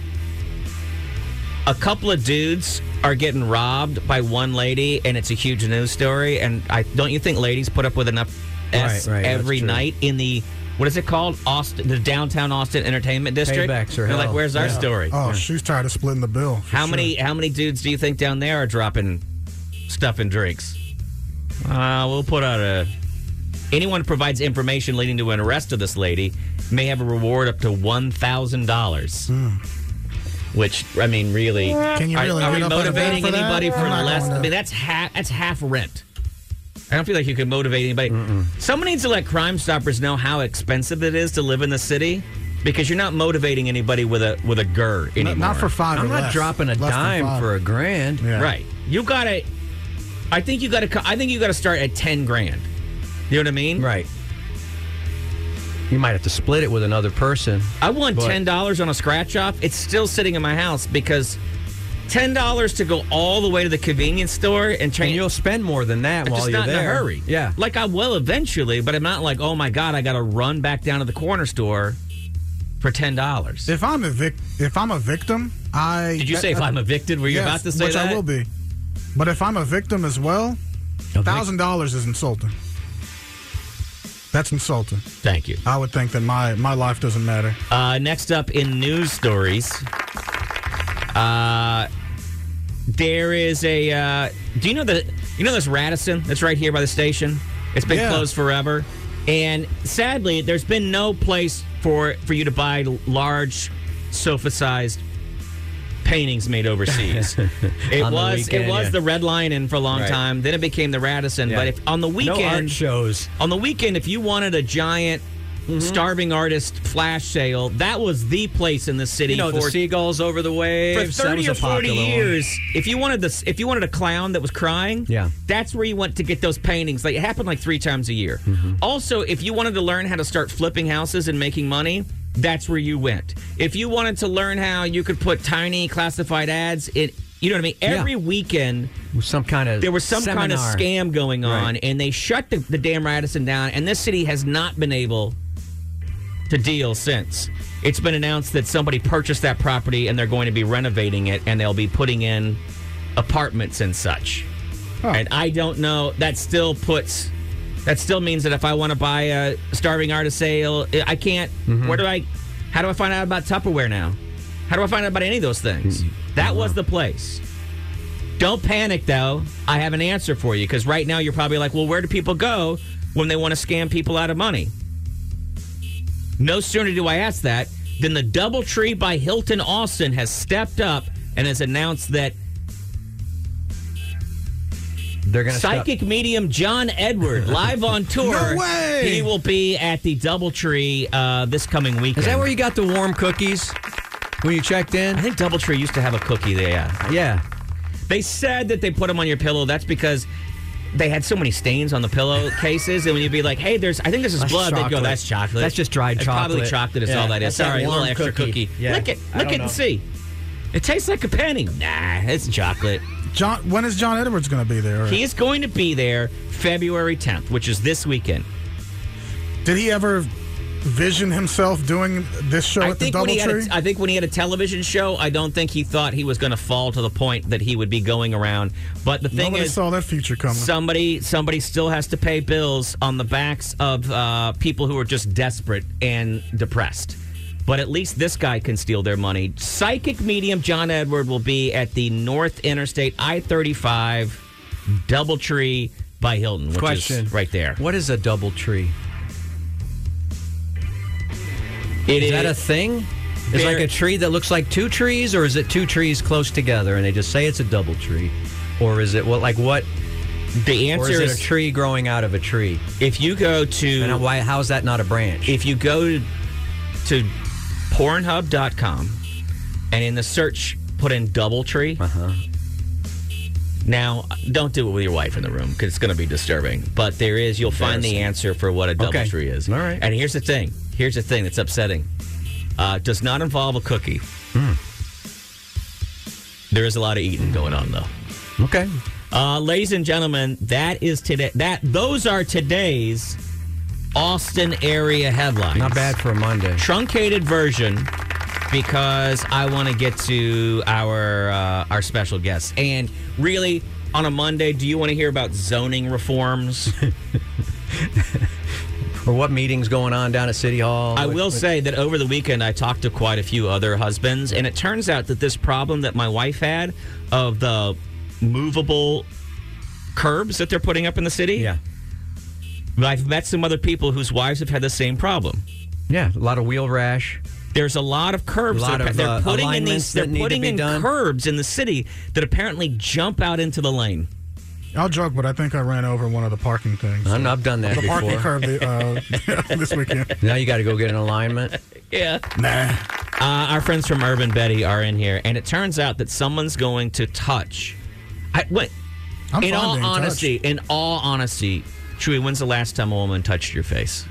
D: a couple of dudes are getting robbed by one lady and it's a huge news story? And I don't you think ladies put up with enough s
M: Right, right, that's
D: every
M: true.
D: night in the what is it called? Austin, the downtown Austin entertainment district.
M: Paybacks are
D: They're like,
M: hell.
D: where's our
M: Yeah.
D: story?
C: Oh, she's tired of splitting the bill. for
D: how
C: sure.
D: many how many dudes do you think down there are dropping stuff and drinks? Uh, we'll put out a. Anyone who provides information leading to an Hmm. arrest of this lady may have a reward up to one thousand dollars. Which I mean, really,
B: Can you
D: are,
B: really
D: are we
B: get up out of bed
D: motivating
B: for that?
D: anybody
B: I'm
D: for
B: not
D: less?
B: going to.
D: I mean, that's half. That's half rent. I don't feel like you could motivate anybody. Someone needs to let Crime Stoppers know how expensive it is to live in the city, because you're not motivating anybody with a with a gur anymore.
C: Not- not for five or
D: I'm not
C: less.
D: dropping a
C: Less than
D: dime
C: five.
D: for a grand.
C: Yeah.
D: Right. You got to. I think you got to. I think you got to start at ten grand. You know what I mean?
M: Right. You might have to split it with another person.
D: I won
M: But-
D: ten dollars on a scratch off. It's still sitting in my house because ten dollars to go all the way to the convenience store and change.
M: you'll spend more than that
D: I'm
M: while
D: just
M: you're
D: not in
M: there.
D: a hurry.
M: Yeah.
D: like I will eventually, but I'm not like, oh my god, I got to run back down to the corner store for ten dollars.
C: If I'm a vic- if I'm a victim, I
D: Did you say if I'm evicted? Were you
C: Yes,
D: about to say
C: which
D: that?
C: I will be. But if I'm a victim as well, thousand dollars is insulting. That's insulting.
D: Thank you.
C: I would think that my my life doesn't matter.
D: Uh, next up in news stories, uh, there is a. Uh, do you know the? You know this Radisson that's right here by the station. It's been
O: Yeah.
D: closed forever, and sadly, there's been no place for for you to buy large, sofa-sized paintings made overseas. it
M: On the
D: was
M: weekend,
D: it was
M: yeah.
D: the Red Lion Inn for a long
M: Right.
D: time. Then it became the Radisson.
M: Yeah.
D: But if on the
M: No
D: weekend
M: art shows Mm-hmm.
D: on the weekend if you wanted a giant starving artist flash sale, that was the place in the city
M: You know,
D: for
M: the seagulls over the
D: for
M: waves. that
D: thirty or
M: was a
D: forty
M: popular one.
D: years, if you wanted this, if you wanted a clown that was crying,
M: Yeah.
D: that's where you went to get those paintings. Like it happened like three times a year.
M: Mm-hmm.
D: Also, if you wanted to learn how to start flipping houses and making money, that's where you went. If you wanted to learn how you could put tiny classified ads, it you know what I mean. Every weekend,
M: some kind of
D: there was some kind of
M: seminar.
D: scam going on,
M: Right.
D: and they shut the, the damn Radisson down. And this city has not been able to deal since. It's been announced that somebody purchased that property and they're going to be renovating it and they'll be putting in apartments and such. And I don't know. That still puts. That still means that if I want to buy a starving artist sale, eh, I- I can't. Where do I? How do I find out about Tupperware now? How do I find out about any of those things? That was the place. Don't panic though. I have an answer for you because right now you're probably like, well, where do people go when they want to scam people out of money? No sooner do I ask that than the DoubleTree by Hilton Austin has stepped up and has announced that
M: They're going to
D: psychic medium John Edward live on tour.
M: No way!
D: He will be at the DoubleTree uh, this coming weekend.
M: Is that where you got the warm cookies when you checked in? I
D: think DoubleTree used to have a cookie there. Yeah.
M: Yeah.
D: They said that they put them on your pillow. That's because they had so many stains on the pillowcases, and when you'd be like, "Hey, there's, I think this is
M: That's
D: blood," they'd go,
M: chocolate.
D: "That's chocolate.
M: That's just dried
D: It's Probably
M: chocolate.
D: chocolate is
M: Yeah,
D: all that is.
M: that's that
D: Sorry, a
M: warm
D: little extra
M: cookie.
D: cookie.
M: Yeah.
D: Look it,
M: I
D: look
M: don't
D: it
M: know.
D: and see. It tastes like a penny. Nah, it's chocolate.
C: John, when is John Edwards going to be there?
D: He is going to be there February 10th, which is this weekend.
C: Did he ever vision himself doing this show
D: I
C: at the
D: think, when he had a,
C: DoubleTree?
D: I think when he had a television show, I don't think he thought he was going to fall to the point that he would be going around. But the thing
C: Nobody
D: is,
C: saw that future coming.
D: Somebody, somebody still has to pay bills on the backs of uh, people who are just desperate and depressed. But at least this guy can steal their money. Psychic medium John Edward will be at the North Interstate I thirty five DoubleTree by Hilton. Which
M: Question.
D: is right there.
M: What is a double tree?
D: It
M: is that a
D: is-
M: thing? It's like
D: There-
M: a tree that looks like two trees, or is it two trees close together and they just say it's a double tree? Or is it what, like what?
D: The
M: or is,
D: answer
M: it
D: is-
M: a tree growing out of a tree.
D: If you go to
M: and why, how is that not a branch?
D: If you go to, to Pornhub.com and in the search put in DoubleTree. Uh-huh. Now, don't do it with your wife in the room because it's going to be disturbing. But there is, you'll find the answer for what a DoubleTree
M: Okay.
D: is.
M: All right.
D: And here's the thing. Here's the thing that's upsetting. Uh, it does not involve a cookie.
M: Hmm.
D: There is a lot of eating going on though.
M: Okay.
D: Uh, ladies and gentlemen, that is today. That those are today's Austin area headlines. Not bad
M: for a Monday.
D: Truncated version because I want to get to our uh, our special guests. And really, on a Monday, do you want to hear about zoning reforms?
M: Or what meeting's going on down at City Hall?
D: I will say that over the weekend, I talked to quite a few other husbands, and it turns out that this problem that my wife had of the movable curbs that they're putting up in the city. Yeah. I've met some other people whose wives have had the same problem.
M: Yeah, a lot of wheel rash.
D: There's a lot of curbs.
M: A lot
D: that
M: of,
D: they're
M: uh,
D: putting in
M: alignments
D: these.
M: that
D: They're
M: need to
D: putting
M: be
D: in
M: done.
D: curbs in the city that apparently jump out into the lane.
C: I'll joke, but I think I ran over one of the parking things.
M: I'm- I've done that
C: the parking
M: before.
C: curb uh, this weekend.
M: Now you got to go get an alignment.
D: Yeah. Nah. Uh, our friends from Urban Betty are in here, and it turns out that someone's going to touch. I, wait.
C: I'm
D: in
C: fine
D: all
C: being touched.
D: honesty, in all honesty, Chewy, when's the last time a woman touched your face?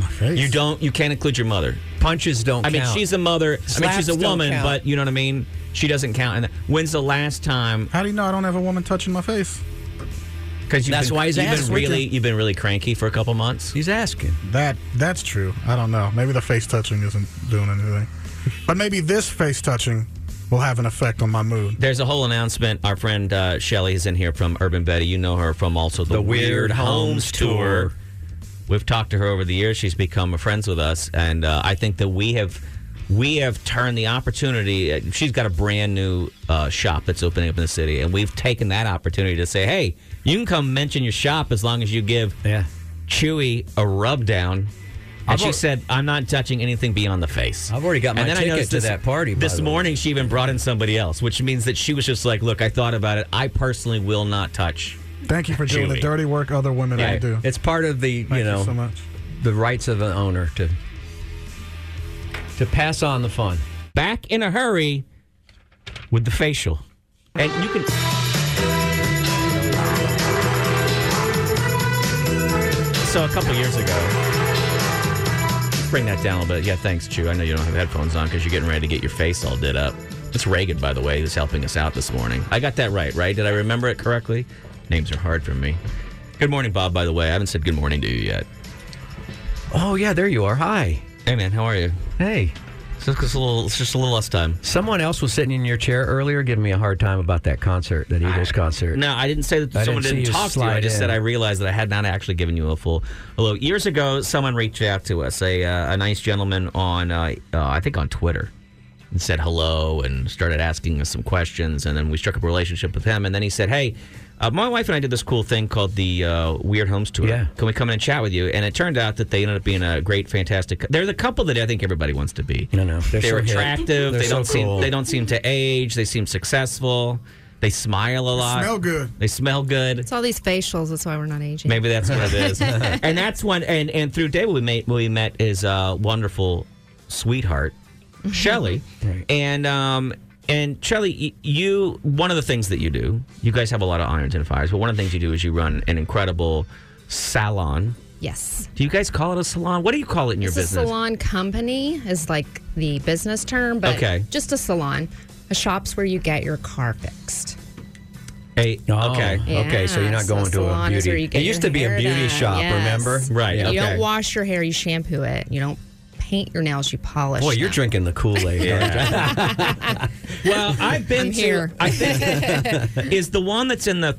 D: My
C: face.
D: You don't. You can't include your mother.
M: Punches don't.
D: I mean,
M: count.
D: she's a mother. I mean,
M: Slaps
D: she's a
M: don't
D: woman,
M: count.
D: but you know what I mean. She doesn't count. And when's the last time?
C: How do you know I don't have a woman touching my face?
D: Because
C: That's why he's
D: you've
C: asking.
D: Been really, you've been really cranky for a couple months.
M: He's asking.
C: That that's true. I don't know. Maybe the face touching isn't doing anything, but maybe this face touching will have an effect on my mood.
D: There's a whole announcement. Our friend uh, Shelly is in here from Urban Betty. You know her from also the,
M: The Weird Homes Tour.
D: We've talked to her over the years. She's become friends with us, and uh, I think that we have we have turned the opportunity. uh, She's got a brand new uh, shop that's opening up in the city, and we've taken that opportunity to say, "Hey, you can come mention your shop as long as you give Chewy a rub down." And
M: I've
D: she
M: al-
D: said, "I'm not touching anything beyond the face." I've
M: already got my ticket to
D: this,
M: that party, by
D: This
M: the way.
D: morning, she even brought in somebody else, which means that she was just like, "Look, I thought about it. I personally will not touch."
C: Thank you for doing the
D: Chewy.
C: dirty work other women
D: Yeah.
C: don't do.
M: It's part of the
C: Thank
M: you
C: you
M: know
C: so much.
M: the rights of an owner to to pass on the fun.
D: Back in a hurry with the facial, and you can. So a couple years ago, bring that down a little bit. Yeah, thanks, Chew. I know you don't have headphones on because you're getting ready to get your face all did up. It's Reagan, by the way, who's helping us out this morning. I got that right, right? Did I remember it correctly? Names are hard for me. Good morning, Bob. By the way, I haven't said good morning to you yet.
M: Oh yeah, there you are. Hi.
D: Hey man, how are you?
M: Hey.
D: So it's just a little, it's just a little less time.
M: Someone else was sitting in your chair earlier, giving me a hard time about that concert, that Eagles concert.
D: Ah, No, I didn't say that
M: I
D: someone
M: didn't see
D: didn't,
M: you
D: talk to you. I
M: slide
D: just
M: in.
D: said I realized that I had not actually given you a full hello. Years ago, someone reached out to us, a, uh, a nice gentleman on, uh, uh, I think on Twitter, and said hello and started asking us some questions. And then we struck up a relationship with him. And then he said, hey, uh, my wife and I did this cool thing called the uh, Weird Homes Tour.
M: Yeah.
D: Can we come in and chat with you? And it turned out that they ended up being a great, fantastic. They're the couple that I think everybody wants to be.
M: No, no, they're,
D: They're,
M: so hip.
D: attractive.
M: They're
D: they
M: so
D: don't
M: cool.
D: seem they don't seem to age. They seem successful. They smile a lot.
O: smell
C: good.
D: They smell good.
O: It's all these facials. That's why we're not aging.
D: Maybe that's what it is. and that's one. And and through David, we met we met his uh, wonderful sweetheart,
O: Mm-hmm.
D: Shelly. And um and Shelly, y- you one of the things that you do, you guys have a lot of irons and fires, but one of the things you do is you run an incredible salon.
O: Yes.
D: Do you guys call it a salon? What do you call it in your
O: it's
D: business?
O: a salon company is like the business term, but
D: Okay.
O: just a salon. A shop's where you get your car fixed.
D: Hey,
M: okay, Oh, okay. So you're
O: Yeah,
M: not
O: so
M: going to a
O: salon is
M: beauty.
O: where you get
M: it used
O: your
M: to be a
O: hair
M: beauty
O: done,
M: shop,
O: yes.
M: remember? Right.
O: You don't wash your hair, you shampoo it. You don't paint your nails, you polish.
M: Boy, you're
O: them.
M: drinking the Kool Aid.
D: well, I've been
O: I'm
D: to-
O: here.
D: I think is the one that's in the.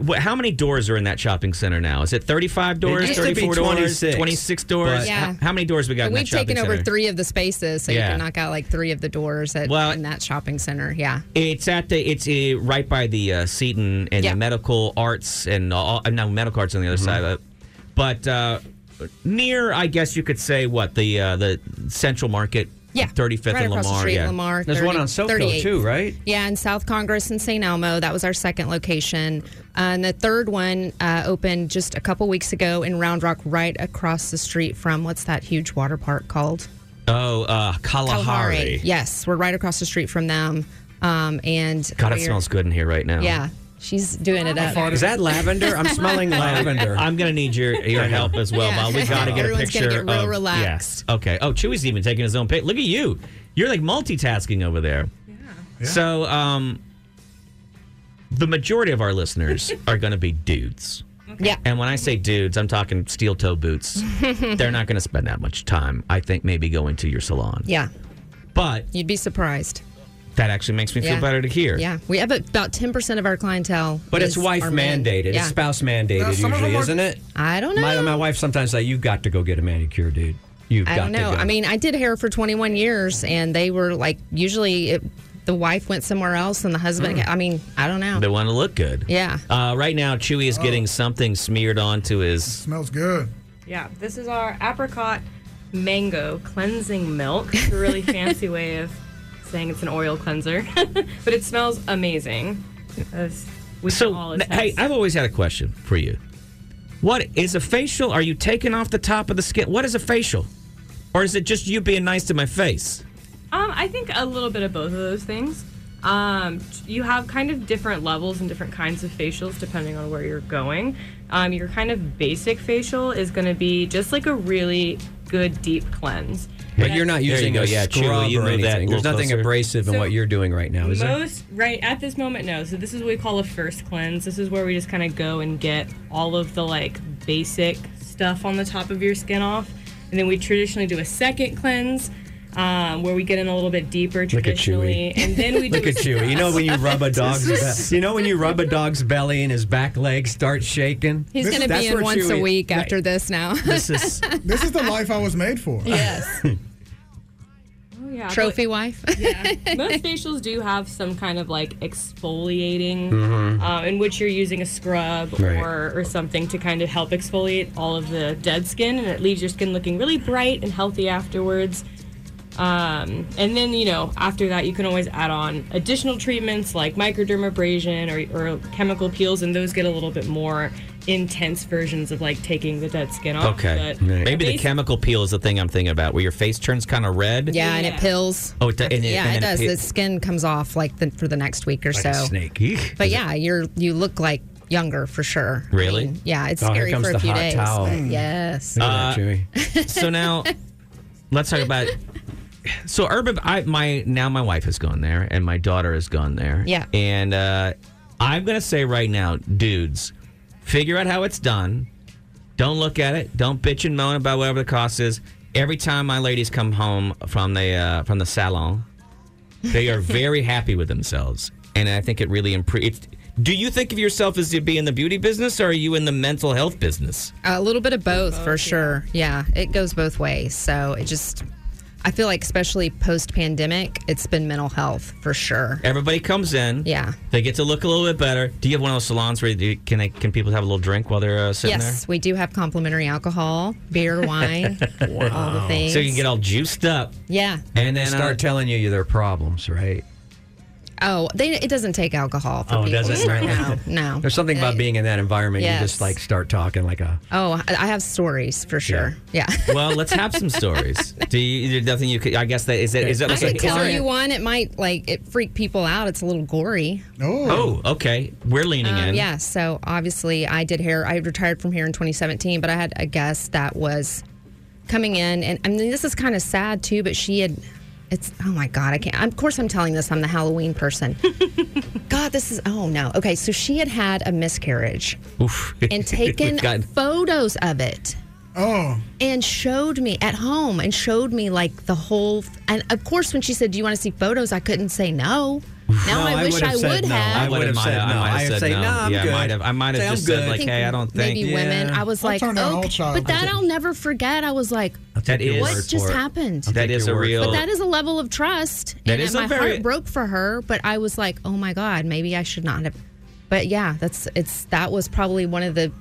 D: What, how many doors are in that shopping center now? Is it 35 doors,
O: used to be
D: 34 doors,
M: 26,
D: 26 doors?
O: but- Yeah.
D: How, how many doors we got
O: But
D: in that
O: we've
D: shopping
O: taken
D: center?
O: over three of the spaces, so you
D: Yeah.
O: can knock out like three of the doors at,
D: Well-
O: in that shopping center. Yeah.
D: It's at the it's uh, right by the uh, Seton and
O: Yeah. Mm-hmm.
D: the medical arts and all uh, no medical arts on the other side of it, but uh, near I guess you could say what the uh, the Central Market,
O: Yeah.
D: 35th
O: right
D: and
O: across
D: Lamar,
O: the street,
D: yeah.
O: Lamar. 38th. Yeah, in South Congress and St. Elmo. That was our second location. Uh, and the third one uh, opened just a couple weeks ago in Round Rock, right across the street from what's that huge water park called?
D: Oh, uh, Kalahari.
O: Yes, we're right across the street from them. Um, and
D: God, it
O: we're-
D: smells good in here right now.
O: Yeah, she's doing it up.
M: Is that lavender? I'm smelling lavender.
D: I'm gonna need your your help as well,
O: Yeah.
D: Bob. We gotta get
O: Everyone's
D: a
O: gonna
D: picture.
O: get real
D: of,
O: relaxed.
D: yeah. Okay. Oh, Chewy's even taking his own pic. Look at you. You're like multitasking over there. So, um, the majority of our listeners are gonna be dudes.
O: Yeah.
D: And when I say dudes, I'm talking steel toe boots. They're not going to spend that much time, I think, maybe going to your salon.
O: Yeah.
D: But
O: You'd be surprised.
D: that actually makes me
O: Yeah.
D: feel better to hear.
O: Yeah, we have about ten percent of our clientele.
M: But it's
O: is-
M: wife
O: are men.
M: mandated.
O: Yeah.
M: It's spouse mandated
O: No, some of
M: usually,
O: them are-
M: isn't it?
O: I don't know.
M: My, my wife sometimes like, you've got to go get a manicure, dude. You've
O: I
M: got
O: don't know.
M: to go.
O: I mean, I did hair for 21 years, and they were like, usually it, the wife went somewhere else, and the
M: Hmm.
O: husband. I mean, I don't know.
D: They want to look good.
O: Yeah.
D: Uh, right now, Chewy is getting something smeared onto his
C: Smells good.
P: Yeah, this is our apricot mango cleansing milk. It's a really fancy way of saying it's an oil cleanser, but it smells amazing. As we
D: so,
P: all
D: n-
P: attest.
D: hey, I've always had a question for you. What is a facial? Are you taking off the top of the skin? What is a facial? Or is it just you being nice to my face?
P: Um, I think a little bit of both of those things. Um, you have kind of different levels and different kinds of facials depending on where you're going. Um, your kind of basic facial is going to be just like a really good deep cleanse.
M: But you're not
B: There you
M: using
B: go.
M: a
B: Yeah, Chula,
M: scrub
B: you
M: or
B: move that
M: anything.
B: a
M: There's
B: little
M: nothing
B: closer.
M: abrasive in
P: So-
M: what you're doing right now, is there?
P: Most right at this moment, no. So this is what we call a first cleanse. This is where we just kind of go and get all of the like basic stuff on the top of your skin off, and then we traditionally do a second cleanse. Um, where we get in a little bit deeper
M: Look at
P: traditionally,
M: Chewy.
P: and then we do
M: Look at Chewy. You know when you rub a dog's
P: This is-
M: be- you know when you rub a dog's belly and his back legs start shaking.
O: He's going to
M: That's
O: be in
M: where
O: once a
M: Chewy-
O: week after this now.
M: This is-
C: This is the life I was made for.
O: Yes.
P: Oh, yeah,
O: Trophy wife.
P: yeah. Most facials do have some kind of like exfoliating,
O: Mhm.
P: uh, in which you're using a scrub
O: Right.
P: or, or something to kind of help exfoliate all of the dead skin, and it leaves your skin looking really bright and healthy afterwards. Um, and then, you know, after that, you can always add on additional treatments like microdermabrasion or, or chemical peels, and those get a little bit more intense versions of like taking the dead skin off.
D: Okay.
P: But
D: Maybe the
P: basi-
D: chemical peel is the thing I'm thinking about, where your face turns kind of red.
O: Yeah, and it pills.
D: Oh, it, do- and it,
O: yeah,
D: and
O: it
D: then
O: does.
D: peel-
O: the skin comes off like the, for the next week or so.
D: Eek.
O: But yeah, you're you look like younger for sure.
D: Really?
O: Yeah, it's
D: Oh, here
O: scary
D: comes
O: for
D: the
O: a few
D: hot
O: days.
D: towel.
O: but
D: Mm.
O: Yes.
D: Uh, so now, let's talk about. So urban, I my now my wife has gone there and my daughter has gone there.
O: Yeah.
D: And uh, I'm gonna say right now, dudes, figure out how it's done. Don't look at it. Don't bitch and moan about whatever the cost is. Every time my ladies come home from the uh, from the salon, they are very happy with themselves, and I think it really improves. Do you think of yourself as to be in the beauty business, or are you in the mental health business?
O: a little bit of both for sure. Yeah, it goes both ways. So it just, I feel like especially post pandemic, it's been mental health for sure.
D: Everybody comes in.
O: Yeah.
D: They get to look a little bit better. Do you have one of those salons where you, can they, can people have a little drink while they're uh, sitting
O: yes, we do have complimentary alcohol, beer, wine,
D: there?
O: all the things.
D: So you can get all juiced up.
O: yeah.
D: And then
M: start telling you their problems, right?
O: Oh, they, it doesn't take alcohol
D: Oh,
O: for people. No, no.
M: There's something about being in that environment.
O: Uh, Yes.
M: You just like start talking like a.
O: Oh, I I have stories for sure. Yeah.
D: well, let's have some stories. Do you? There's nothing you could. I guess that is it. Is that
O: I
D: like a
O: could tell
D: client-
O: you one. It might like it freak people out. It's a little gory.
D: Oh, okay. We're leaning
O: Um,
D: in.
O: yeah, so obviously I did hair. I retired from hair in 2017, but I had a guest that was coming in, and I mean this is kind of sad too. But she had, it's oh my god, I can't. Of course I'm telling this. I'm the Halloween person. god, this is oh no. Okay, so she had had a miscarriage
D: Oof.
O: and taken
N: We've gotten-
O: photos of it. Oh. And showed me at home and showed me like the whole. And of course, when she said, Do you want to see photos? I couldn't say no. Now I, wish I would have.
D: I would have said no. I might have said no. yeah, I might have. I might have just said like, hey, I don't think.
O: Maybe women. I was like, okay. but that I'll never forget. I was like,
D: That is
O: what just happened?
D: That is a real.
O: But that is a level of trust.
D: That
O: and
D: is a
O: my
D: very-
O: heart broke for her, but I was like, oh my god, maybe I should not have. But yeah, that's it's that was probably one of the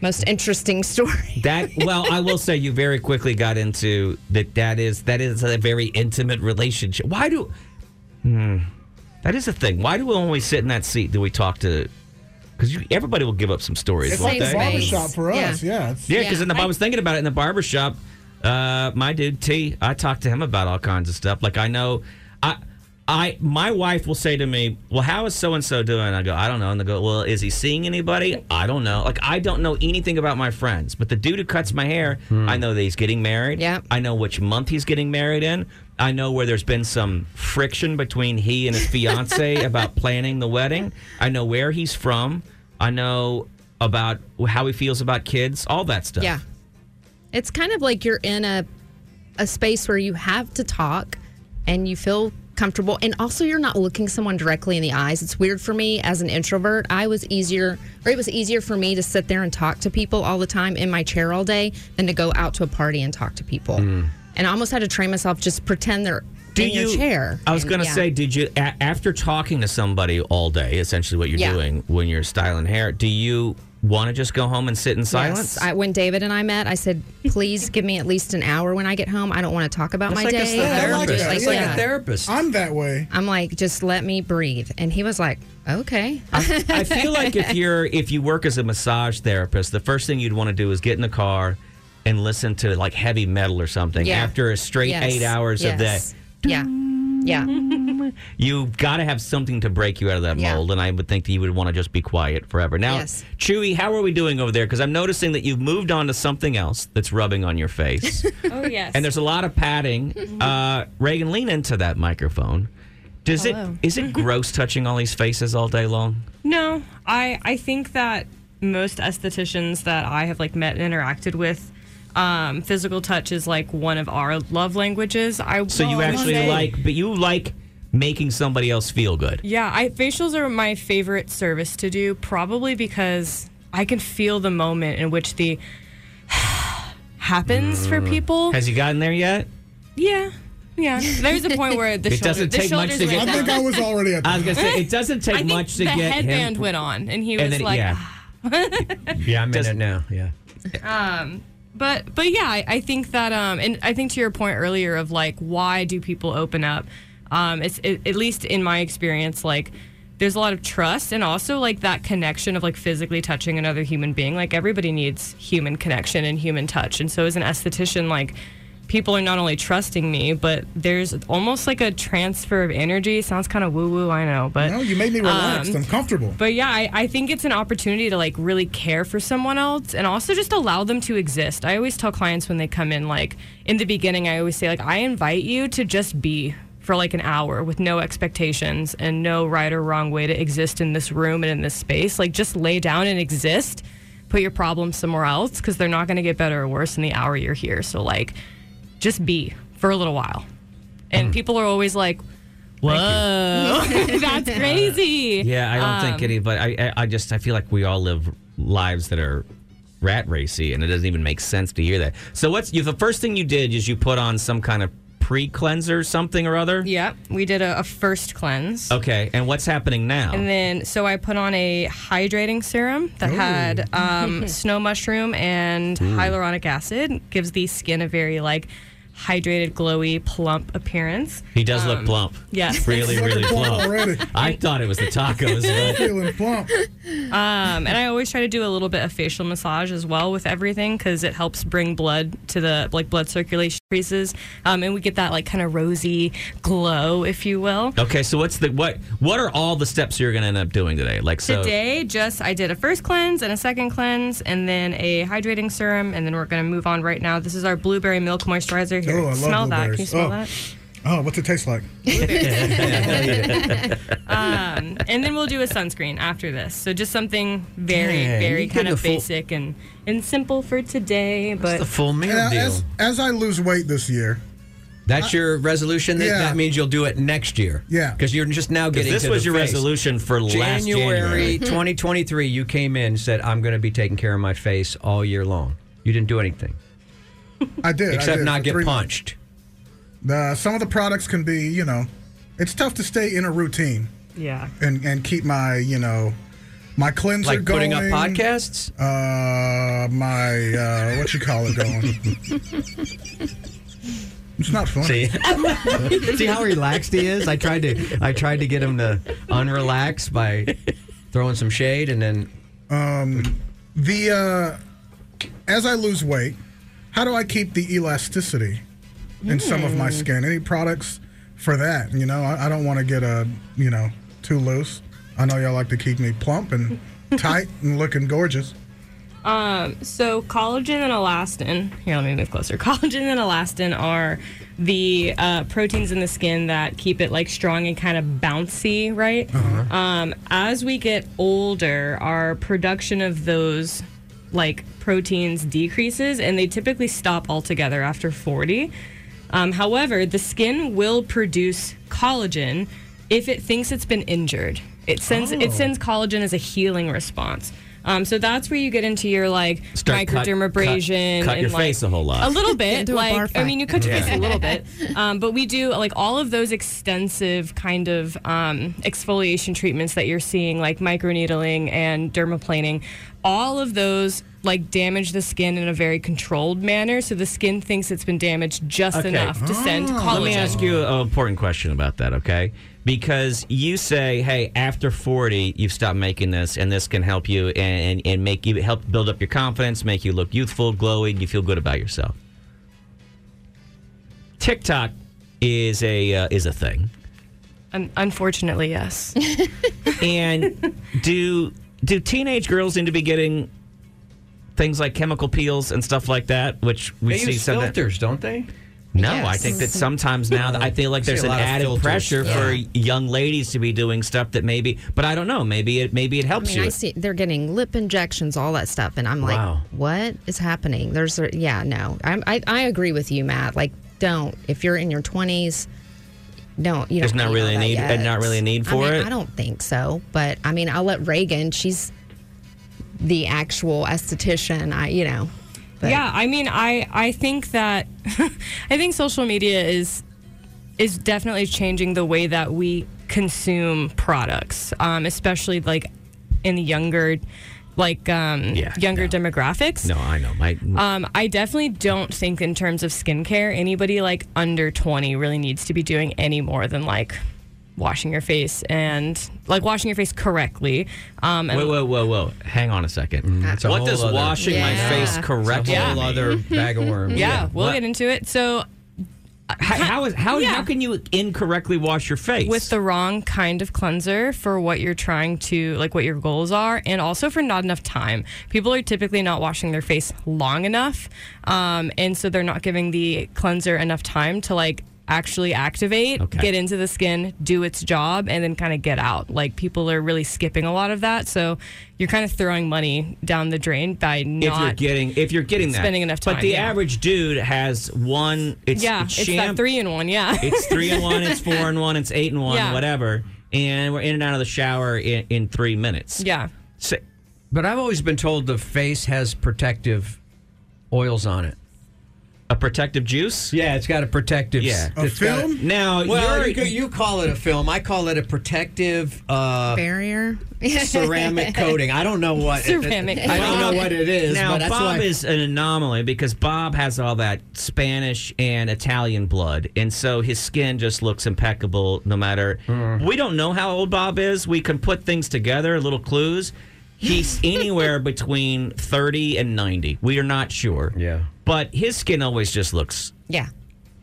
O: most interesting stories.
D: That well, I will say you very quickly got into that. That is that is a very intimate relationship. Why do? Hmm, that is a thing. Why do we always sit in that seat? Do we talk to? Because everybody will give up some stories.
C: It's
D: won't
C: like the
D: they?
C: barbershop for us. Yeah. it's-
D: Yeah, because I was thinking about it in the barbershop. Uh, my dude T, I talked to him about all kinds of stuff. Like I know, I, I, my wife will say to me, "Well, how is so and so doing?" I go, "I don't know," and they go, "Well, is he seeing anybody?" I don't know. Like I don't know anything about my friends, but the dude who cuts my hair, I know that he's getting married. Yeah, I know which month he's getting married in. I know where there's been some friction between he and his fiance about planning the wedding. I know where he's from. I know about how he feels about kids, all that stuff.
O: Yeah. It's kind of like you're in a a space where you have to talk and you feel comfortable and also you're not looking someone directly in the eyes. It's weird for me as an introvert. I was easier or it was easier for me to sit there and talk to people all the time in my chair all day than to go out to a party and talk to people.
C: Mm.
O: And I almost had to train myself just pretend they're
D: Do
O: in your
D: you-
O: chair.
D: I was
O: And,
D: going to
O: yeah.
D: say, did you a- after talking to somebody all day, essentially what you're
O: Yeah.
D: doing when you're styling hair? Do you want to just go home and sit in silence?
O: Yes. I, when David and I met, I said, please give me at least an hour when I get home. I don't want to talk about
M: That's
O: my
M: like a
O: day. I don't wanna do-
M: therapist. It's like a therapist.
C: I'm that way.
O: I'm like, just let me breathe. And he was like, okay.
D: I feel like if you're if you work as a massage therapist, the first thing you'd want to do is get in the car and listen to like heavy metal or something
O: Yeah.
D: after a straight
O: Yes.
D: eight hours of
O: Yes.
D: that.
O: Yeah. Yeah.
D: You got to have something to break you out of that
O: Yeah.
D: mold, and I would think that you would want to just be quiet forever. Now,
O: Yes.
D: Chewy, how are we doing over there? Because I'm noticing that you've moved on to something else that's rubbing on your face,
P: Oh yes.
D: and there's a lot of padding.
O: Mm-hmm.
D: Uh, Reagan, lean into that microphone. Does
P: Hello.
D: it is it gross touching all these faces all day long?
P: No, I I think that most estheticians that I have like met and interacted with, um, physical touch is like one of our love languages. I
D: So you
P: would
D: actually
P: say-
D: like, but you like making somebody else feel good.
P: Yeah, I facials are my favorite service to do, probably because I can feel the moment in which the happens for people.
D: Has he gotten there yet?
P: Yeah, yeah. There's a point where the
D: It
P: shoulder,
D: doesn't
P: the
D: take much
P: shoulders
D: to
P: went
D: get- I think
P: down.
D: I was
C: already
D: I was gonna say it doesn't
P: I
D: take
P: think
D: much to
P: the
D: get
P: headband
D: him.
P: went on, and he was
D: and then,
P: like, "Ah."
D: yeah, yeah, I'm in it now. Yeah.
P: um but but yeah I, I think that um and i think to your point earlier of like why do people open up um it's it, at least in my experience like there's a lot of trust and also like that connection of like physically touching another human being like everybody needs human connection and human touch and so as an esthetician like people are not only trusting me but there's almost like a transfer of energy sounds kind of woo woo i know but
C: No, you made me relaxed.
P: um,
C: I'm comfortable.
P: but yeah, I, I think it's an opportunity to like really care for someone else and also just allow them to exist. I always tell clients when they come in, like in the beginning, I always say, like, I invite you to just be for like an hour with no expectations and no right or wrong way to exist in this room and in this space. Like, just lay down and exist. Put your problems somewhere else because they're not going to get better or worse in the hour you're here. So, like, just be for a little while.
D: Mm.
P: And people are always like, whoa, that's crazy.
D: Yeah, I don't think
P: Um,
D: anybody. I, I, I just I feel like we all live lives that are rat racy, and it doesn't even make sense to hear that. So what's you? The first thing you did is you put on some kind of pre cleanser, something or other.
P: Yeah, we did a, a first cleanse.
D: Okay, and what's happening now?
P: And then, so I put on a hydrating serum that
D: Ooh.
P: had um, snow mushroom and
D: Ooh.
P: hyaluronic acid. Gives the skin a very like hydrated, glowy, plump appearance.
D: he does
P: Um,
D: look plump.
P: yes.
D: really,
P: He's
D: really
P: looking plump
D: plump.
P: already.
D: I thought it was the tacos. but-
P: Um, and I always try to do a little bit of facial massage as well with everything because it helps bring blood to the like blood circulation increases, um, and we get that like kind of rosy glow, if you will.
D: Okay, so what's the what? What are all the steps you're going to end up doing today? Like so.
P: Today, just I did a first cleanse and a second cleanse, and then a hydrating serum, and then we're gonna move on right now. This is our blueberry milk moisturizer here.
C: Oh, I love
P: smell that? Can you
C: blueberries.
P: smell
C: Oh.
P: that?
C: Oh, what's it taste like?
P: Um, and then we'll do a sunscreen after this. So just something very,
C: Dang,
P: very
C: you did
P: kind
C: a
P: of
C: full-
P: basic and and simple for today. But
C: And I- As, as I lose weight this year,
M: That's your resolution. That,
C: Yeah.
M: that means you'll do it next year.
C: Yeah.
M: because you're just now
D: 'Cause
M: getting.
D: this
M: to
D: was
M: the
D: your
M: face.
D: resolution for last
M: January
D: January.
M: 2023. You came in and said, "I'm going to be taking care of my face all year long." You didn't do anything
C: I did. I
M: except
C: did
M: not
C: for
M: get
C: three months.
M: punched.
C: Uh, some of the products can be, you know, it's tough to stay in a routine
P: yeah.
C: and, and keep my, you know, my cleanser
M: Like
C: going.
M: putting up podcasts?
C: Uh, my, uh, what you call it going. it's not funny.
M: See, see how relaxed he is. I tried to, I tried to get him to unrelax by throwing some shade, and then
C: Um, the uh, as I lose weight, how do I keep the elasticity in some of my
P: Hmm.
Q: Mm.
C: skin? Any products for that? You know, I, I don't want to get a you know too loose. I know y'all like to keep me plump and tight and looking gorgeous.
P: Um, so collagen and elastin. Here, let me move closer. Collagen and elastin are the uh, proteins in the skin that keep it like strong and kind of bouncy, right?
N: Uh-huh.
P: Um, as we get older, our production of those like proteins decreases, and they typically stop altogether after forty. Um, however, the skin will produce collagen if it thinks it's been injured. It sends
N: Oh.
P: it sends collagen as a healing response. Um, so that's where you get into your like
D: Start cut-
P: microdermabrasion,
D: cut- cut
P: and,
D: your
P: like,
D: face a whole lot.
P: a little
O: Yeah,
P: bit.
O: do a bar
P: like I
O: fight.
P: mean, you cut your face
D: Yeah.
P: a little bit, um, but we do like all of those extensive kind of um, exfoliation treatments that you're seeing, like microneedling and dermaplaning. All of those like damage the skin in a very controlled manner, so the skin thinks it's been damaged just enough to send collagen.
D: Mm. Hmm. Let me ask you an important question about that, okay? Because you say, hey, after 40, you've stopped making this, and this can help you and, and, and make you help build up your confidence, make you look youthful, glowing, you feel good about yourself. TikTok is a uh, is a thing.
P: Un- unfortunately, yes.
D: and do do teenage girls need to be getting things like chemical peels and stuff like that, which we
M: They
D: see
M: use
D: some that-
M: filters, don't they?
D: No, I think that sometimes now that I feel like
M: See
D: there's
M: a
D: an
M: lot of
D: added
M: filters.
D: pressure for
M: Yeah.
D: young ladies to be doing stuff that maybe, but I don't know. Maybe it maybe it
O: I
D: helps
O: mean, I
D: you.
O: see they're getting lip injections, all that stuff, and I'm like,
D: Wow.
O: what is happening? There's, a, yeah, no, I'm, I, I agree with you, Matt. Like, don't if you're in your 20s, don't you?
D: There's
O: don't
D: not
O: all
D: really a
O: that
D: need- uh,
O: yet.
D: not really a need
O: I
D: for
O: mean,
D: it?
O: I don't think so, but I mean, I'll let Reagan. She's the actual esthetician. I, you know, but-
P: Yeah, I mean, I I think that I think social media is is definitely changing the way that we consume products, um, especially like in the younger, like um,
D: Yeah,
P: younger demographics.
D: No, I know. My
P: Um, I definitely don't think in terms of skincare, anybody like under 20 really needs to be doing any more than like washing your face and like washing your face correctly. Um, and
D: whoa, whoa, whoa, whoa! Hang on a second.
M: Mm, a
D: what
M: whole
D: does
M: other-
D: washing my
M: Yeah. It's
D: face
M: a
D: correctly?
M: whole Yeah. other bag of worms.
P: yeah, we'll
D: What-
P: get into it. So
D: how, how is how how can you incorrectly wash your face?
P: with the wrong kind of cleanser for what you're trying to like what your goals are and also for not enough time people are typically not washing their face long enough um, and so they're not giving the cleanser enough time to like actually activate
D: Okay.
P: get into the skin do its job and then kind of get out like people are really skipping a lot of that so you're kind of throwing money down the drain by
D: if
P: not
D: you're getting if you're getting that
P: spending enough
D: But
P: time,
D: the
P: yeah.
D: average dude has one. It's
P: yeah
D: it's
P: it's that
D: shampoo-
P: three in one yeah
D: It's three and one. It's four and one. It's eight and one.
P: Yeah.
D: Whatever. And we're in and out of the shower in, in three minutes.
P: yeah
M: But I've always been told the face has protective oils on it.
D: A protective juice?
M: Yeah, it's got a protective.
D: Yeah. A
M: it's got
D: film? Now,
M: well,
D: you're-
M: you, could- you call it a film. I call it a protective uh,
O: barrier,
M: ceramic coating. I don't know what
O: Ceramic
M: I don't know
O: coating.
M: what it is.
D: Now
M: but that's
D: Bob
M: why-
D: is an anomaly because Bob has all that Spanish and Italian blood, and so his skin just looks impeccable no matter.
M: Mm.
D: We don't know how old Bob is. We can put things together, little clues. He's anywhere between thirty and ninety. We are not sure. Yeah, but his skin always just looks
O: yeah.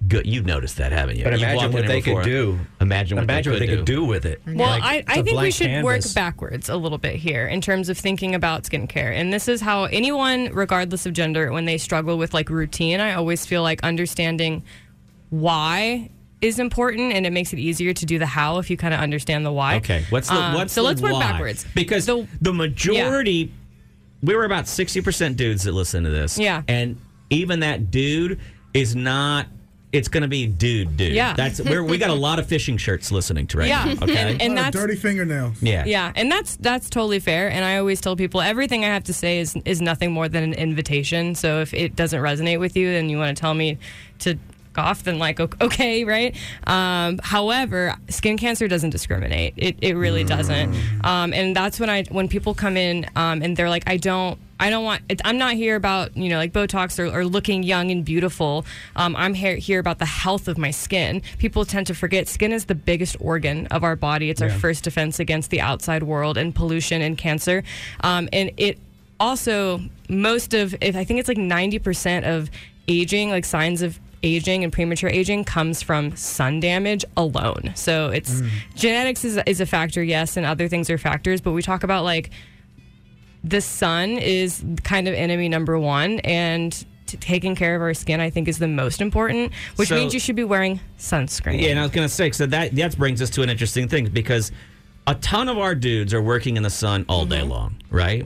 D: good. You've noticed that, haven't you?
M: But
D: You've
M: imagine
D: walked in
M: what
D: here
M: they could
D: before.
M: do.
D: Imagine what
M: Imagine
D: they could, do.
M: with it.
P: Well, I, I think we should work backwards a little bit here in terms of thinking about skincare. And this is how anyone, regardless of gender, when they struggle with like routine, I always feel like understanding why is important and it makes it easier to do the how if you kind of understand the why.
D: Okay, what's the
P: Um,
D: what's
P: so
D: the
P: let's work
D: why?
P: backwards.
D: because the, majority we were about sixty percent dudes that listen to this.
P: Yeah.
D: and even that dude is not. It's going to be dude, dude.
P: Yeah.
D: that's we're, we got a lot of fishing shirts listening to right
P: Yeah,
D: now. Okay,
P: and, and that's
C: dirty fingernails.
D: yeah,
P: Yeah, and that's that's totally fair. And I always tell people everything I have to say is is nothing more than an invitation. So if it doesn't resonate with you and you want to tell me to f- off, then like o- okay, right? Um, however, skin cancer doesn't discriminate. It it really doesn't. Um, and that's when I when people come in um, and they're like, I don't. I don't want. It, I'm not here about you know like Botox or, or looking young and beautiful. Um, I'm here here about the health of my skin. People tend to forget skin is the biggest organ of our body. It's our
Q: Yeah.
P: first first defense against the outside world and pollution and cancer. Um, and it also, most of, if I think it's like 90% of aging, like signs of aging and premature aging comes from sun damage alone. So it's
Q: Mm.
P: genetics is, is a factor, yes, and other things are factors, but we talk about like the sun is kind of enemy number one and t- taking care of our skin I think is the most important, which
D: So-
P: means you should be wearing sunscreen.
D: Yeah, and I was going to say, so that that brings us to an interesting thing because a ton of our dudes are working in the sun all day
P: Mm-hmm.
D: long, right?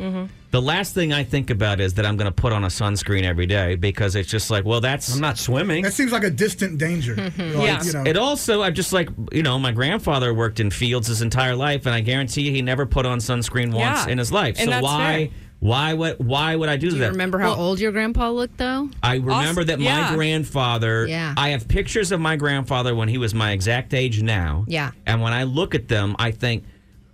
D: The last thing I think about is that I'm going to put on a sunscreen every day because it's just like, well, that's I'm
B: not swimming.
C: That seems like a distant danger.
P: Mm-hmm.
C: Like, you know,
D: It also, I'm just like, you know, my grandfather worked in fields his entire life, and I guarantee you he never put on sunscreen once
O: Yeah.
D: in his life.
O: And
D: so
O: that's
D: why, why would, why would I do,
O: Do you
D: that?
O: remember how old your grandpa looked, though?
D: I remember that my
O: yeah.
D: grandfather.
O: Yeah.
D: I have pictures of my grandfather when he was my exact age now.
O: Yeah.
D: And when I look at them, I think,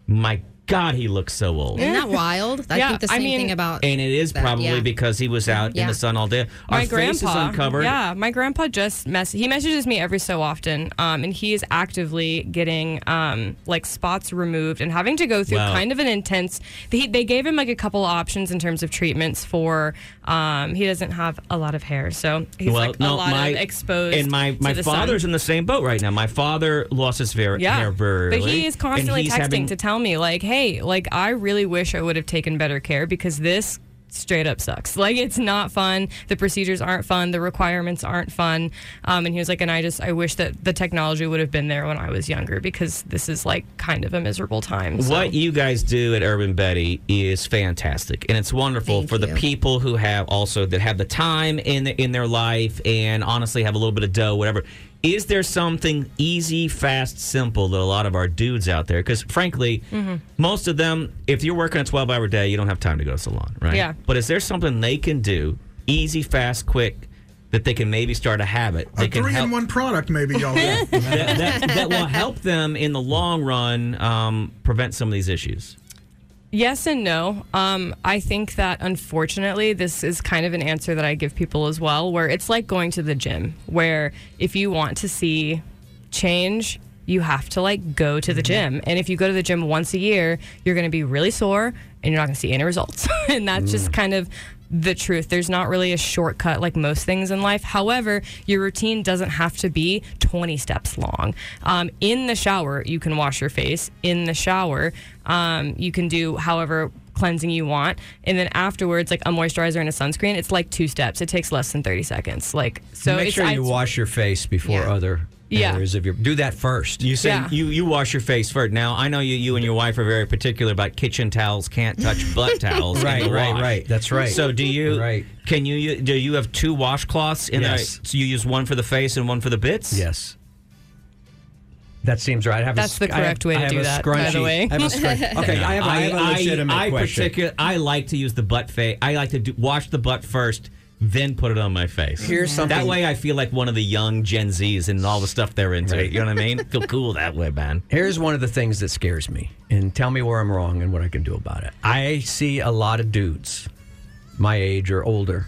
D: my God, he looks so old.
O: Isn't that wild? I
P: Yeah,
O: think the
P: I
O: same
P: mean-
O: thing about.
D: And it is
O: that,
D: probably
O: yeah.
D: because he was out in
P: Yeah.
D: the sun all day. Our
P: my
D: face is
P: grandpa,
D: uncovered.
P: Yeah, my grandpa just mess. He messages me every so often, um, and he is actively getting um, like spots removed and having to go through
R: Wow.
P: kind of an intense. They, they gave him like a couple options in terms of treatments for. Um, he doesn't have a lot of hair, so he's like a lot of exposed.
D: And my,
P: to
D: my
P: the sun.
D: father's in the same boat right now. My father lost his ver-
P: Yeah,
D: hair very
P: but
D: early,
P: he is
D: and
P: constantly
D: he's
P: texting
D: having-
P: to tell me like, "Hey, like I really wish I would have taken better care because this straight up sucks. Like it's not fun. The procedures aren't fun. The requirements aren't fun." Um, and he was like, "And I just I wish that the technology would have been there when I was younger because this is like kind of a miserable time." So.
D: What you guys do at Urban Betty is fantastic, and it's wonderful for the people who have also that have the time in the, in their life, and honestly have a little bit of dough, whatever. Is there something easy, fast, simple that a lot of our dudes out there? Because frankly,
P: Mhm.
M: Mm-hmm.
D: most of them, if you're working a 12 hour day, you don't have time to go to salon, right?
P: Yeah.
D: But is there something they can do, easy, fast, quick, that they can maybe start a habit? They
C: a
D: can
C: three
D: help
C: in one product, maybe y'all.
D: that, that, that will help them in the long run um, prevent some of these issues.
P: Yes and no. Um, I think that unfortunately, this is kind of an answer that I give people as well, where it's like going to the gym, where if you want to see change, you have to like go to the gym. And if you go to the gym once a year, you're going to be really sore and you're not going to see any results. and that's just
R: Mm.
P: kind of the truth. There's not really a shortcut like most things in life. However, your routine doesn't have to be 20 steps long. Um, in the shower, you can wash your face. In the shower, um, you can do however cleansing you want. And then afterwards, like a moisturizer and a sunscreen, it's like two steps. It takes less than 30 seconds. Like, so
B: make
P: it's,
B: sure
P: I-
B: you wash your face before other
P: Yeah.
B: areas of your. Do that first.
D: You say
P: Yeah.
D: you, you wash your face first. Now I know you you and your wife are very particular about kitchen towels can't touch butt towels. in
B: Right,
D: the
B: right,
D: wash.
B: right. That's right.
D: So do you right. can you u- do you have two washcloths in
B: Yes.
D: there? So you use one for the face and one for the bits? Yes.
B: That seems right. I have
D: That's
B: a,
D: the
B: sc- I have-
D: correct way to
B: I have
D: do
B: a
D: that,
B: Scrunchie.
D: by the way.
B: I have a scrunchie. Okay, I have, I have a legitimate
D: I,
B: question.
D: particu- I like to use the butt face. I like to do, wash the butt first, then put it on my face.
B: Here's something-
D: That way, I feel like one of the young Gen Zs and all the stuff they're into.
B: Right.
D: You know what I mean? Feel cool that way, man.
B: Here's one of the things that scares me, and tell me where I'm wrong and what I can do about it. I see a lot of dudes my age or older.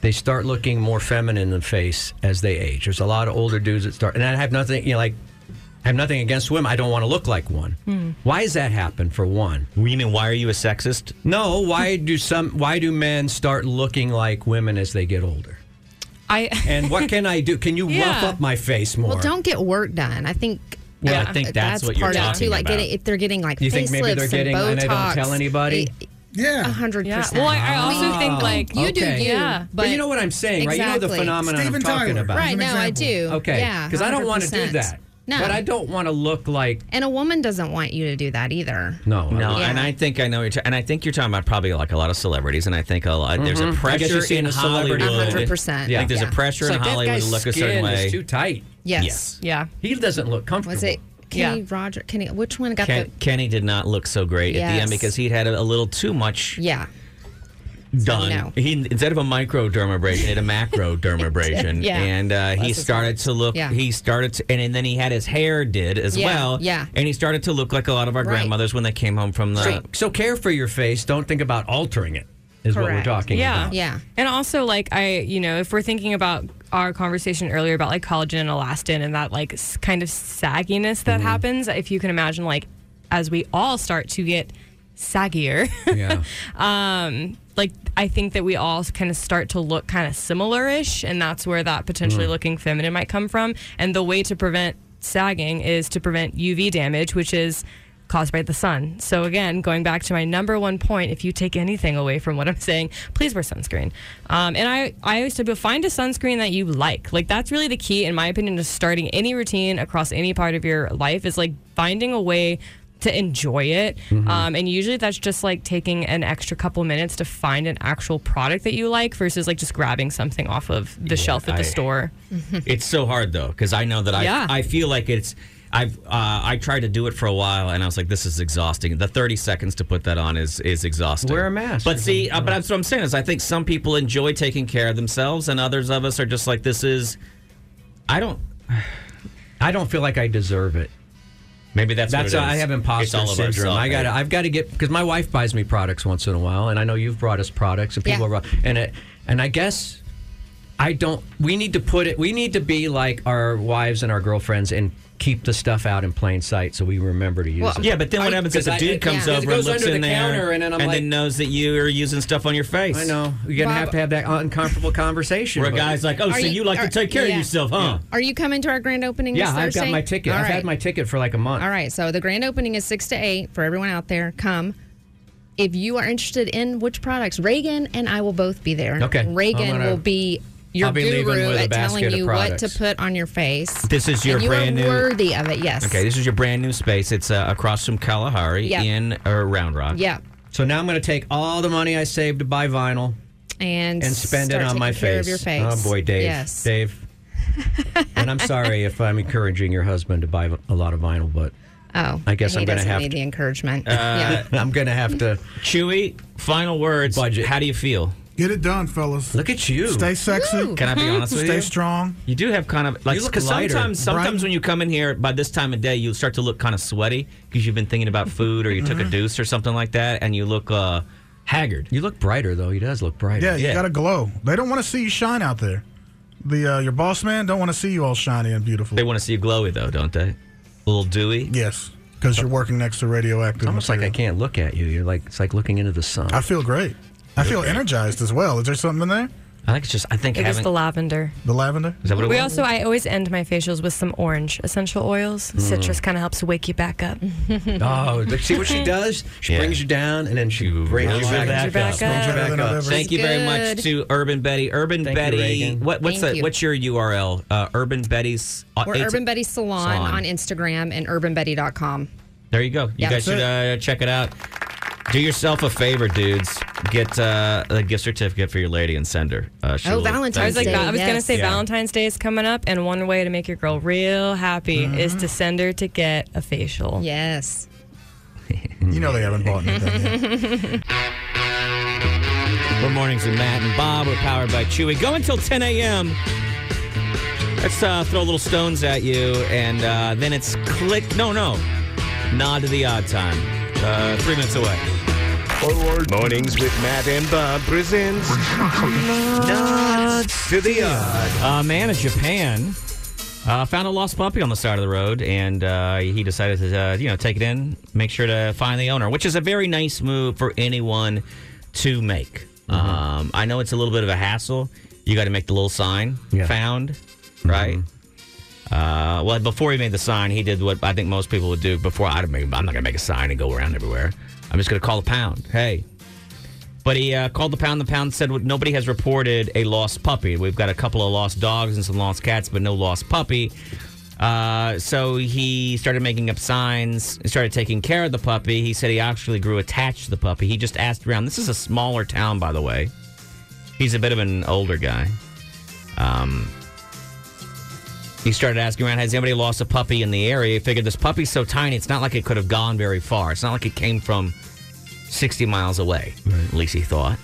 B: They start looking more feminine in the face as they age. There's a lot of older dudes that start, and I have nothing, you know, like, I have nothing against women. I don't want to look like one.
S: Hmm.
B: Why does that happen? For one,
D: we mean why are you a sexist?
B: No, why do some? Why do men start looking like women as they get older?
P: I,
B: And what can I do? Can you rough
O: Yeah.
B: up my face more?
O: Well, don't get work done. I think.
B: Well, I
O: uh,
B: think that's what you're
O: part of it
B: talking
O: too. Like
B: about.
O: getting, if they're getting like
B: You think maybe
O: facelifts
B: they're getting, and
O: and Botox,
B: I don't tell anybody?
C: Yeah,
O: hundred percent.
P: Yeah. Well, I- I also
O: mean,
P: think, like-
O: you do,
B: Oh. Okay.
O: you,
P: Yeah.
B: But, you know what I'm saying, right? You know the
O: Exactly.
B: phenomenon I'm talking about.
O: Right? No, I do.
B: Okay,
O: Yeah,
B: because I don't want to do
O: 100%.
B: that.
O: No,
B: But I don't want to look like
O: And a woman doesn't want you to do that either.
B: no,
D: no.
O: Yeah.
D: And I think I know what you're. Ta- and I think you're talking about probably like a lot of celebrities. And I think a lot, there's
B: Mhm.
D: a
B: I guess
D: pressure
B: you're seeing
D: in
B: a celebrity
D: Hollywood.
B: look.
O: 100%.
D: I think there's
O: Yeah.
D: a pressure
B: It's
D: in
B: like, that
D: Hollywood to
B: guy's
D: look a certain
B: skin is
D: way.
B: too tight.
O: Yes.
P: Yeah.
B: He doesn't look comfortable.
O: Was it Kenny Roger? Kenny, which one got
D: Ken, Kenny did not look so great at the
O: Yes.
D: end because he had a, a little too much
O: the? Yeah.
D: done.
O: no.
D: He instead of a microdermabrasion, he had a macrodermabrasion,
O: Yeah.
D: and uh, he started to look.
O: Yeah.
D: He started, to, and, and then he had his hair did as
O: Yeah,
D: well.
O: yeah.
D: and he started to look like a lot of our
O: Right.
D: grandmothers when they came home from the.
B: So, so care for your face. Don't think about altering it. Is what we're talking
P: yeah.
B: about.
O: Yeah.
P: And also, like, I, you know, if we're thinking about our conversation earlier about like collagen and elastin and that like s- kind of sagginess that
B: Mm-hmm.
P: happens, if you can imagine, like, as we all start to get saggier,
B: yeah.
P: um, like, I think that we all kind of start to look kind of similar ish. And that's where that potentially
R: Mm.
P: looking feminine might come from. And the way to prevent sagging is to prevent UV damage, which is caused by the sun. So again, going back to my number one point, if you take anything away from what I'm saying, please wear sunscreen. Um, and I, I always tell people find a sunscreen that you like. Like that's really the key, in my opinion, to starting any routine across any part of your life is like finding a way to enjoy it.
Q: Mhm.
P: Um, and usually that's just like taking an extra couple minutes to find an actual product that you like versus like just grabbing something off of the shelf at the
D: I-
P: store.
D: It's so hard though because I know that I
P: Yeah.
D: I feel like it's I've uh, I tried to do it for a while and I was like this is exhausting. The thirty seconds to put that on is is exhausting. Wear a mask. But see, uh, but that's what I'm saying is I think some people enjoy taking care of themselves and others of us are just like this is. I don't.
M: I don't feel like I deserve it.
D: Maybe that's
M: That's uh,
D: what it
M: I
D: is.
M: have imposter
D: It's all of ourselves,
M: syndrome. I got to
D: right?
M: I've got to get because my wife buys me products once in a while, and I know you've brought us products, and people are and it and I guess I don't. We need to put it. We need to be like our wives and our girlfriends and keep the stuff out in plain sight so we remember to use
D: Well,
M: it.
D: yeah, but then what
M: I-
D: happens if the
M: 'cause I-
D: dude
M: it-
D: comes
M: yeah, it
D: over and
M: goes
D: looks
M: under
D: in
M: the counter
D: there
M: and then I'm like-
D: then knows that you are using stuff on your face?
M: I know you're gonna have
O: Bob-
M: to have that uncomfortable conversation.
D: Where a
M: but-
D: guy's like, "Oh,
O: Are
D: so you,
O: you-
D: like
O: are-
D: to take care
O: yeah.
D: of yourself, huh?"
O: Are you coming to our grand opening?
M: Yeah,
O: this
M: I've got
O: Thursday?
M: my ticket.
O: All
M: I've
O: right.
M: had my ticket for like a month.
O: All right, so the grand opening is six to eight for everyone out there. Come. If you are interested in which products, Reagan and I will both be there.
D: Okay.
O: Reagan
D: I'm gonna-
O: will be your
D: I'll be leaving
O: guru
D: with a
O: at telling
D: basket of
O: you what to
D: products.
O: put on your face.
D: This is your
O: and you
D: brand
O: are
D: new-
O: worthy of it. Yes.
D: Okay, this is your brand new space. It's uh, across from Kalahari
O: Yeah.
D: in uh, Round Rock.
O: Yeah.
M: So now I'm going to take all the money I saved to buy vinyl
O: And
M: and spend it
O: start
M: on my
O: taking care
M: face.
O: Of your face.
M: Oh boy, Dave.
O: Yes.
M: Dave. and I'm sorry if I'm encouraging your husband to buy a lot of vinyl, but
O: Oh.
M: I guess
O: he
M: I'm gonna
O: doesn't
M: have
O: need
M: to-
O: the encouragement.
M: Uh,
O: yeah.
M: I'm going to have to.
D: Chewy, final words. Budget. How do you feel?
C: Get it done, fellas.
M: Look at you.
C: Stay sexy.
D: Can I be honest with
C: Stay
D: you?
C: strong.
D: You do have kind of like
C: You look
D: because
C: lighter,
D: sometimes sometimes
C: bright.
D: when you come in here by this time of day you start to look kind of sweaty because you've been thinking about food or you took a
C: Mhm.
D: deuce or something like that and you look uh, haggard.
M: You look brighter though. He does look brighter.
C: Yeah, you got to glow. They don't want to see you shine out there. The uh, your boss man don't want to see you all shiny and beautiful
D: They want to see you glowy though, don't they? A little dewy. Yes.
C: because you're working next to radioactive.
M: It's almost like I
C: material.
M: can't look at you. You're like it's like looking into the sun.
C: I feel great. I feel energized as well. Is there something in there?
D: I think it's just I think
P: It was the lavender.
C: the lavender.
D: Is that what it
P: We
D: was?
P: also, I always end my facials with some orange essential oils.
M: Mm.
P: Citrus kind of helps wake you back up.
M: Oh, but see what she does? She brings you down and then she brings you
D: Brings you
M: back,
D: back
M: up.
D: up.
M: Brings you back up.
D: Thank you very much to Urban Betty. Urban
M: Thank you,
D: Betty.
M: Reagan.
D: what, what's
O: Thank
D: that?
O: you.
D: What's your URL? Uh, Urban Betty's. uh,
O: Or
D: it's-
O: Urban Betty Salon,
D: Salon.
O: on Instagram and urbanbetty.com.
D: There you go. You
O: Yeah.
D: guys should uh, check it out. Do yourself a favor, dudes. Get uh, a gift certificate for your lady and send her. Uh,
O: Oh,
D: she'll-
P: I was like,
D: thank you.
P: I was gonna say
D: Yeah.
P: Valentine's Day is coming up, and one way to make your girl real happy is
M: Mm-hmm.
P: to send her to get a facial.
O: Yes.
C: You know they haven't bought anything.
D: We're mornings with Matt and Bob. We're powered by Chewy. Go until 10 a.m. Let's uh, throw little stones at you, and uh, then it's click. No, no. Nod to the odd time. Uh, three minutes away.
T: Forward Mornings with Matt and Bob presents
M: Mm-hmm.
T: Nods to the Odd.
D: A Uh, man in Japan uh, found a lost puppy on the side of the road, and uh, he decided to, uh, you know, take it in, make sure to find the owner, which is a very nice move for anyone to make.
T: Mm-hmm.
D: Um, I know it's a little bit of a hassle. You got to make the little sign
M: Yeah.
D: found,
T: Mm-hmm.
D: right? Uh, well, before he made the sign, he did what I think most people would do. Before I'd make, I'm not gonna make a sign and go around everywhere. I'm just gonna call the pound. Hey, but he uh, called the pound. The pound said nobody has reported a lost puppy. We've got a couple of lost dogs and some lost cats, but no lost puppy. Uh, so he started making up signs and started taking care of the puppy. He said he actually grew attached to the puppy. He just asked around. This is a smaller town, by the way. He's a bit of an older guy. Um, he started asking around, has anybody lost a puppy in the area? He figured this puppy's so tiny, it's not like it could have gone very far. It's not like it came from 60 miles away, at least he thought.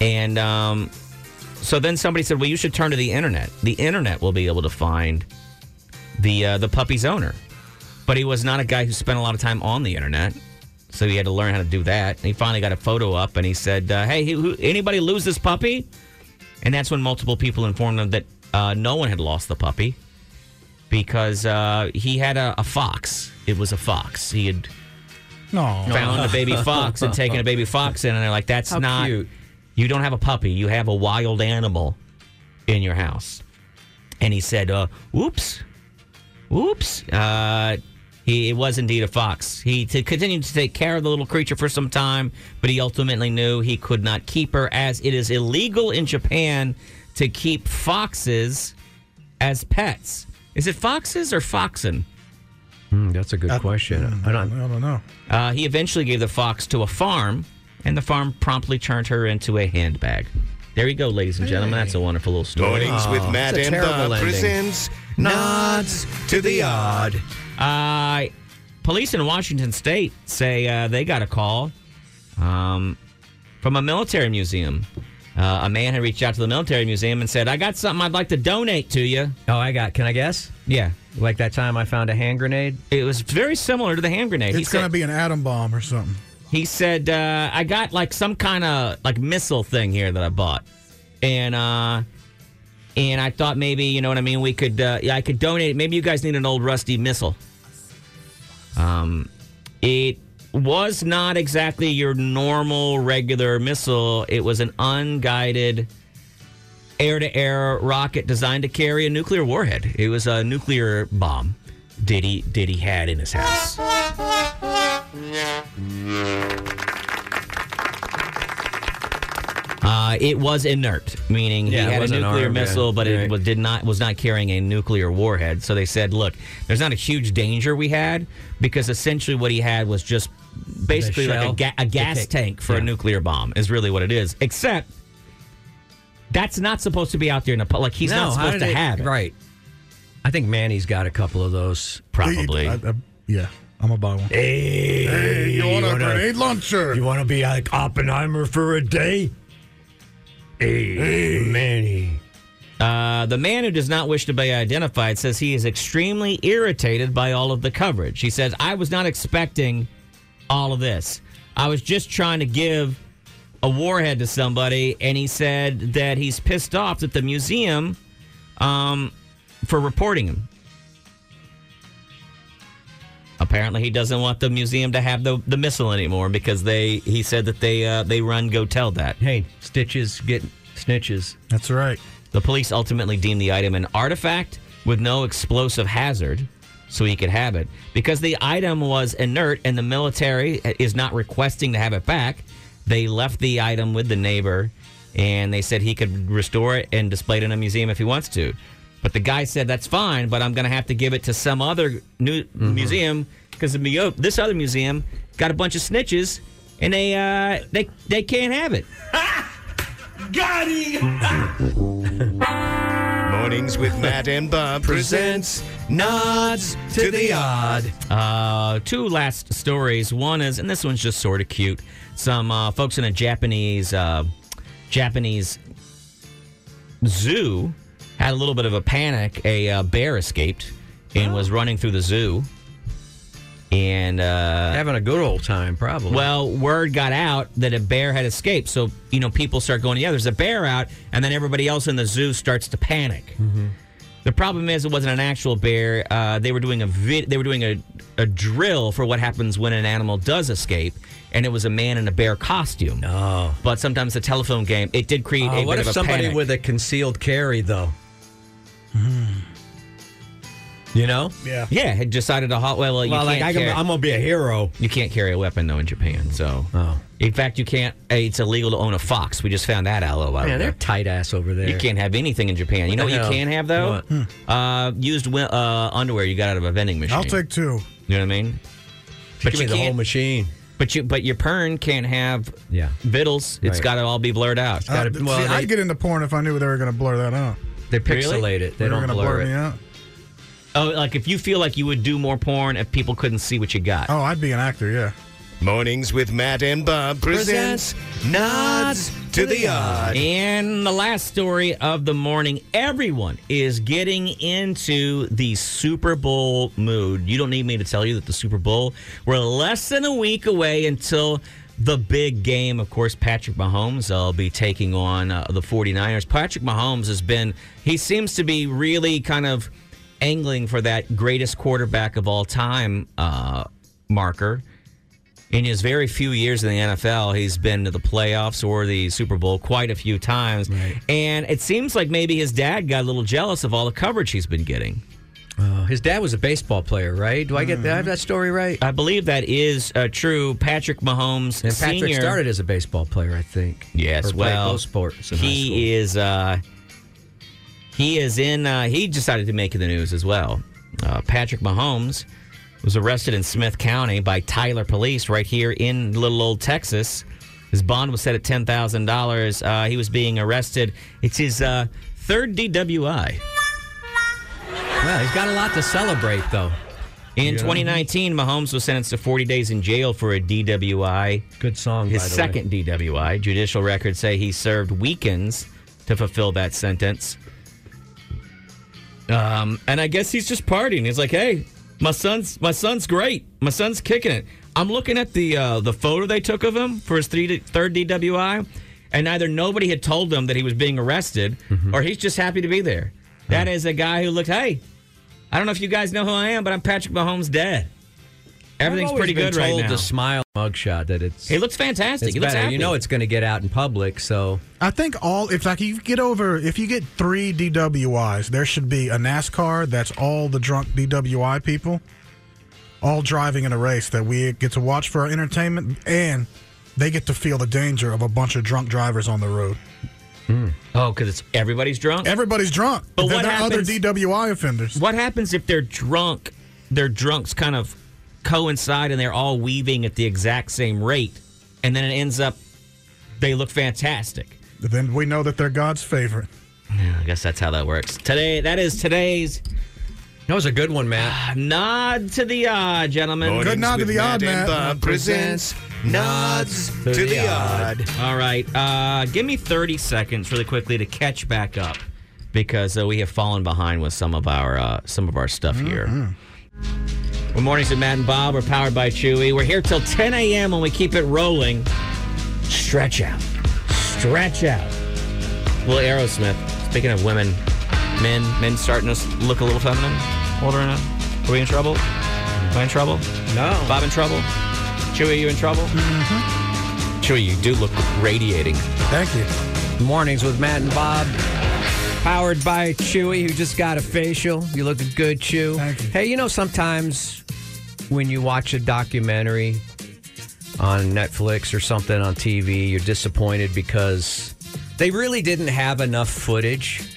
D: And um, so then somebody said, well, you should turn to the internet. The internet will be able to find the uh, the puppy's owner. But he was not a guy who spent a lot of time on the internet, so he had to learn how to do that. And he finally got a photo up, and he said, uh, "Hey, who, anybody lose this puppy?" And that's when multiple people informed him that uh, no one had lost the puppy because uh, he had a, a fox. It was a fox. He had
C: No.
D: found a baby fox and taken a baby fox in, and they're like, "That's
M: How
D: not.
M: cute.
D: You don't have a puppy. You have a wild animal in your house." And he said, uh, "Whoops, whoops." Uh, he it was indeed a fox. He t- continued to take care of the little creature for some time, but he ultimately knew he could not keep her, as it is illegal in Japan to keep foxes as pets. Is it foxes or foxen?
B: Hmm, that's a good question. I don't,
C: Uh, hmm, I don't know.
D: Uh, he eventually gave the fox to a farm, and the farm promptly turned her into a handbag. There you go, ladies and gentlemen. That's a wonderful little story.
T: Mornings with
M: Oh,
D: Aw,
T: Matt
D: it's a
T: and
D: terrible
T: Bob
D: ending.
T: presents Nods to the Odd.
M: Ah,
D: Uh, police in Washington State say uh, they got a call um, from a military museum. Uh, a man had reached out to the military museum and said, "I got something I'd like to donate to you."
M: Oh, I got. Can I guess?
D: Yeah,
M: like that time I found a hand grenade.
D: It was very similar to the hand grenade. He
C: It's going to
D: said-
C: be an atom bomb or something.
D: He said, uh, I got like some kind of like missile thing here that I bought. And uh and I thought maybe, you know what I mean, we could uh yeah, I could donate maybe you guys need an old rusty missile. Um it was not exactly your normal regular missile. It was an unguided air to air rocket designed to carry a nuclear warhead. It was a nuclear bomb Diddy Diddy had in his house. Uh, it was inert, meaning
M: Yeah, it
D: he had a
M: wasn't
D: nuclear
M: armed, yeah.
D: missile, but
M: Right.
D: it was, did not was not carrying a nuclear warhead. So they said, "Look, there's not a huge danger we had because essentially what he had was just basically like
M: shell,
D: a, ga- a
M: the
D: gas
M: kick.
D: tank for
M: Yeah.
D: a nuclear bomb is really what it is. Except that's not supposed to be out there in the pu- like he's
M: No,
D: not
M: how
D: supposed
M: did
D: to
M: it-
D: have it.
M: Right. I think Manny's got a couple of those.
D: Probably.
C: I- I- yeah, I'm going to buy one.
M: Hey,
C: you want a grenade launcher?
T: You want to be like Oppenheimer for a day? Hey, Manny.
D: Uh, the man who does not wish to be identified says he is extremely irritated by all of the coverage. He says, I was not expecting all of this. I was just trying to give a warhead to somebody. And he said that he's pissed off at the museum um, for reporting him. Apparently, he doesn't want the museum to have the, the missile anymore because they he said that they uh, they run go tell that.
M: Hey, stitches get snitches.
C: That's right.
D: The police ultimately deemed the item an artifact with no explosive hazard, so he could have it. Because the item was inert and the military is not requesting to have it back, they left the item with the neighbor and they said he could restore it and display it in a museum if he wants to. But the guy said, that's fine, but I'm going to have to give it to some other new museum because this other museum got a bunch of snitches and they, uh, they, they can't have it.
N: Got him!
T: Mornings with Matt and Bob presents Nods to the Odd.
D: Uh, two last stories. One is, and this one's just sort of cute. Some uh, folks in a Japanese uh, Japanese zoo had a little bit of a panic. A uh, bear escaped
M: Oh.
D: and was running through the zoo and uh,
M: having a good old time, probably.
D: Well, word got out that a bear had escaped, so you know people start going, "Yeah, there's a bear out," and then everybody else in the zoo starts to panic. The problem is, it wasn't an actual bear. Uh, they were doing a vid- they were doing a, a drill for what happens when an animal does escape, and it was a man in a bear costume.
M: Oh,
D: but sometimes the telephone game it did create
M: Uh,
D: a
M: what
D: bit
M: if
D: of a
M: somebody
D: panic.
M: with a concealed carry though? You know?
C: Yeah.
D: Yeah, had decided to halt. Well, you
M: Well, like,
D: can't
M: I can-
D: carry-
M: I'm gonna be a hero.
D: You can't carry a weapon though in Japan. So,
M: Oh.
D: in fact, you can't. uh, It's illegal to own a fox. We just found that out a little while
M: Man,
D: ago.
M: they're tight ass over there.
D: You can't have anything in Japan.
M: What
D: you know
M: the
D: what
M: hell? Hmm.
D: you can have though? Uh, used wi- uh, underwear you got out of a vending machine.
C: I'll take two.
D: You know what I mean?
M: give me the whole machine.
D: But you but your pern can't have
M: yeah
D: vittles. It's
M: Right.
D: got to all be blurred out.
C: Uh, see, I'd get into porn if I knew they were going to blur that out.
M: They
D: pixelate it. They
C: were
D: don't
C: gonna
D: blur
C: blur
D: it.
C: me out.
D: oh, like if you feel like you would do more porn if people couldn't see what you got.
C: Oh, I'd be an actor, yeah.
T: Mornings with Matt and Bob presents Nods to the Odd.
D: And the last story of the morning everyone is getting into the Super Bowl mood. You don't need me to tell you that the Super Bowl, we're less than a week away until the big game. Of course, Patrick Mahomes will be taking on uh, the 49ers. Patrick Mahomes has been, he seems to be really kind of angling for that greatest quarterback of all time uh, marker. In his very few years in the NFL, he's been to the playoffs or the Super Bowl quite a few times. And it seems like maybe his dad got a little jealous of all the coverage he's been getting.
M: Uh, his dad was a baseball player, right? Do I get that, I have that story right?
D: Mm-hmm. I believe that is uh, true. Patrick Mahomes
M: And Patrick
D: Senior-
M: started as a baseball player, I think.
D: Yes,
M: or
D: well,
M: played both sports. In high school.
D: he is. Uh, he is in. Uh, he decided to make the news as well. Uh, Patrick Mahomes was arrested in Smith County by Tyler Police right here in little old Texas. His bond was set at ten thousand dollars. Uh, he was being arrested. It's his uh, third DWI.
U: Well, he's got a lot to celebrate, though.
D: In 2019, Mahomes was sentenced to 40 days in jail for a DWI.
B: Good song.
D: His
B: by the way.
D: second DWI. Judicial records say he served weekends to fulfill that sentence. Um, and I guess he's just partying. He's like, "Hey, my son's my son's great. My son's kicking it." I'm looking at the uh, the photo they took of him for his three, third DWI, and either nobody had told him that he was being arrested,
B: Mm-hmm.
D: or he's just happy to be there. That is a guy who looked, "Hey, I don't know if you guys know who I am, but I'm Patrick Mahomes' dad. Everything's
B: I've always
D: pretty
B: been
D: good right
B: told
D: now."
B: To smile mugshot that it's
D: He looks fantastic.
B: it's
D: he looks
B: better.
D: happy.
B: You know it's going to get out in public, so
C: I think all if like you get over if you get three DWIs, there should be a NASCAR that's all the drunk DWI people, all driving in a race that we get to watch for our entertainment, and they get to feel the danger of a bunch of drunk drivers on the road.
D: Oh, because it's everybody's drunk.
C: Everybody's drunk.
D: But
C: They're
D: what
C: the other
D: happens?
C: DWI offenders.
D: What happens if they're drunk? Their drunks kind of coincide, and they're all weaving at the exact same rate, and then it ends up they look fantastic.
C: Then we know that they're God's favorite.
D: I guess that's how that works. Today, that is today's. Ah,
B: That was a good one, Matt.
D: nod to the odd, gentlemen.
R: Mornings Good nod to with the odd, Matt and Matt. Bob presents Nods to the Odd.
D: All right, uh, give me thirty seconds really quickly to catch back up because uh, we have fallen behind with some of our uh, some of our stuff here.
R: Mm-hmm.
D: Well, mornings with Matt and Bob. We're powered by Chewy. We're here till 10 a.m. when we keep it rolling. Stretch out, stretch out. Well, Aerosmith. Speaking of women, men, men starting to look a little feminine, older enough. Are we in trouble? Am I in trouble?
B: No.
D: Bob in trouble? Chewy, you in trouble? Mm-hmm. Chewy, you do look radiating.
C: Thank you.
B: Mornings with Matt and Bob. Powered by Chewy, who just got a facial. You look good, Chew. Hey, you know, sometimes when you watch a documentary on Netflix or something on TV, you're disappointed because they really didn't have enough footage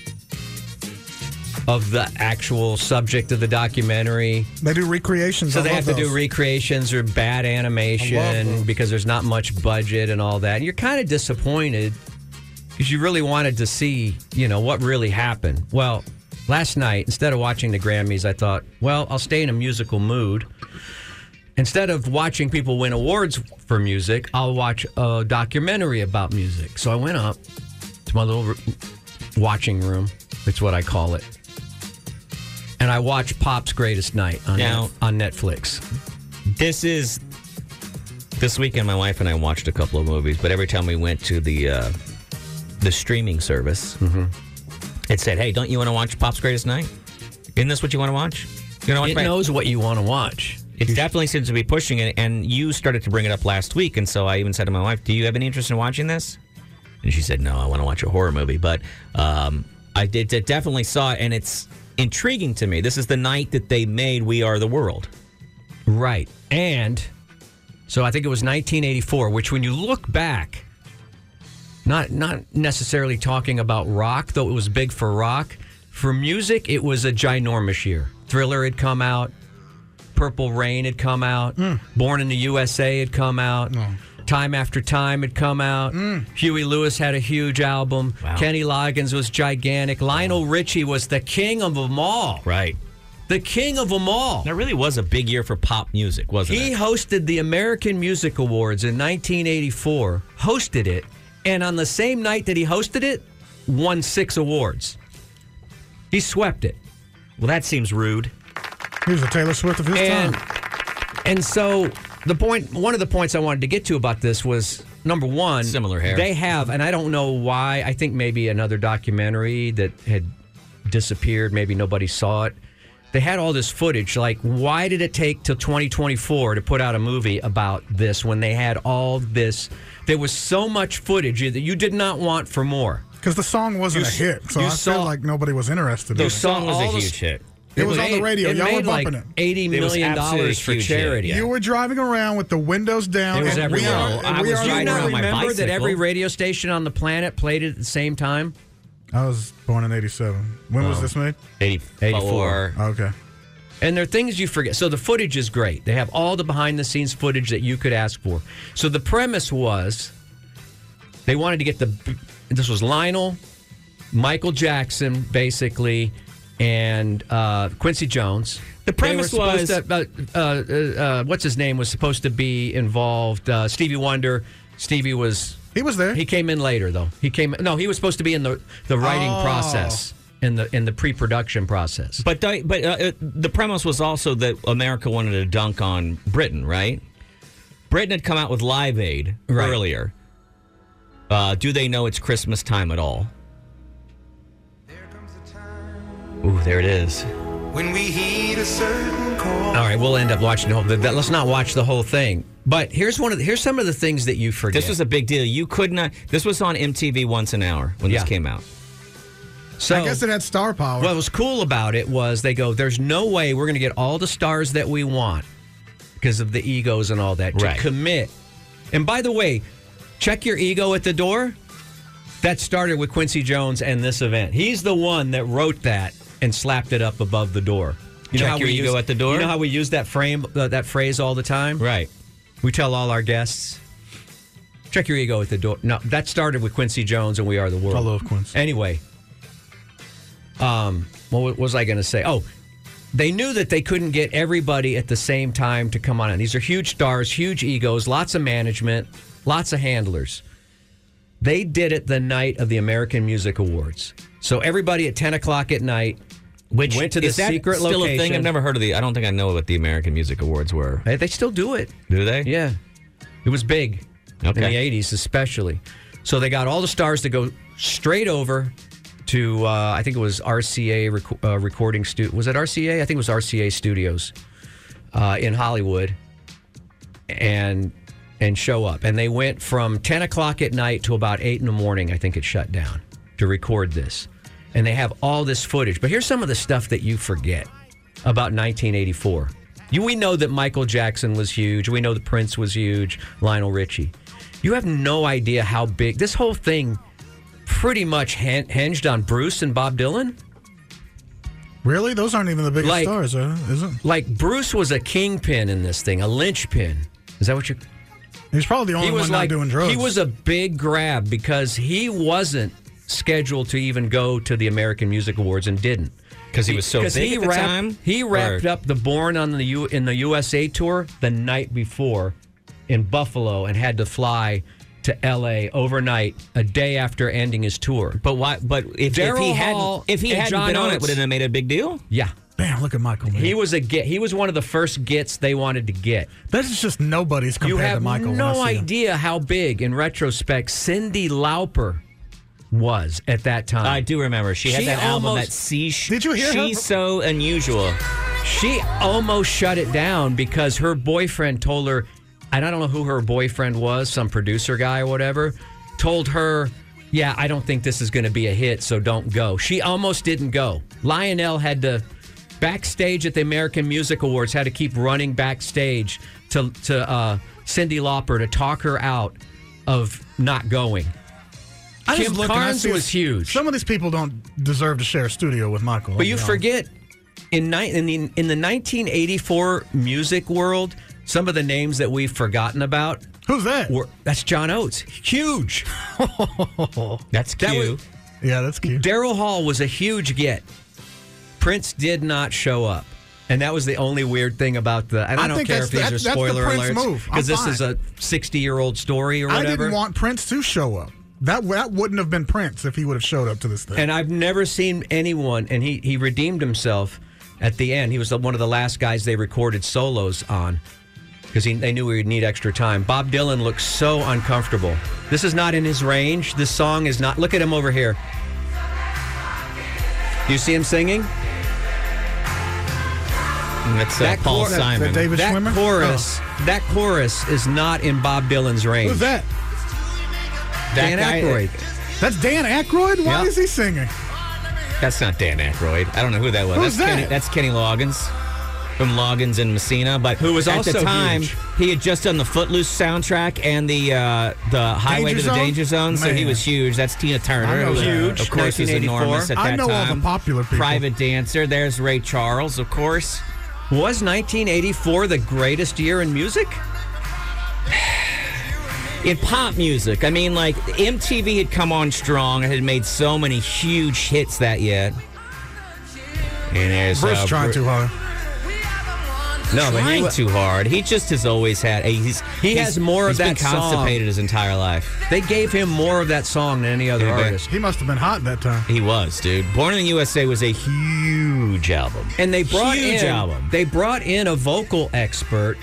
B: of the actual subject of the documentary.
C: They do recreations.
B: So
C: I
B: they
C: love
B: have to
C: those.
B: do recreations or bad
C: I love
B: animation because there's not much budget and all that. And you're kind of disappointed because you really wanted to see, you know, what really happened. Well, last night, instead of watching the Grammys, I thought, well, I'll stay in a musical mood. Instead of watching people win awards for music, I'll watch a documentary about music. So I went up to my little r- watching room. It's what I call it. And I watched Pop's Greatest Night on,
D: Now-
B: Net- on Netflix.
D: This is this weekend. My wife and I watched a couple of movies, but every time we went to the uh, the streaming service, it said, "Hey, don't you want to watch Pop's Greatest Night? Isn't this what you want to watch? You want to watch?"
B: It
D: my-"
B: knows what you want to watch.
D: It definitely seems to be pushing it, and you started to bring it up last week, and so I even said to my wife, "Do you have any interest in watching this?" And she said, "No, I want to watch a horror movie." But um, I did did- definitely saw it, and it's intriguing to me. This is the night that they made "We Are the World."
B: Right. And so I think it was 1984, which when you look back, not not necessarily talking about rock, though it was big for rock. For music, it was a ginormous year. Thriller had come out, Purple Rain had come out, Born in the USA had come out, Time After Time had come out. Huey Lewis had a huge album. Kenny Loggins was gigantic. Lionel Richie was the king of them all.
D: Right.
B: The king of them all.
D: That really was a big year for pop music, wasn't it?
B: He hosted the American Music Awards in 1984, hosted it, and on the same night that he hosted it, won six awards. He swept it.
D: Well, that seems rude.
C: He was a Taylor Swift of his
B: And
C: time.
B: and so the point, one of the points I wanted to get to about this was number one,
D: Similar hair.
B: They have, and I don't know why. I think maybe another documentary that had disappeared. Maybe nobody saw it. They had all this footage. Like, why did it take till 2024 to put out a movie about this when they had all this? There was so much footage that you did not want for more.
C: Because the song
B: You
C: wasn't a
B: s-
C: hit, so
B: you
C: I
B: saw-
C: feel like nobody was interested. in
B: The
C: it.
B: song was a
C: All the-
B: huge
D: hit.
C: It was on the radio.
B: It
C: Y'all were
B: made like
C: bumping it.
B: Eighty
D: It was
B: million
D: absolutely
B: dollars for
D: huge hit,
B: charity.
D: yeah.
C: You were driving around with the windows down.
B: It was
C: and we
B: everywhere.
C: are-
B: I
C: we
B: was
C: are-
B: riding
C: you know,
B: around my
D: remember
B: Remember
D: bicycle.
B: that every radio station on the planet played it at the same time?
C: I was born in '87. When was
D: Oh.
C: this made?
D: 84.
C: Okay.
B: And there are things you forget. So the footage is great. They have all the behind the scenes footage that you could ask for. So the premise was they wanted to get the this was Lionel, Michael Jackson basically and uh, Quincy Jones.
D: The premise
B: They were
D: was-
B: supposed to- uh, uh, uh, what's his name was supposed to be involved. Uh, Stevie Wonder. Stevie was
C: he was there.
B: He came in later though. He came no. He was supposed to be in the the writing
D: Oh.
B: process in the in the pre production process.
D: But di- but uh, uh, the premise was also that America wanted to dunk on Britain, right? Britain had come out with Live Aid
B: Right.
D: earlier. Uh, do they know it's Christmas time at all? Ooh, there it is.
H: When we heed a certain call.
B: All right, we'll end up watching the whole. That, let's not watch the whole thing. But here's one of the, here's some of the things that you forget.
D: This was a big deal. You could not. This was on MTV once an hour when
B: Yeah.
D: this came out.
B: So
C: I guess it had star power.
B: What was cool about it was they go, there's no way we're going to get all the stars that we want because of the egos and all that.
D: Right.
B: To commit. And by the way, check your ego at the door. That started with Quincy Jones and this event. He's the one that wrote that and slapped it up above the door.
D: Check your
B: we
D: ego
B: use-
D: at the door?
B: You know how we use that frame, uh, that phrase all the time.
D: Right.
B: We tell all our guests, check your ego at the door. No, that started with Quincy Jones and We Are the World.
C: I love Quincy.
B: Anyway, um, what was I going to say? Oh, they knew that they couldn't get everybody at the same time to come on. in. These are huge stars, huge egos, lots of management, lots of handlers. They did it the night of the American Music Awards. So everybody at ten o'clock at night,
D: Which
B: went to the
D: is that
B: secret
D: still
B: location.
D: a thing? I've never heard of the. I don't think I know what the American Music Awards were.
B: Hey, They still do it.
D: Do they?
B: Yeah. It was big
D: Okay.
B: in the 80s, especially. So they got all the stars to go straight over to, uh, I think it was RCA rec- uh, recording studio. Was it RCA? I think it was RCA Studios uh, in Hollywood and and show up. And they went from 10 o'clock at night to about 8 in the morning, I think it shut down to record this. And they have all this footage. But here's some of the stuff that you forget about 1984. You, we know that Michael Jackson was huge. We know that Prince was huge, Lionel Richie. You have no idea how big this whole thing pretty much hen- hinged on Bruce and Bob Dylan.
C: Really? Those aren't even the biggest
B: Like-
C: stars, uh, is it?
B: Like Bruce was a kingpin in this thing, a linchpin. Is that what you?
C: He's probably the only one not doing drugs.
B: He was a big grab because he wasn't scheduled to even go to the American Music Awards and didn't.
D: Because he was so big
B: he
D: at the
B: wrapped,
D: time?
B: He wrapped
D: Or-
B: up the Born on the U, in the USA tour the night before in Buffalo and had to fly to LA overnight a day after ending his tour.
D: But why but if, if he hadn't, if he hadn't been on it, would it have made a big deal?
B: Yeah.
C: Damn, look at Michael. Man.
B: He was a get, he was one of the first gets they wanted to get.
C: This is just nobody's compared
B: you have
C: to Michael. when I
B: No
C: see him.
B: idea how big, in retrospect, Cindy Lauper was at that time.
D: I do remember. She, had that album that she
B: Did you
D: hear her- She's so unusual.
B: She almost shut it down because her boyfriend told her, and I don't know who her boyfriend was, some producer guy or whatever, told her, "Yeah, I don't think this is going to be a hit, so don't go." She almost didn't go. Lionel had to backstage at the American Music Awards had to keep running backstage to to uh, Cindy Lauper to talk her out of not going.
C: I
B: Kim
C: just look and I
B: Carnes
C: see
B: was
C: this-
B: huge.
C: Some of these people don't deserve to share a studio with Michael.
B: But you forget in ni- in the, in the 1984 music world, some of the names that we've forgotten about.
C: Who's that?
B: Were, that's John Oates. Huge.
D: that's
B: cute.
C: yeah, that's cute.
B: Daryl Hall was a huge get. Prince did not show up. And that was the only weird thing about the. And I,
C: I
B: don't
C: think
B: care
C: that's
B: if these
C: the-
B: are
C: that's the
B: spoiler
C: Prince
B: alerts
C: move. I'm
B: because this is
C: fine.
B: a sixty-year-old story or
C: I
B: whatever.
C: didn't want Prince to show up. That that wouldn't have been Prince if he would have showed up to this thing.
B: And I've never seen anyone, and he, he redeemed himself at the end. He was the- one of the last guys they recorded solos on because they knew we would need extra time. Bob Dylan looks so uncomfortable. This is not in his range. This song is not. Look at him over here. You see him singing?
D: That's uh, Paul Simon.
B: that chorus, that chorus is not in Bob Dylan's range.
C: Who's that?
B: Dan
C: guy-
B: Aykroyd.
C: That's Dan Aykroyd. Why
D: Yeah.
C: is he singing?
D: That's not Dan Aykroyd. I don't know who that was.
C: Who's
D: that's
C: that?
D: Kenny, that's Kenny Loggins from Loggins and Messina, but who
B: was
D: at the
B: also
D: time
B: huge.
D: he had just done the Footloose soundtrack and the uh, the Highway
C: Danger
D: to the
C: Zone?
D: Danger Zone, so he
C: Man.
D: was huge. That's Tina Turner,
C: I know
D: who,
C: that. Huge.
D: of course, was
C: 1984.
D: enormous at
C: I
D: that
C: know all the
D: time.
C: popular people.
D: Private dancer. There's Ray Charles, of course.
B: Was 1984 the greatest year in music?
D: in pop music. I mean, like MTV had come on strong and had made so many huge hits that year. And there's
C: Bruce
D: uh,
C: trying
D: Bru-
C: too hard.
D: No, but he
C: Trying
D: wa- too hard. He just has always had. He's
B: He
D: he's-
B: has more of
D: he's been
B: that song.
D: constipated his entire life.
B: They gave him more of that song than any other
D: Yeah, but-
B: artist.
C: He must have been hot that time.
D: He was, dude. Born in the USA was a huge album.
B: and they brought
D: Huge
B: in
D: album.
B: they brought in a vocal expert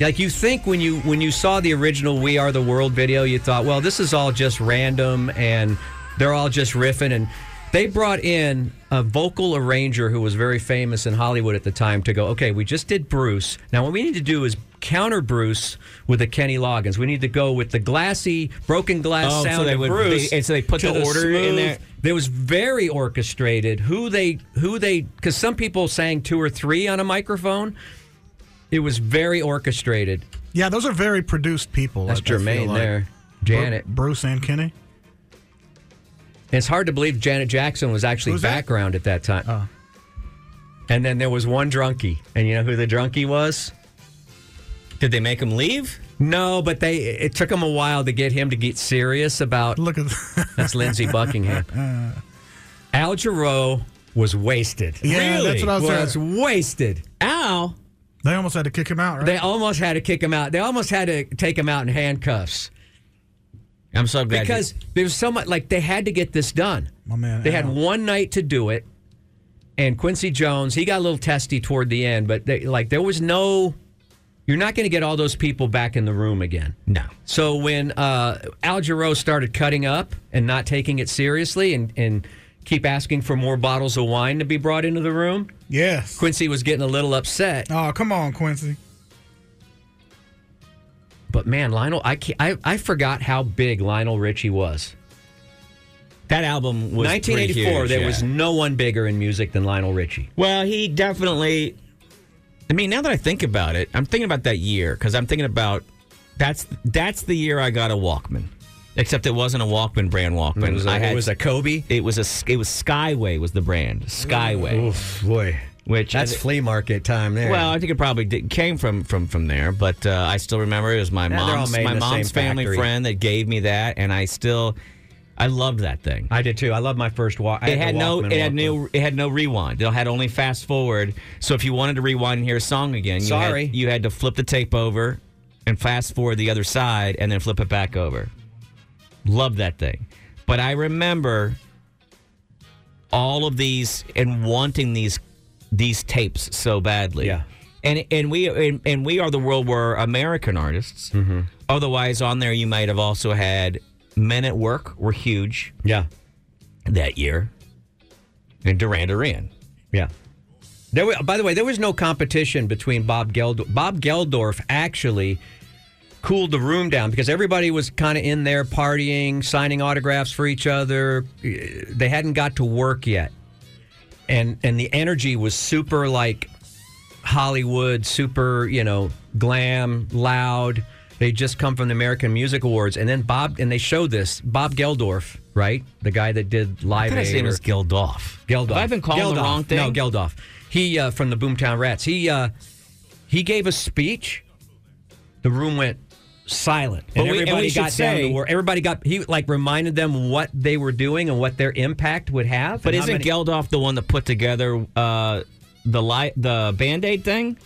B: like you think when you when you saw the original we are the world video you thought well this is all just random and they're all just riffing and they brought in a vocal arranger who was very famous in Hollywood at the time to go, okay, we just did Bruce. Now, what we need to do is counter Bruce with a Kenny Loggins. We need to go with the glassy, broken glass
D: Oh, so
B: sound
D: they
B: of
D: would-
B: Bruce.
D: they- and so they put
B: to
D: the order in
B: smooth-
D: there?
B: there was very orchestrated who they who they because some people sang two or three on a microphone it was very orchestrated
C: Yeah, those are very produced people.
B: That's
C: I- I feel
B: Jermaine
C: like.
B: there.
C: Bru-
B: Janet.
C: Bruce and Kenny.
B: and it's hard to believe janet jackson was actually
C: Who's that? Oh.
B: background at that time and then there was one drunkie and you know who the drunkie was
D: did they make him leave
B: no but they it took him a while to get him to get serious about
C: look at
B: that's lindsey buckingham
C: Uh,
B: al jarreau was wasted
C: yeah, that's what I was
B: was
C: saying.
B: wasted al
C: They almost had to kick him out, right?
B: They almost had to kick him out. They almost had to take him out in handcuffs
D: I'm so glad
B: because there's so much. Like they had to get this done.
C: My man.
B: They had one night to do it, and Quincy Jones he got a little testy toward the end, but they, like there was no. You're not going to get all those people back in the room again.
D: No.
B: So when uh, Al Jarreau started cutting up and not taking it seriously, and and keep asking for more bottles of wine to be brought into the room,
C: yes.
B: Quincy was getting a little upset.
C: Oh, come on, Quincy.
B: But man, Lionel, I can't, I, I forgot how big Lionel Richie was.
D: That album was pretty
B: 1984.
D: huge,
B: there
D: yeah.
B: was no one bigger in music than Lionel Richie.
D: Well, he definitely. I mean, now that I think about it, I'm thinking about that year because I'm thinking about that's that's the year I got a Walkman. Except it wasn't a Walkman brand Walkman.
B: It was a-
D: I
B: it was a Kobe.
D: It was a s- it was Skyway was the brand Skyway.
B: Oof, boy,
D: which
B: that's flea market time there.
D: Well, I think it probably did, came from from from there, but uh, I still remember it was my
B: Yeah, they're all
D: mom's
B: made in
D: my
B: the
D: mom's
B: same
D: family
B: factory.
D: friend that gave me that, and I still I loved that thing.
B: I did too. I love my first walk.
D: it had no it had no it had no rewind. It had only fast forward. So if you wanted to rewind and hear a song again, you
B: Sorry.
D: had, you had to flip the tape over and fast forward the other side and then flip it back over. Love that thing. But I remember all of these and wanting these these tapes so badly. Yeah. And and we and, and we are the world were American artists.
B: Mm-hmm.
D: Otherwise, on there you might have also had Men at Work were huge.
B: Yeah.
D: That year. And Duran Duran.
B: Yeah. There, wa- by the way, there was no competition between Bob Geldorf. Bob Geldorf actually cooled the room down because everybody was kind of in there partying, signing autographs for each other. Eh, They hadn't got to work yet, and and the energy was super like Hollywood, super you know glam, loud. They just come from the American Music Awards, and then Bob and they showed this Bob Geldorf, right, the guy that did
D: I
B: Live
D: thought his
B: Aid
D: name
B: or-
D: was Geldof.
B: Geldof.
D: Have I been calling
B: Geldof.
D: the wrong thing?
B: No, Geldof. He uh, from the Boomtown Rats. He uh, he gave a speech. The room went silent, and
D: But we- and we
B: everybody
D: should
B: got down
D: say-
B: to work. Everybody got he like reminded them what they were doing and what their impact would have.
D: But
B: and how
D: isn't
B: many-
D: Geldof the one that put together uh, the li- the Band Aid thing?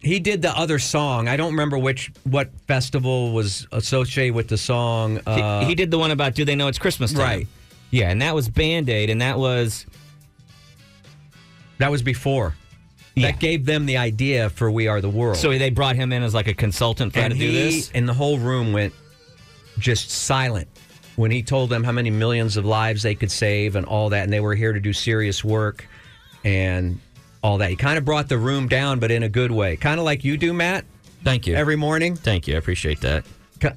B: he did the other song? I don't remember which what festival was associated with the song.
D: He-
B: Uh,
D: he, did the one about Do They Know It's Christmas Time?
B: Right.
D: Yeah, and that was Band Aid, and that was.
B: That was before. That gave them the idea for We Are the World.
D: So they brought him in as like a consultant for how to do
B: he-
D: this?
B: And the whole room went just silent when he told them how many millions of lives they could save and all that, and they were here to do serious work and all that. He kind of brought the room down, but in a good way, kind of like you do, Matt.
D: Thank you.
B: Every morning.
D: Thank you. I appreciate that.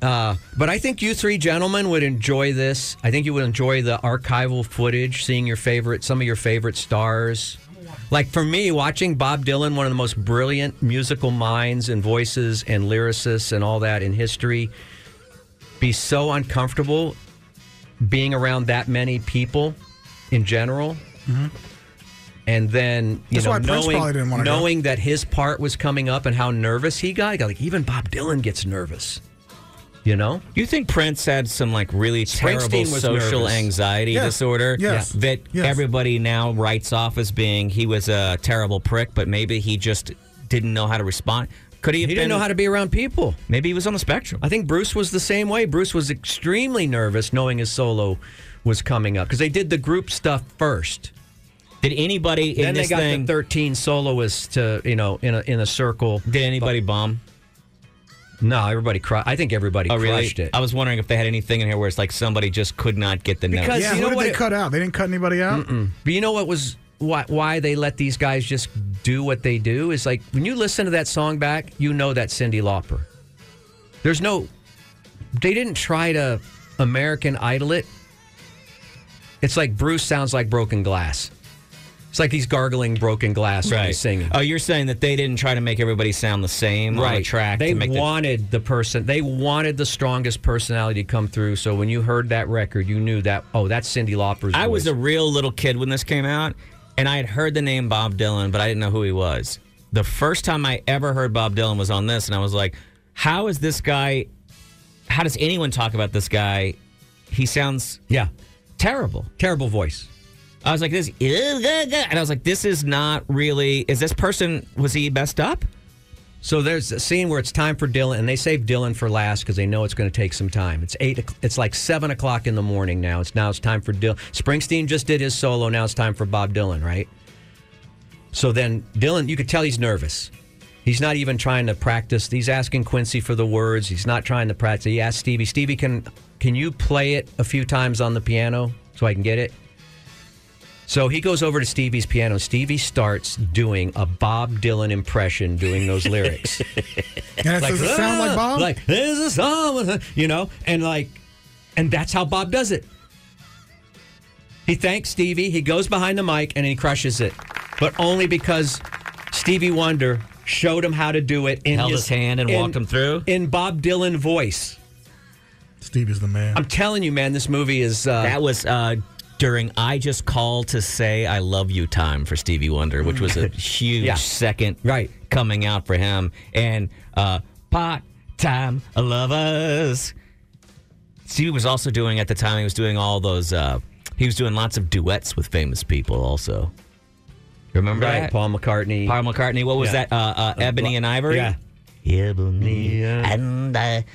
B: Uh, but I think you three gentlemen would enjoy this. I think you would enjoy the archival footage, seeing your favorite, some of your favorite stars. Like for me, watching Bob Dylan, one of the most brilliant musical minds and voices and lyricists and all that in history, be so uncomfortable
C: Mm-hmm.
B: being around that many people in general And then you
C: That's
B: know,
C: why Prince probably didn't
B: knowing
C: wanna go.
B: knowing that his part was coming up and how nervous he got, he got like even Bob Dylan gets nervous. You know?
D: You think Prince had some like really terrible
B: Springsteen was
D: social
B: nervous.
D: anxiety
B: Yes.
D: disorder
B: Yes.
D: that everybody now writes off as being he was a terrible prick, but maybe he just didn't know how to respond. Could he? Have
B: He didn't
D: been-
B: know how to be around people.
D: Maybe he was on the spectrum.
B: I think Bruce was the same way. Bruce was extremely nervous knowing his solo was coming up because they did the group stuff first.
D: Did anybody in
B: then
D: this
B: they got
D: thing-
B: the thirteen soloists to you know in a in a circle? Did
D: anybody bomb?
B: No, everybody cried. I think everybody
D: Oh, really?
B: crushed it.
D: I was wondering if they had anything in here where it's like somebody just could not get the note.
C: yeah, who did they cut out? They didn't cut anybody out.
B: But you know what was why why they let these guys just do what they do is like when you listen to that song back, you know that Cindy Lauper. There's no they didn't try to American idol it. It's like Bruce sounds like broken glass. It's like he's gargling broken glass when
D: Right.
B: he's singing.
D: Oh, you're saying that they didn't try to make everybody sound the same on the track
B: They
D: to make the
B: wanted the person. They wanted the strongest personality to come through. So when you heard that record, you knew that. Oh, that's Cindy Lauper's.
D: I was
B: voice.
D: a real little kid when this came out, and I had heard the name Bob Dylan, but I didn't know who he was. The first time I ever heard Bob Dylan was on this, and I was like, how is this guy, how does anyone talk about this guy? He sounds
B: yeah
D: terrible.
B: Terrible voice.
D: I was like, this, and I was like, this is not really, is this person, was he messed up?
B: So there's a scene where it's time for Dylan, and they save Dylan for last because they know it's going to take some time. It's eight. o'c- It's like seven o'clock in the morning now. It's now it's time for Dylan. Springsteen just did his solo. Now it's time for Bob Dylan, right? So then Dylan, you could tell he's nervous. He's not even trying to practice. He's asking Quincy for the words. He's not trying to practice. He asked Stevie, Stevie, can can you play it a few times on the piano so I can get it? So he goes over to Stevie's piano. Stevie starts doing a Bob Dylan impression, doing those lyrics.
C: And it does it sound like
B: "Ah,"
C: Bob?
B: Like this is a song, you know, and like, and that's how Bob does it. He thanks Stevie. He goes behind the mic and he crushes it, but only because Stevie Wonder showed him how to do it. In
D: Held his hand and walked him
B: through in Bob Dylan voice.
C: Steve is the man.
B: I'm telling you, man, this movie is. Uh,
D: That was uh, during I Just Called to Say I Love You time for Stevie Wonder, which was a huge
B: Yeah.
D: second
B: right.
D: coming out for him. And uh, Part Time Lovers. Stevie was also doing, at the time, he was doing all those, uh, he was doing lots of duets with famous people also. Remember
B: Right,
D: that?
B: Paul McCartney.
D: Paul McCartney. What was
B: Yeah.
D: that? Uh, uh, Ebony and Ivory?
B: Yeah.
D: Ebony and I.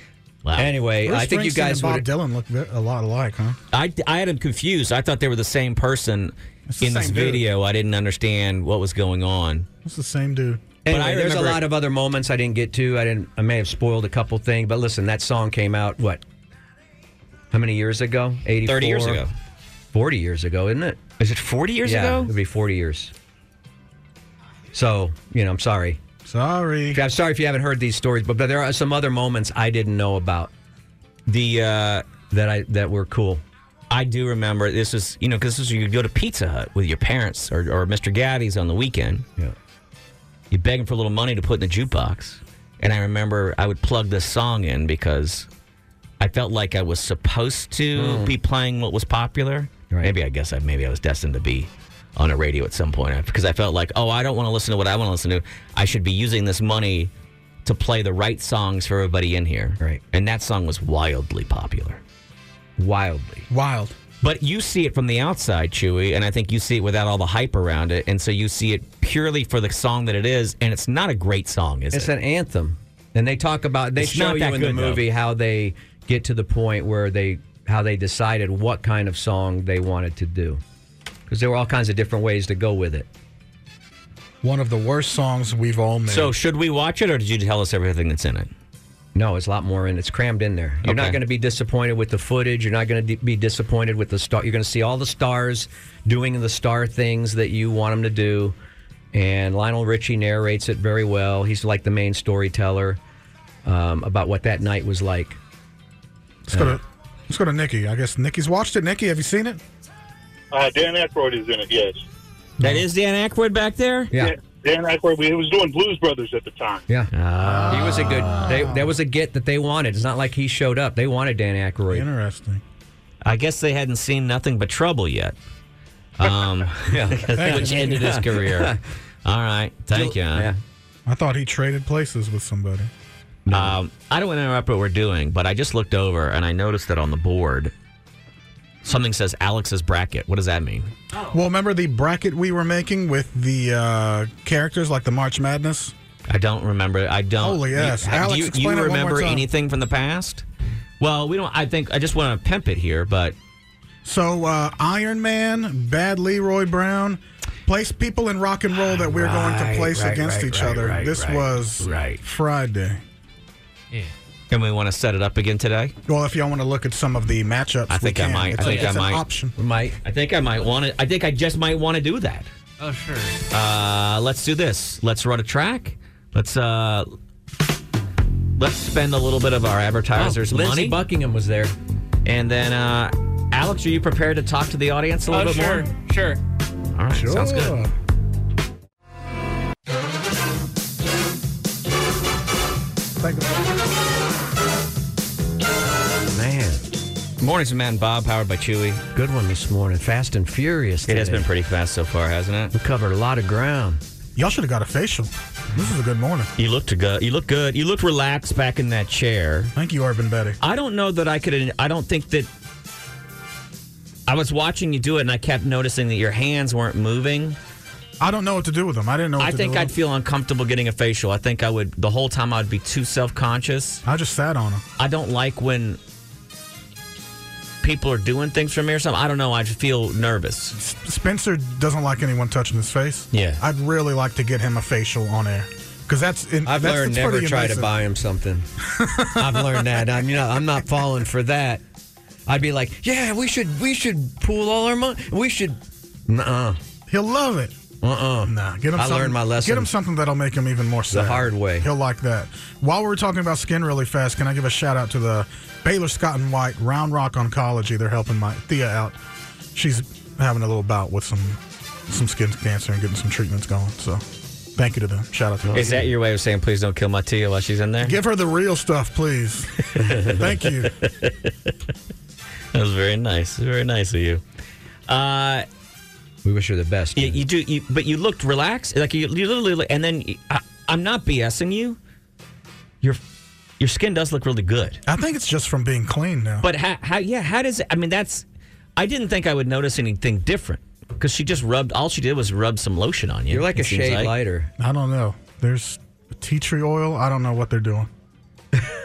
D: Wow. Anyway,
C: Bruce Springsteen and Bob Dylan look ve- a lot alike, huh?
D: I, I had him confused. I thought they were the same person
C: the
D: in this
C: same dude.
D: video. I didn't understand what was going on.
C: It's the same dude.
B: Anyway, there's a lot of other moments I didn't get to. I didn't. I may have spoiled a couple things, but listen, that song came out what? How many years ago? Eighty.
D: 30 years ago.
B: Forty years ago, isn't it?
D: Is it forty years ago?
B: It'd be forty years. So you know, I'm sorry.
C: Sorry.
B: I'm sorry if you haven't heard these stories, but, but there are some other moments I didn't know about.
D: The uh,
B: that I that were cool.
D: I do remember this is you know because this is you go to Pizza Hut with your parents or, or Mr. Gaddy's on the weekend.
B: Yeah,
D: you beg them for a little money to put in the jukebox, and I remember I would plug this song in because I felt like I was supposed to
L: Mm.
D: be playing what was popular. Maybe I guess I maybe I was destined to be on a radio at some point uh, because I felt like oh I don't want to listen to what I want to listen to. I should be using this money to play the right songs for everybody in here. Right, and that song was wildly popular.
B: Wildly.
C: Wild.
D: But you see it from the outside, Chewy, and I think you see it without all the hype around it, and so you see it purely for the song that it is, and it's not a great song, is
B: it's an
D: it?
B: anthem, and they talk about they
D: It's
B: show
D: not
B: you
D: that
B: in the
D: good, though.
B: movie how they get to the point where they how they decided what kind of song they wanted to do because there were all kinds of different ways to go with it.
C: One of the worst songs we've all made.
D: So should we watch it, or did you tell us everything that's in it?
B: No, it's a lot more in. It's crammed in there. You're not
D: Okay.
B: going to be disappointed with the footage. You're not going to be disappointed with the star. You're going to see all the stars doing the star things that you want them to do. And Lionel Richie narrates it very well. He's like the main storyteller um, about what that night was like.
C: let's go to let's go to Nikki. I guess Nikki's watched it. Nikki, have you seen it?
I: Uh, Dan Aykroyd is in it. Yes.
D: That is Dan Aykroyd back there.
I: Dan Aykroyd. We, he was doing Blues Brothers at the time.
B: Yeah,
C: Ah.
B: he was a good. They, that was a get that they wanted. It's not like he showed up. They wanted Dan Aykroyd.
C: Interesting.
D: I guess they hadn't seen nothing but trouble yet. Um, which ended his career. All right, thank you.
C: I thought he traded places with somebody.
D: Um, I don't want to interrupt what we're doing, but I just looked over and I noticed that on the board something says Alex's bracket. What does that mean?
C: Well, remember the bracket we were making with the uh, characters like the March Madness?
D: I don't remember. I don't.
C: Holy Oh, yes.
D: You,
C: Alex,
D: do you,
C: explain
D: you
C: it one more
D: remember
C: time.
D: anything from the past? Well, we don't. I think I just want to pimp it here, but
C: So uh, Iron Man, Bad Leroy Brown, place people in rock and roll that we're going
D: Right,
C: to place
D: right,
C: against
D: right,
C: each
D: right,
C: other.
D: right,
C: this
D: right,
C: was
D: right.
C: Friday.
D: and we want to set it up again today.
C: Well, if y'all want to look at some of the matchups,
D: I think
C: we
D: I
C: can.
D: might.
C: It's
D: I
C: a-
D: think I
C: it's an
D: might.
C: option.
D: Might. I think I might want to. I think I just might want to do that.
R: Oh, sure.
D: Uh, let's do this. Let's run a track. Let's uh, let's spend a little bit of our advertisers'
B: Oh,
D: money.
B: Lindsey
D: Buckingham was there, and then uh, Alex, are you prepared to talk to the audience a little
R: oh,
D: bit
R: sure,
D: more?
R: sure.
D: All right, sounds
R: Sure.
D: good. Man. Mornings with Matt and Bob, powered by Chewy.
B: Good one this morning. Fast and furious.
D: It has
B: today.
D: been pretty fast so far, hasn't it?
B: We covered a lot of ground.
C: Y'all should have got a facial. This is a good morning.
D: You looked good. You look good. You looked relaxed back in that chair.
C: Thank you, Urban Betty.
D: I don't know that I could. I don't think that. I was watching you do it, and I kept noticing that your hands weren't moving.
C: I don't know what to do with them. I didn't know. What
D: I
C: to
D: think
C: do
D: I'd feel uncomfortable getting a facial. I think I would the whole time. I'd be too self conscious.
C: I just sat on them.
D: I don't like when people are doing things for me or something. I don't know. I just feel nervous.
C: Spencer doesn't like anyone touching his face.
D: Yeah.
C: I'd really like to get him a facial on air because that's. In,
B: I've
C: that's,
B: learned
C: that's
B: never
C: pretty
B: try to
C: invasive.
B: buy him something. I've learned that. I'm you know I'm not falling for that. I'd be like, yeah, we should we should pool all our money. We should. Uh.
C: He'll love it.
B: Uh. uh
C: Nah. Get him.
B: I
C: something-
B: learned my lesson.
C: Get him something that'll make him even more sad.
B: hard way.
C: He'll like that. While we're talking about skin really fast, can I give a shout out to the Baylor Scott and White Round Rock Oncology? They're helping my Thea out. She's having a little bout with some some skin cancer and getting some treatments going. So, thank you to them. Shout out to them.
D: Is that your way of saying please don't kill my Tia while she's in there?
C: Give her the real stuff, please. Thank you.
D: That was very nice. Very nice of you. Uh,
B: we wish her the best.
D: You, you do, you, but you looked relaxed. Like you, you literally, and then I, I'm not BSing you. Your your skin does look really good.
C: I think it's just from being clean now.
D: But how, how yeah, how does I mean that's I didn't think I would notice anything different because she just rubbed all she did was rub some lotion on you.
B: You're like
D: it
B: a
D: seems
B: shade
D: like.
B: lighter.
C: I don't know. There's tea tree oil. I don't know what they're doing.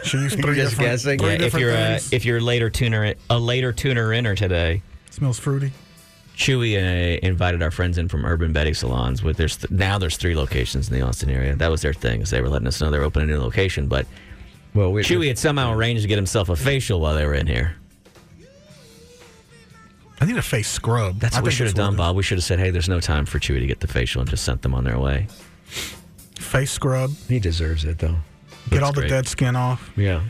C: She used three
D: Just
C: different,
D: guessing.
C: Three
D: Yeah, if
C: different
D: you're a,
C: things.
D: if you're a later tuner a later tuner inner today.
C: Smells fruity.
D: Chewy and I invited our friends in from Urban Betty Salons. With there's now there's three locations in the Austin area. That was their thing. Is they were letting us know they're opening a new location. But
B: well, we,
D: Chewy had somehow arranged to get himself a facial while they were in here.
C: I need a face scrub.
D: That's
C: I
D: what we
C: think
D: should have
C: that's what
D: done,
C: it
D: Bob. We should have said, "Hey, there's no time for Chewy to get the facial," and just sent them on their way.
C: is. Face scrub.
B: He deserves it though.
C: Get all the
B: great.
C: dead skin off.
B: Yeah.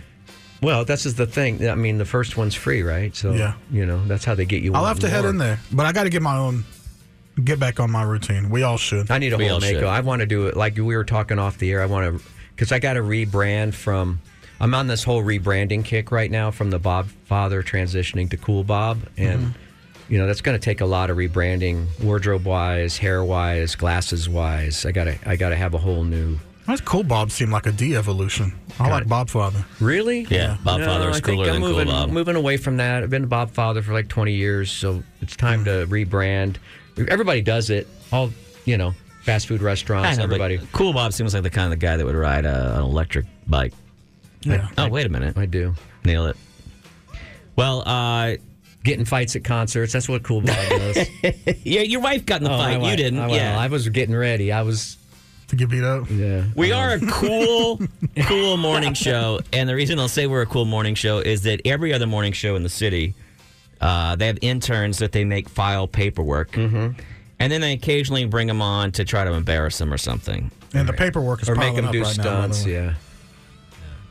B: Well, this is the thing. I mean, the first one's free, right? So
C: Yeah.
B: you know that's how they get you.
C: I'll
B: wanting
C: have to head
B: more.
C: in there, but I got to get my own. Get back on my routine. We all should.
B: I need a whole makeover. I want to do it like we were talking off the air. I want to because I got to rebrand from. I'm on this whole rebranding kick right now from the Bob Father transitioning to Cool Bob, and
R: Mhm.
C: Mm-hmm.
B: you know that's going to take a lot of rebranding, wardrobe wise, hair wise, glasses wise. I gotta I gotta have a whole new.
C: That's cool. Bob seemed like a de-evolution. I like Bob Father.
B: Really?
D: Yeah, Bob Father is
B: I think
D: cooler
B: I'm
D: than Cool
B: moving,
D: Bob.
B: Moving away from that. I've been a Bob Father for like 20 years, so it's time to rebrand. Everybody does it. All you know, fast food
D: I
B: restaurants.
D: know, but
B: everybody.
D: Cool Bob seems like the kind of guy that would ride a, an electric bike.
B: Yeah.
D: oh, wait a minute.
B: I do.
D: Nail it. Well, uh,
B: getting fights at concerts. That's what Cool Bob does.
D: yeah, your wife got in the
B: Oh, my
D: fight. You
B: wife.
D: didn't.
B: Oh, well,
D: yeah.
B: I was getting ready. I was.
C: To get beat up.
B: Yeah.
D: we are a cool, cool morning show, and the reason I'll say we're a cool morning show is that every other morning show in the city, uh, they have interns that they make file paperwork,
C: Mm-hmm.
D: and then they occasionally bring them on to try to embarrass them or something.
C: And the paperwork is
D: Or make
C: piling
D: him
C: up
D: do
C: right now, by the
D: stunts,
C: way.
B: yeah.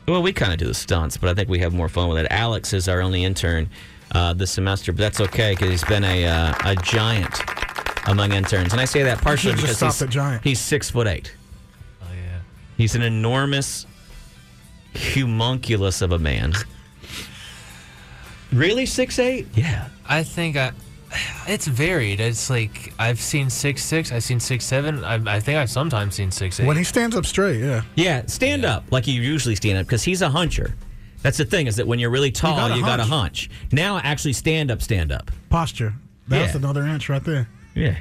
D: Well, we kind of do the stunts, but I think we have more fun with it. Alex is our only intern uh, this semester, but that's okay because he's been a uh, a giant among interns, and I say that partially
C: You should
D: because
C: just
D: he's
C: stop at giant.
D: he's six foot eight. Oh yeah, he's an enormous, humunculus of a man.
B: Really, six eight?
D: Yeah.
R: I think I, it's varied. It's like I've seen six six, I've seen six seven. I, I think I've sometimes seen six eight.
C: When he stands up straight, yeah.
D: Yeah, stand up like you usually stand up because he's a huncher. That's the thing is that when you're really tall,
C: got a
D: you got a hunch. Now actually stand up, stand up.
C: Posture. That's
D: Yeah.
C: another inch right there.
D: Yeah,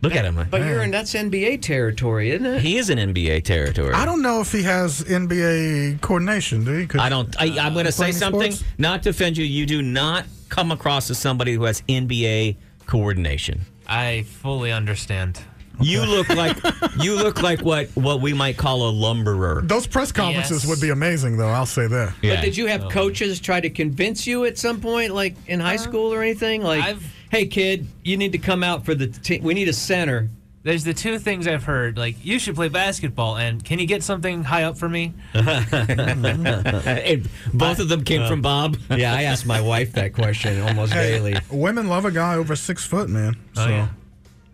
D: look at him.
M: But you're in that's NBA territory, isn't it?
D: He is in NBA territory.
C: I don't know if he has NBA coordination, do you?
D: I don't. I, I'm going to say
C: Playing
D: something
C: sports?
D: not to offend you. You do not come across as somebody who has NBA coordination.
R: I fully understand.
D: You look like you look like what what we might call a lumberer.
C: Those press conferences would be amazing, though. I'll say that.
M: But did you have coaches try to convince you at some point, like in high school or anything? Like, hey, kid, you need to come out for the team. We need a center.
R: There's the two things I've heard. Like you should play basketball, and can you get something high up for me?
D: Hey, both of them came from Bob.
M: Uh, Yeah, I asked my wife that question almost
C: Hey,
M: daily.
C: Women love a guy over six foot, man. So
R: Oh, yeah.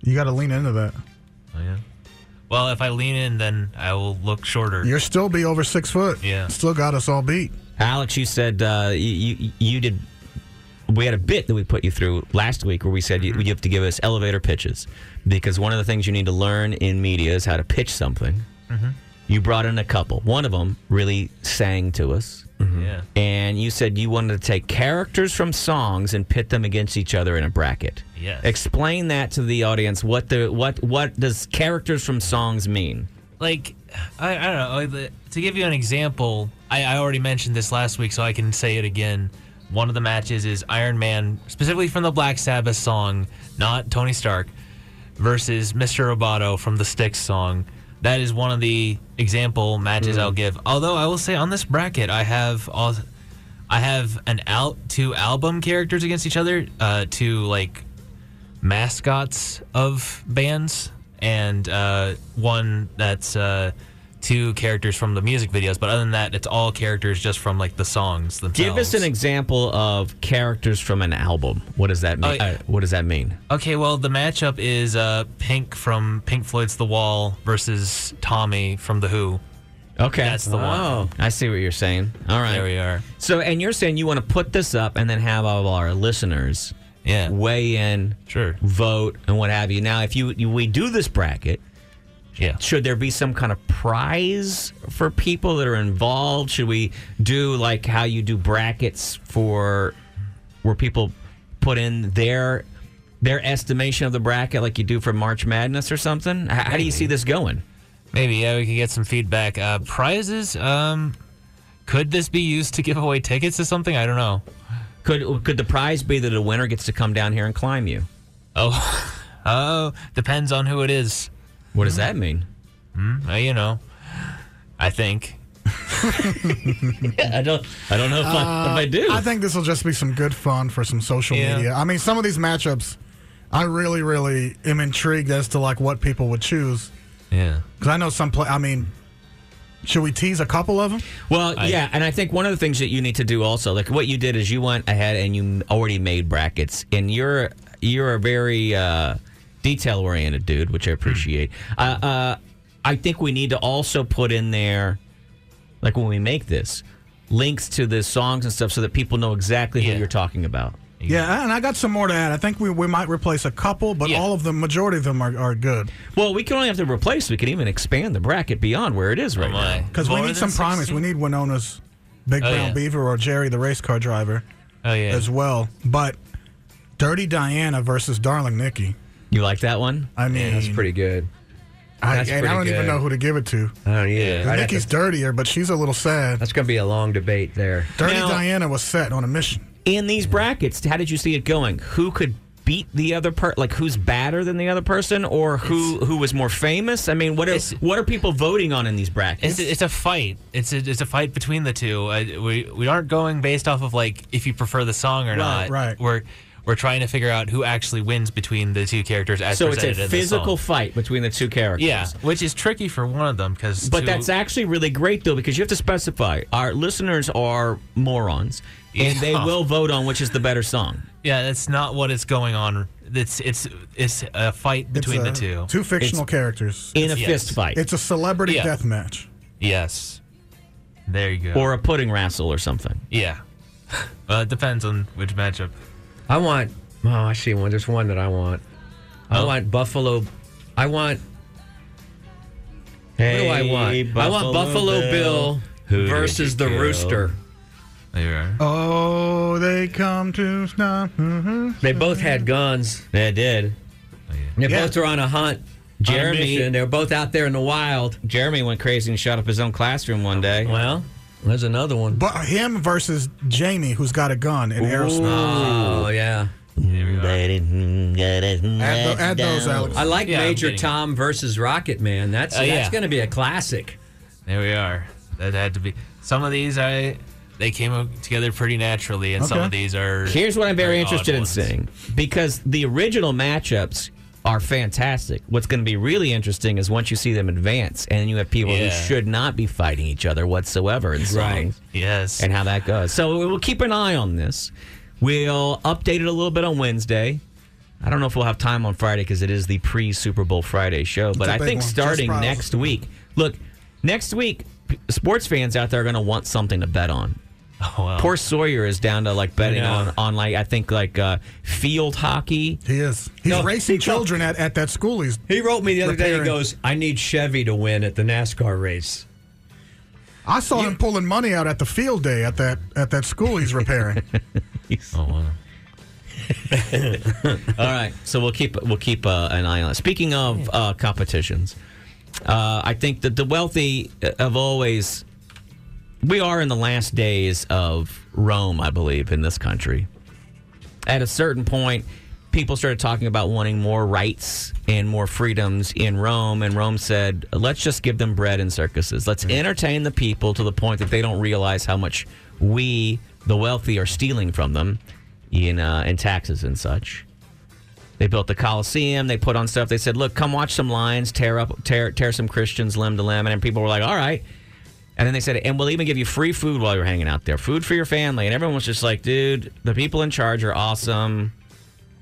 C: you got to lean into that.
R: Oh, Well, if I lean in, then I will look shorter.
C: You'll still be over six foot.
R: Yeah.
C: Still got us all beat.
D: Alex, you said uh, you, you you did. We had a bit that we put you through last week where we said
C: Mm-hmm.
D: you, you have to give us elevator pitches because one of the things you need to learn in media is how to pitch something.
C: Mm-hmm.
R: Mm-hmm.
D: You brought in a couple. One of them really sang to us.
R: Yeah.
D: And you said you wanted to take characters from songs and pit them against each other in a bracket.
R: Yes.
D: Explain that to the audience. What the what what does characters from songs mean?
R: like I, I don't know. like, the- To give you an example, I, I already mentioned this last week, so I can say it again. One of the matches is Iron Man, specifically from the Black Sabbath song, not Tony Stark, versus Mr. Roboto from the Styx song. That is one of the example matches I'll give. Although I will say on this bracket, I have all, I have an out two album characters against each other, uh, two like mascots of bands and uh, one that's uh, two characters from the music videos. But other than that, it's all characters just from like the songs themselves.
D: Give us an example of characters from an album. What does that mean?
R: Oh,
D: uh, what does that mean?
R: Okay, well, the matchup is uh, Pink from Pink Floyd's The Wall versus Tommy from The Who.
D: Okay,
R: That's the one.
D: I see what you're saying. All right,
R: There we are.
D: So, and you're saying you want to put this up and then have all of our listeners,
R: yeah,
D: weigh in,
R: sure,
D: vote and what have you. Now, if you, you we do this bracket,
R: yeah,
D: should there be some kind of prize for people that are involved? Should we do like how you do brackets for where people put in their their estimation of the bracket, like you do for March Madness or something? How, how do you see this going?
R: Maybe yeah, we could get some feedback. Uh, prizes? Um, could this be used to give away tickets to something? I don't know.
D: Could could the prize be that a winner gets to come down here and climb you?
R: Oh, oh, depends on who it is.
D: What does that mean?
R: Hmm, uh, you know, I think.
D: I don't. I don't know if, I, if I do.
C: I think this will just be some good fun for some social
D: Yeah.
C: media. I mean, some of these matchups, I really, really am intrigued as to like what people would choose.
R: Yeah.
C: Because I know some play. I mean, should we tease a couple of them?
D: Well, yeah, and I think one of the things that you need to do also, like what you did is you went ahead and you already made brackets, and you're you're a very uh, detail oriented dude, which I appreciate. Uh, uh, I think we need to also put in there, like when we make this, links to the songs and stuff, so that people know exactly who you're talking about.
C: Yeah, and I got some more to add. I think we, we might replace a couple, but all of them, majority of them are, are good.
D: Well, we can only have to replace. We can even expand the bracket beyond where it is right now.
C: Because we need some primers. We need Winona's Big
D: Oh,
C: Brown
D: yeah.
C: Beaver or Jerry the race car driver
R: Oh yeah.
C: as well. But Dirty Diana versus Darling Nikki.
D: You like that one?
C: I mean,
M: that's pretty good.
C: I,
M: That's
C: and I
M: pretty
C: don't even
M: good.
C: know who to give it to.
D: Oh,
M: I don't either. I'd have
C: Nikki's
M: to-
C: dirtier, but she's a little sad.
M: That's going to be a long debate there.
C: Dirty Diana was set on a mission.
D: in these brackets how did you see it going who could beat the other part like who's badder than the other person or who who was more famous i mean what are, what are people voting on in these
R: It's,
D: brackets
R: it's a fight. It's a, it's a fight between the two. I, we we aren't going based off of like if you prefer the song or not.
D: Right, right.
R: We're we're trying to figure out who actually wins between the two characters as
D: so it's
R: presented
D: a
R: in the
D: physical
R: song.
D: fight between the two characters
R: Yeah, which is tricky for one of them because.
D: but that's actually really great though because you have to specify our listeners are morons and they
R: Yeah.
D: will vote on which is the better song
R: yeah, that's not what is going on. It's it's it's a fight between
C: It's,
R: the two.
C: uh, Two fictional characters.
R: in a Yes. fist fight.
C: It's a celebrity
R: Yeah.
C: death match.
R: Yes. There you go.
D: or a pudding wrestle or something
R: yeah. well, it depends on which matchup.
M: I want Oh, I see one. There's one that I want.
C: Oh.
M: I want Buffalo. I want. what do I want? I want Buffalo Bill, versus the Rooster.
B: There.
C: Oh, they come to Mm-hmm. stop.
M: They both had guns.
D: They
M: They
D: did. Oh, Yeah.
M: both are on a hunt.
D: Jeremy-
M: and they're both out there in the wild.
D: Jeremy went crazy and shot up his own classroom one day.
M: Well, there's another one.
C: But him versus Jamie, who's got a gun in Aerosmith.
M: Oh yeah.
C: Add tho- add those, Alex.
M: I like
C: Yeah, I'm
M: Major
C: kidding.
M: Tom versus Rocket Man. That's
R: Oh,
M: that's
R: yeah.
M: going to be a classic.
R: There we are. That had to be. Some of these I they came together pretty naturally, and some
D: Okay.
R: of these are.
D: Here's what I'm very
R: odd
D: interested in
R: ones.
D: seeing because the original matchups are fantastic. What's going to be really interesting is once you see them advance and you have people who
R: Yeah.
D: should not be fighting each other whatsoever in songs.
R: Right. Yes.
D: And how that goes. So we'll keep an eye on this. We'll update it a little bit on Wednesday. I don't know if we'll have time on Friday because it is the pre Super Bowl Friday show, but
B: a
D: I
B: big
D: think
B: one. Just
D: starting
B: prize.
D: next week, look, next week, p- sports fans out there are going to want something to bet on.
R: Oh, wow.
D: Poor Sawyer is down to like betting
C: know.
D: on on like I think like uh, field hockey.
C: He is. He's
D: No,
C: racing children at, at that school. He's
M: He wrote me the other day. He
C: Repairing.
M: goes, "I need Chevy to win at the NASCAR race."
C: I saw him pulling money out at the field day at that at that school he's repairing.
R: oh wow.
D: All right, so we'll keep we'll keep uh, an eye on it. Speaking of uh, competitions, uh, I think that the wealthy uh, have always. We are in the last days of Rome, I believe, in this country. At a certain point, people started talking about wanting more rights and more freedoms in Rome, and Rome said, "Let's just give them bread and circuses. Let's entertain the people to the point that they don't realize how much we, the wealthy, are stealing from them in uh, in taxes and such." They built the Coliseum. They put on stuff. They said, "Look, come watch some lions tear up, tear, tear some Christians limb to limb." And then people were like, "All right." And then they said, "And we'll even give you free food while you're hanging out there, food for your family." And everyone was just like, "Dude, the people in charge are awesome.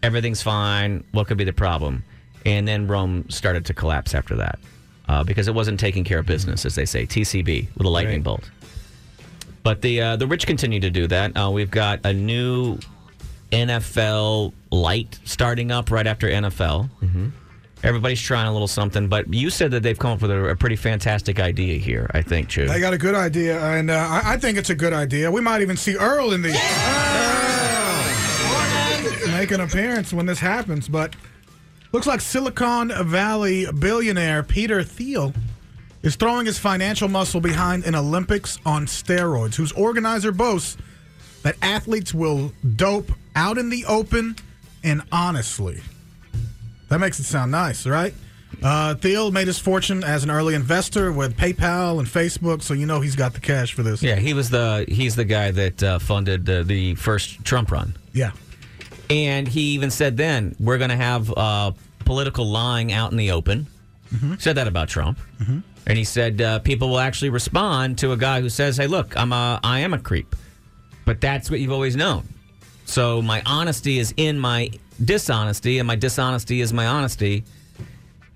D: Everything's fine. What could be the problem?" And then Rome started to collapse after that uh, because it wasn't taking care of business, as they say, TCB with a lightning bolt. But the uh, the rich continue to do that. Uh, we've got a new NFL light starting up right after NFL. Everybody's trying a little something, but you said that they've come up with a, a pretty fantastic idea here. I think, Chu.
C: They got a good idea, and uh, I, I think it's a good idea. We might even see Earl in the Earl! make an appearance when this happens. But looks like Silicon Valley billionaire Peter Thiel is throwing his financial muscle behind an Olympics on steroids, whose organizer boasts that athletes will dope out in the open and honestly. That makes it sound nice, right? Uh, Thiel made his fortune as an early investor with PayPal and Facebook, so you know he's got the cash for this.
D: Yeah, he was the he's the guy that uh, funded uh, the first Trump run.
C: Yeah.
D: And he even said then, we're going to have uh, political lying out in the open.
M: Mm-hmm.
D: Said that about Trump. And he said uh, people will actually respond to a guy who says, hey, look, I'm a, I am a creep. But that's what you've always known. So my honesty is in my dishonesty, and my dishonesty is my honesty.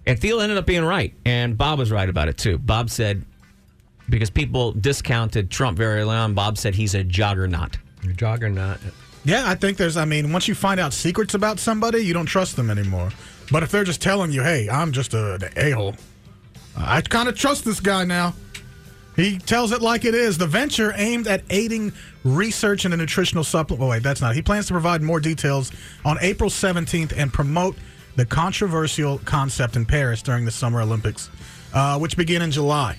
D: And Thiel ended up being right. And Bob was right about it, too. Bob said, because people discounted Trump very early on, Bob said he's a juggernaut.
M: A juggernaut.
C: Yeah, I think there's, I mean, once you find out secrets about somebody, you don't trust them anymore. But if they're just telling you, hey, I'm just a, an a hole, I kind of trust this guy now. He tells it like it is. The venture aimed at aiding research in a nutritional supplement. Oh, wait, that's not. He plans to provide more details on April 17th and promote the controversial concept in Paris during the Summer Olympics, uh, which begin in July.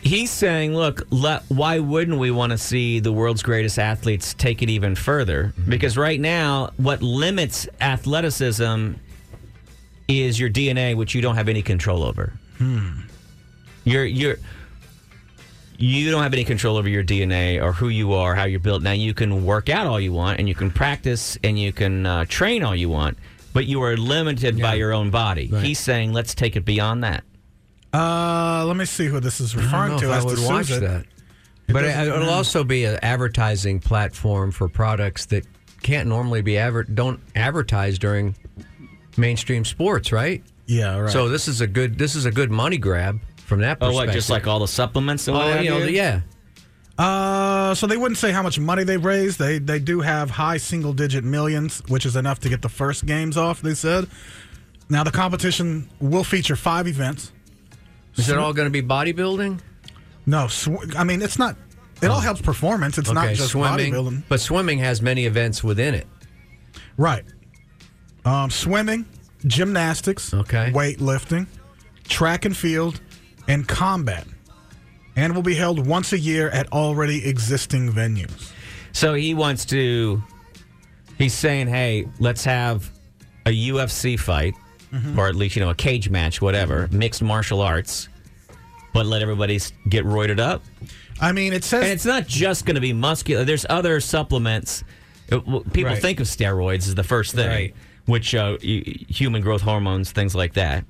D: He's saying, look, let, why wouldn't we want to see the world's greatest athletes take it even further? Because right now, what limits athleticism is your DNA, which you don't have any control over.
N: Hmm.
D: You're you're you don't have any control over your DNA or who you are, how you're built. Now you can work out all you want, and you can practice, and you can uh, train all you want, but you are limited by your own body. He's saying, let's take it beyond that.
C: Uh, let me see who this is referring
M: know
C: to.
M: if I
C: as
M: would
C: D'Souza.
M: watch that. But it,
C: doesn't-
M: it'll also be an advertising platform for products that can't normally be adver- don't advertise during mainstream sports, right?
C: Yeah, right.
M: So this is a good this is a good money grab from that
D: Oh,
M: perspective.
D: what? Just like all the supplements and
M: Oh,
D: what have
M: you know,
D: you?
M: yeah.
C: Uh, so they wouldn't say how much money they've raised. They they do have high single digit millions, which is enough to get the first games off. They said. Now the competition will feature five events.
B: Is it all going to be bodybuilding?
C: No, sw- I mean it's not. It all helps performance. It's not
B: Oh. Okay,
C: just
B: swimming,
C: bodybuilding,
V: but swimming has many events within it.
C: right? Um, swimming, gymnastics, okay, weightlifting, track and field, and combat, and will be held once a year at already existing venues.
D: So he wants to. He's saying, "Hey, let's have a UFC fight,
C: Mhm.
D: or at least you know a cage match, whatever,
C: Mm-hmm.
D: mixed martial arts, but let everybody s- get roided up."
C: I mean, it says,
D: and it's not just going to be muscular. There's other supplements. Uh, w- People
V: Right.
D: think of steroids as the first thing,
V: Right.
D: which uh, y- human growth hormones, things like that.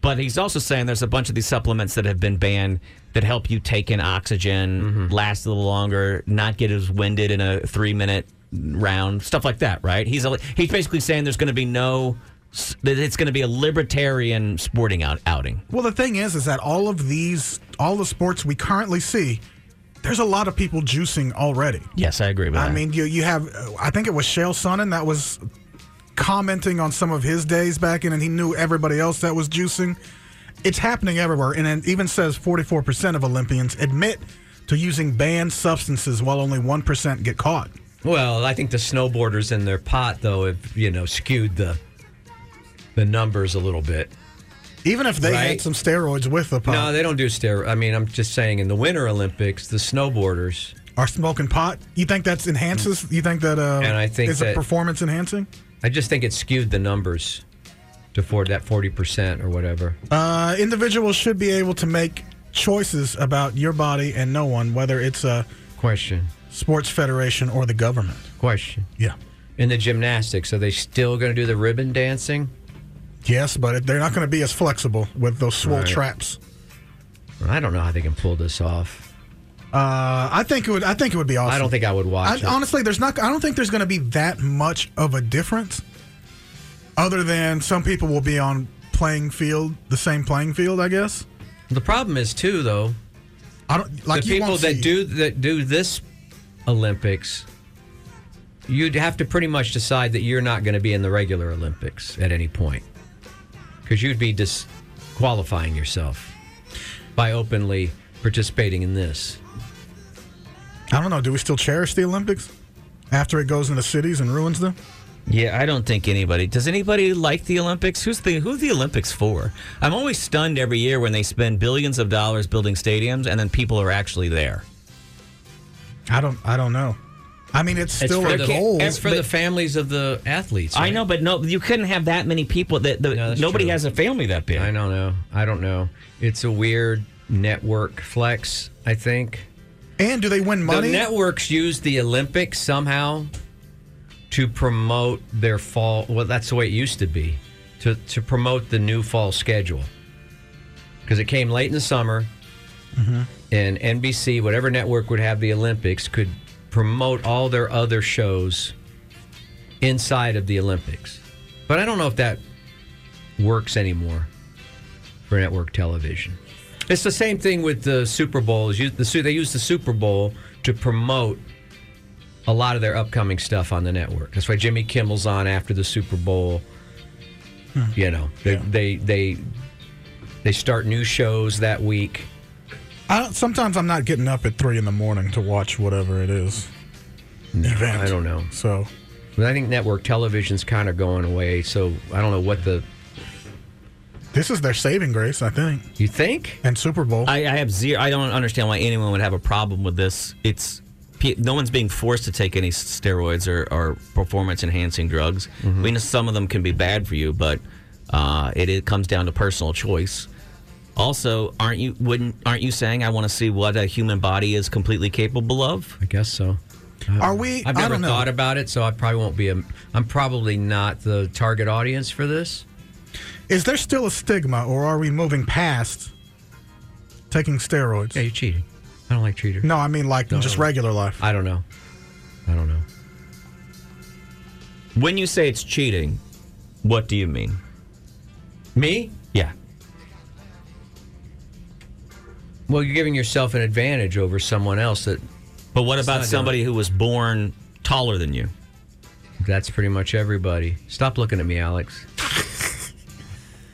D: But he's also saying there's a bunch of these supplements that have been banned that help you take in oxygen, last a little longer, not get as winded in a three minute round, stuff like that. Right? He's a, he's basically saying there's going to be no. s- That it's going to be a libertarian sporting out, outing.
C: Well, the thing is, is that all of these, all the sports we currently see, there's a lot of people juicing already.
D: Yes, I agree with
C: I
D: that.
C: mean, you you have, I think it was Shale Sonnen that was commenting on some of his days back in, and he knew everybody else that was juicing. It's happening everywhere, and it even says 44% of Olympians admit to using banned substances, while only 1% get caught.
B: Well, I think the snowboarders in their pot though have you know skewed the the numbers a little bit.
C: Even if they
B: Right.
C: had some steroids with the pot,
B: No, they don't do steroids. I mean, I'm just saying in the Winter Olympics, the snowboarders.
C: are smoking pot. You think that's enhances? You think that uh,
B: And I think
C: is
B: that-
C: it performance enhancing?
B: I just think it skewed the numbers to for that 40% or whatever.
C: Uh, individuals should be able to make choices about your body and no one, whether it's a
B: question,
C: sports federation, or the government.
B: Question.
C: Yeah.
B: In the gymnastics, are they still going to do the ribbon dancing?
C: Yes, but they're not going to be as flexible with those swole
B: Right.
C: traps.
B: I don't know how they can pull this off.
C: Uh, I think it would. I think it would be awesome.
B: I don't think I would
C: I,
B: watch it.
C: honestly, there's not. I don't think there's going to be that much of a difference, other than some people will be on playing field, the same playing field, I guess.
B: The problem is too, though.
C: I don't like
B: the
C: you
B: people
C: won't
B: that
C: see-
B: do that do this Olympics. You'd have to pretty much decide that you're not going to be in the regular Olympics at any point, because you'd be disqualifying yourself by openly participating in this.
C: I don't know. Do we still cherish the Olympics after it goes into cities and ruins them?
D: Yeah, I don't think anybody. Does anybody like the Olympics? Who's the who's the Olympics for? I'm always stunned every year when they spend billions of dollars building stadiums and then people are actually there.
C: I don't. I don't know. I mean, it's
D: It's
C: still
D: for
C: a
D: the-
C: goal.
D: it's for the But-
B: families of the athletes.
D: I know, but no, you couldn't have that many people. That the, nobody has a family that big.
B: I don't know. I don't know. It's a weird network flex. I think.
C: And do they win money?
B: The networks use the Olympics somehow to promote their fall. Well, that's the way it used to be to, to promote the new fall schedule because it came late in the summer, Mm-hmm. and NBC, whatever network would have the Olympics, could promote all their other shows inside of the Olympics. But I don't know if that works anymore for network television. It's the same thing with the Super Bowl. is you- the Su- They use the Super Bowl to promote a lot of their upcoming stuff on the network. That's why Jimmy Kimmel's on after the Super Bowl.
W: Hmm.
B: You know, they, they they they start new shows that week.
C: I don't, sometimes I'm not getting up at three in the morning to watch whatever it is. event.
B: I don't know.
C: So,
B: I think network television's kind of going away. So I don't know what the
C: This is their saving grace, I think.
B: You think?
C: And Super Bowl.
D: I, I have zero. I don't understand why anyone would have a problem with this. It's pe- no one's being forced to take any steroids or, or performance enhancing drugs.
C: Mm-hmm.
D: I mean, some of them can be bad for you, but uh, it, it comes down to personal choice. Also, aren't you wouldn't aren't you saying I want to see what a human body is completely capable of?
B: I guess so.
C: Are we?
B: I've
C: I
B: never
C: don't know.
B: thought about it, so I probably won't be. A, I'm probably not the target audience for this.
C: Is there still a stigma, or are we moving past taking steroids? Yeah,
B: you're cheating. I don't like cheaters.
C: No, I mean like
B: No,
C: just
B: no, no.
C: regular life.
B: I don't know. I don't know.
D: When you say it's cheating, what do you mean?
B: Me?
D: Yeah.
B: Well, you're giving yourself an advantage over someone else that
D: But what
M: It's
D: about
M: not
D: somebody who was born taller than you?
M: That's pretty much everybody. Stop looking at me, Alex.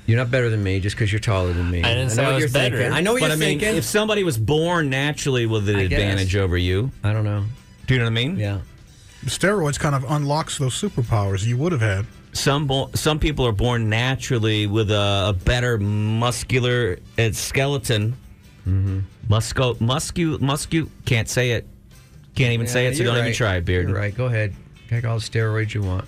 M: You're not better than me just because you're taller than me.
D: I didn't say
M: know
D: I
M: what
D: was
M: you're
D: better.
M: Thinking. I know what
D: But
M: you're
D: I mean,
M: thinking.
D: if somebody was born naturally with an
M: I guess.
D: advantage over you,
M: I don't know.
D: Do you know what I mean?
M: Yeah.
C: Steroids kind of unlocks those superpowers you would have had.
D: Some bo- some people are born naturally with a, a better muscular uh, skeleton.
M: Mm-hmm.
D: Musco muscu muscu can't say it. Can't even say
M: Yeah,
D: it. So
M: you're
D: don't even
M: right.
D: try, Beard.
M: You're right. Go ahead. Take all the steroids you want.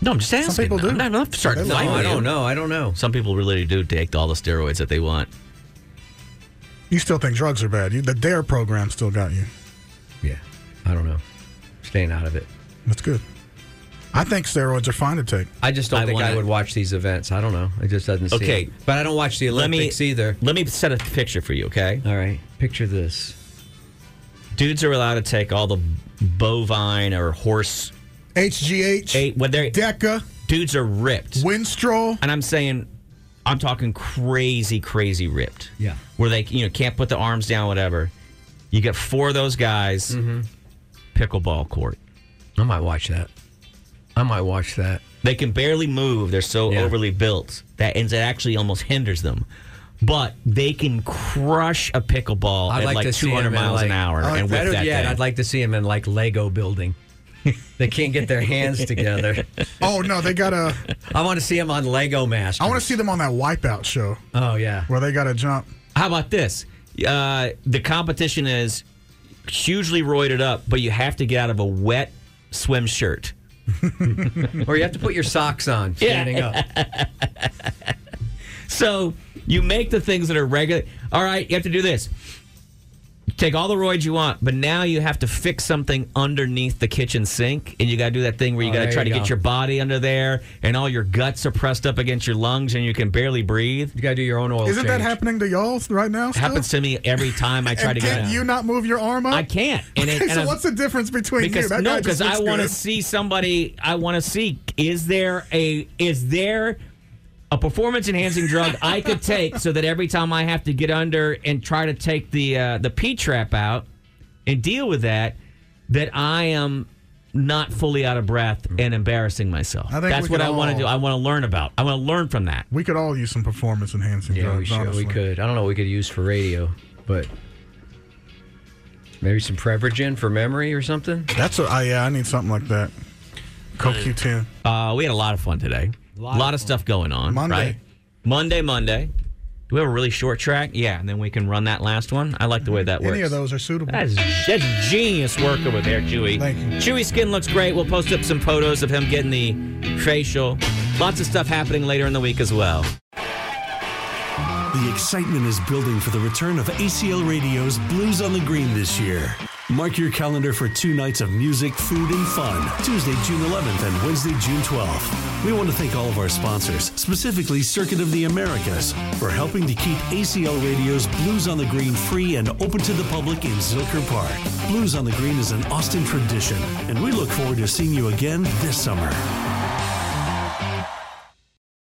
D: No, I'm just asking.
M: people do.
D: I'm not, I'm not starting.
M: No, I don't know. I don't know.
D: Some people really do take all the steroids that they want.
C: You still think drugs are bad. You, the DARE E program still got you.
M: Yeah. I don't know. Staying out of it.
C: That's good. I think steroids are fine to take.
M: I just don't
C: I
M: think I
C: wanna-
M: would watch these events. I don't know. It just doesn't seem.
D: Okay.
M: But I don't watch the
D: Let me-
M: Olympics either.
D: Let me set a picture for you, okay?
M: All right. Picture this.
D: Dudes are allowed to take all the bovine or horse
C: HGH.
D: Eight, what they
C: Deca.
D: Dudes are ripped.
C: Winstrol.
D: And I'm saying, I'm talking crazy, crazy ripped.
M: Yeah.
D: Where they, you know, can't put the arms down, whatever. You get four of those guys, pickleball court.
M: Mm-hmm. I might watch that. I might watch that.
D: They can barely move. They're so overly built that ends it actually almost hinders them. But they can crush a pickleball
M: I'd
D: at
M: like,
D: like,
M: to see
D: 200
M: him in,
D: miles
M: like-
D: an hour
M: I'd like-
D: and whip
M: better
D: that
M: yet,
D: thing.
M: I'd like to see him in like Lego building. they can't get their hands together.
C: Oh no, they got a.
M: I want to see him on Lego Master.
C: I want to see them on that Wipeout show
M: Oh yeah.
C: where they got to jump.
D: How about this? Uh, the competition is hugely roided up, but you have to get out of a wet swim shirt.
M: or you have to put your socks on standing up.
D: So you make the things that are regular. All right, you have to do this. Take all the roids you want, but now you have to fix something underneath the kitchen sink, and you got to do that thing where you
M: Oh,
D: got to
M: there
D: try
M: you
D: to
M: go.
D: get your body under there, and all your guts are pressed up against your lungs, and you can barely breathe. You
M: got to do your own oil.
C: Isn't that happening to y'all right now? Still?
D: Happens to me every time I try
C: and
D: to get
C: Can
D: out.
C: you not move your arm up? I
D: can't. And it- and
C: so
D: I'm-
C: what's the difference between
D: because
C: you? That
D: no,
C: guy just
D: because I
C: looks
D: want to
C: good.
D: see somebody. I want to see is there a is there a performance enhancing drug I could take so that every time I have to get under and try to take the uh, the P trap out and deal with that, that I am not fully out of breath and embarrassing myself.
C: I think
D: That's
C: we
D: what
C: could
D: I want to
C: all-
D: do. I want to learn about. I want to learn from that.
C: We could all use some performance enhancing
M: Yeah, we
C: drugs.
M: should.
C: honestly.
M: We could. I don't know. what We could use for radio, but maybe some Prevagen for memory or something.
C: That's what. I yeah. I need something like that. CoQ10.
D: Uh, we had a lot of fun today. A lot, of, stuff going on.
C: Monday.
D: Right? Monday, Monday. Do we have a really short track? Yeah, and then we can run that last one. I like the way that works.
C: Any of those are suitable.
D: That's, that's genius work over there, Chewy. Chewy's skin looks great. We'll post up some photos of him getting the facial. Lots of stuff happening later in the week as well.
A: The excitement is building for the return of ACL Radio's Blues on the Green this year. Mark your calendar for two nights of music, food, and fun, Tuesday, June 11th and Wednesday, June 12th. We want to thank all of our sponsors, specifically Circuit of the Americas, for helping to keep ACL Radio's Blues on the Green free and open to the public in Zilker Park. Blues on the Green is an Austin tradition, and we look forward to seeing you again this summer.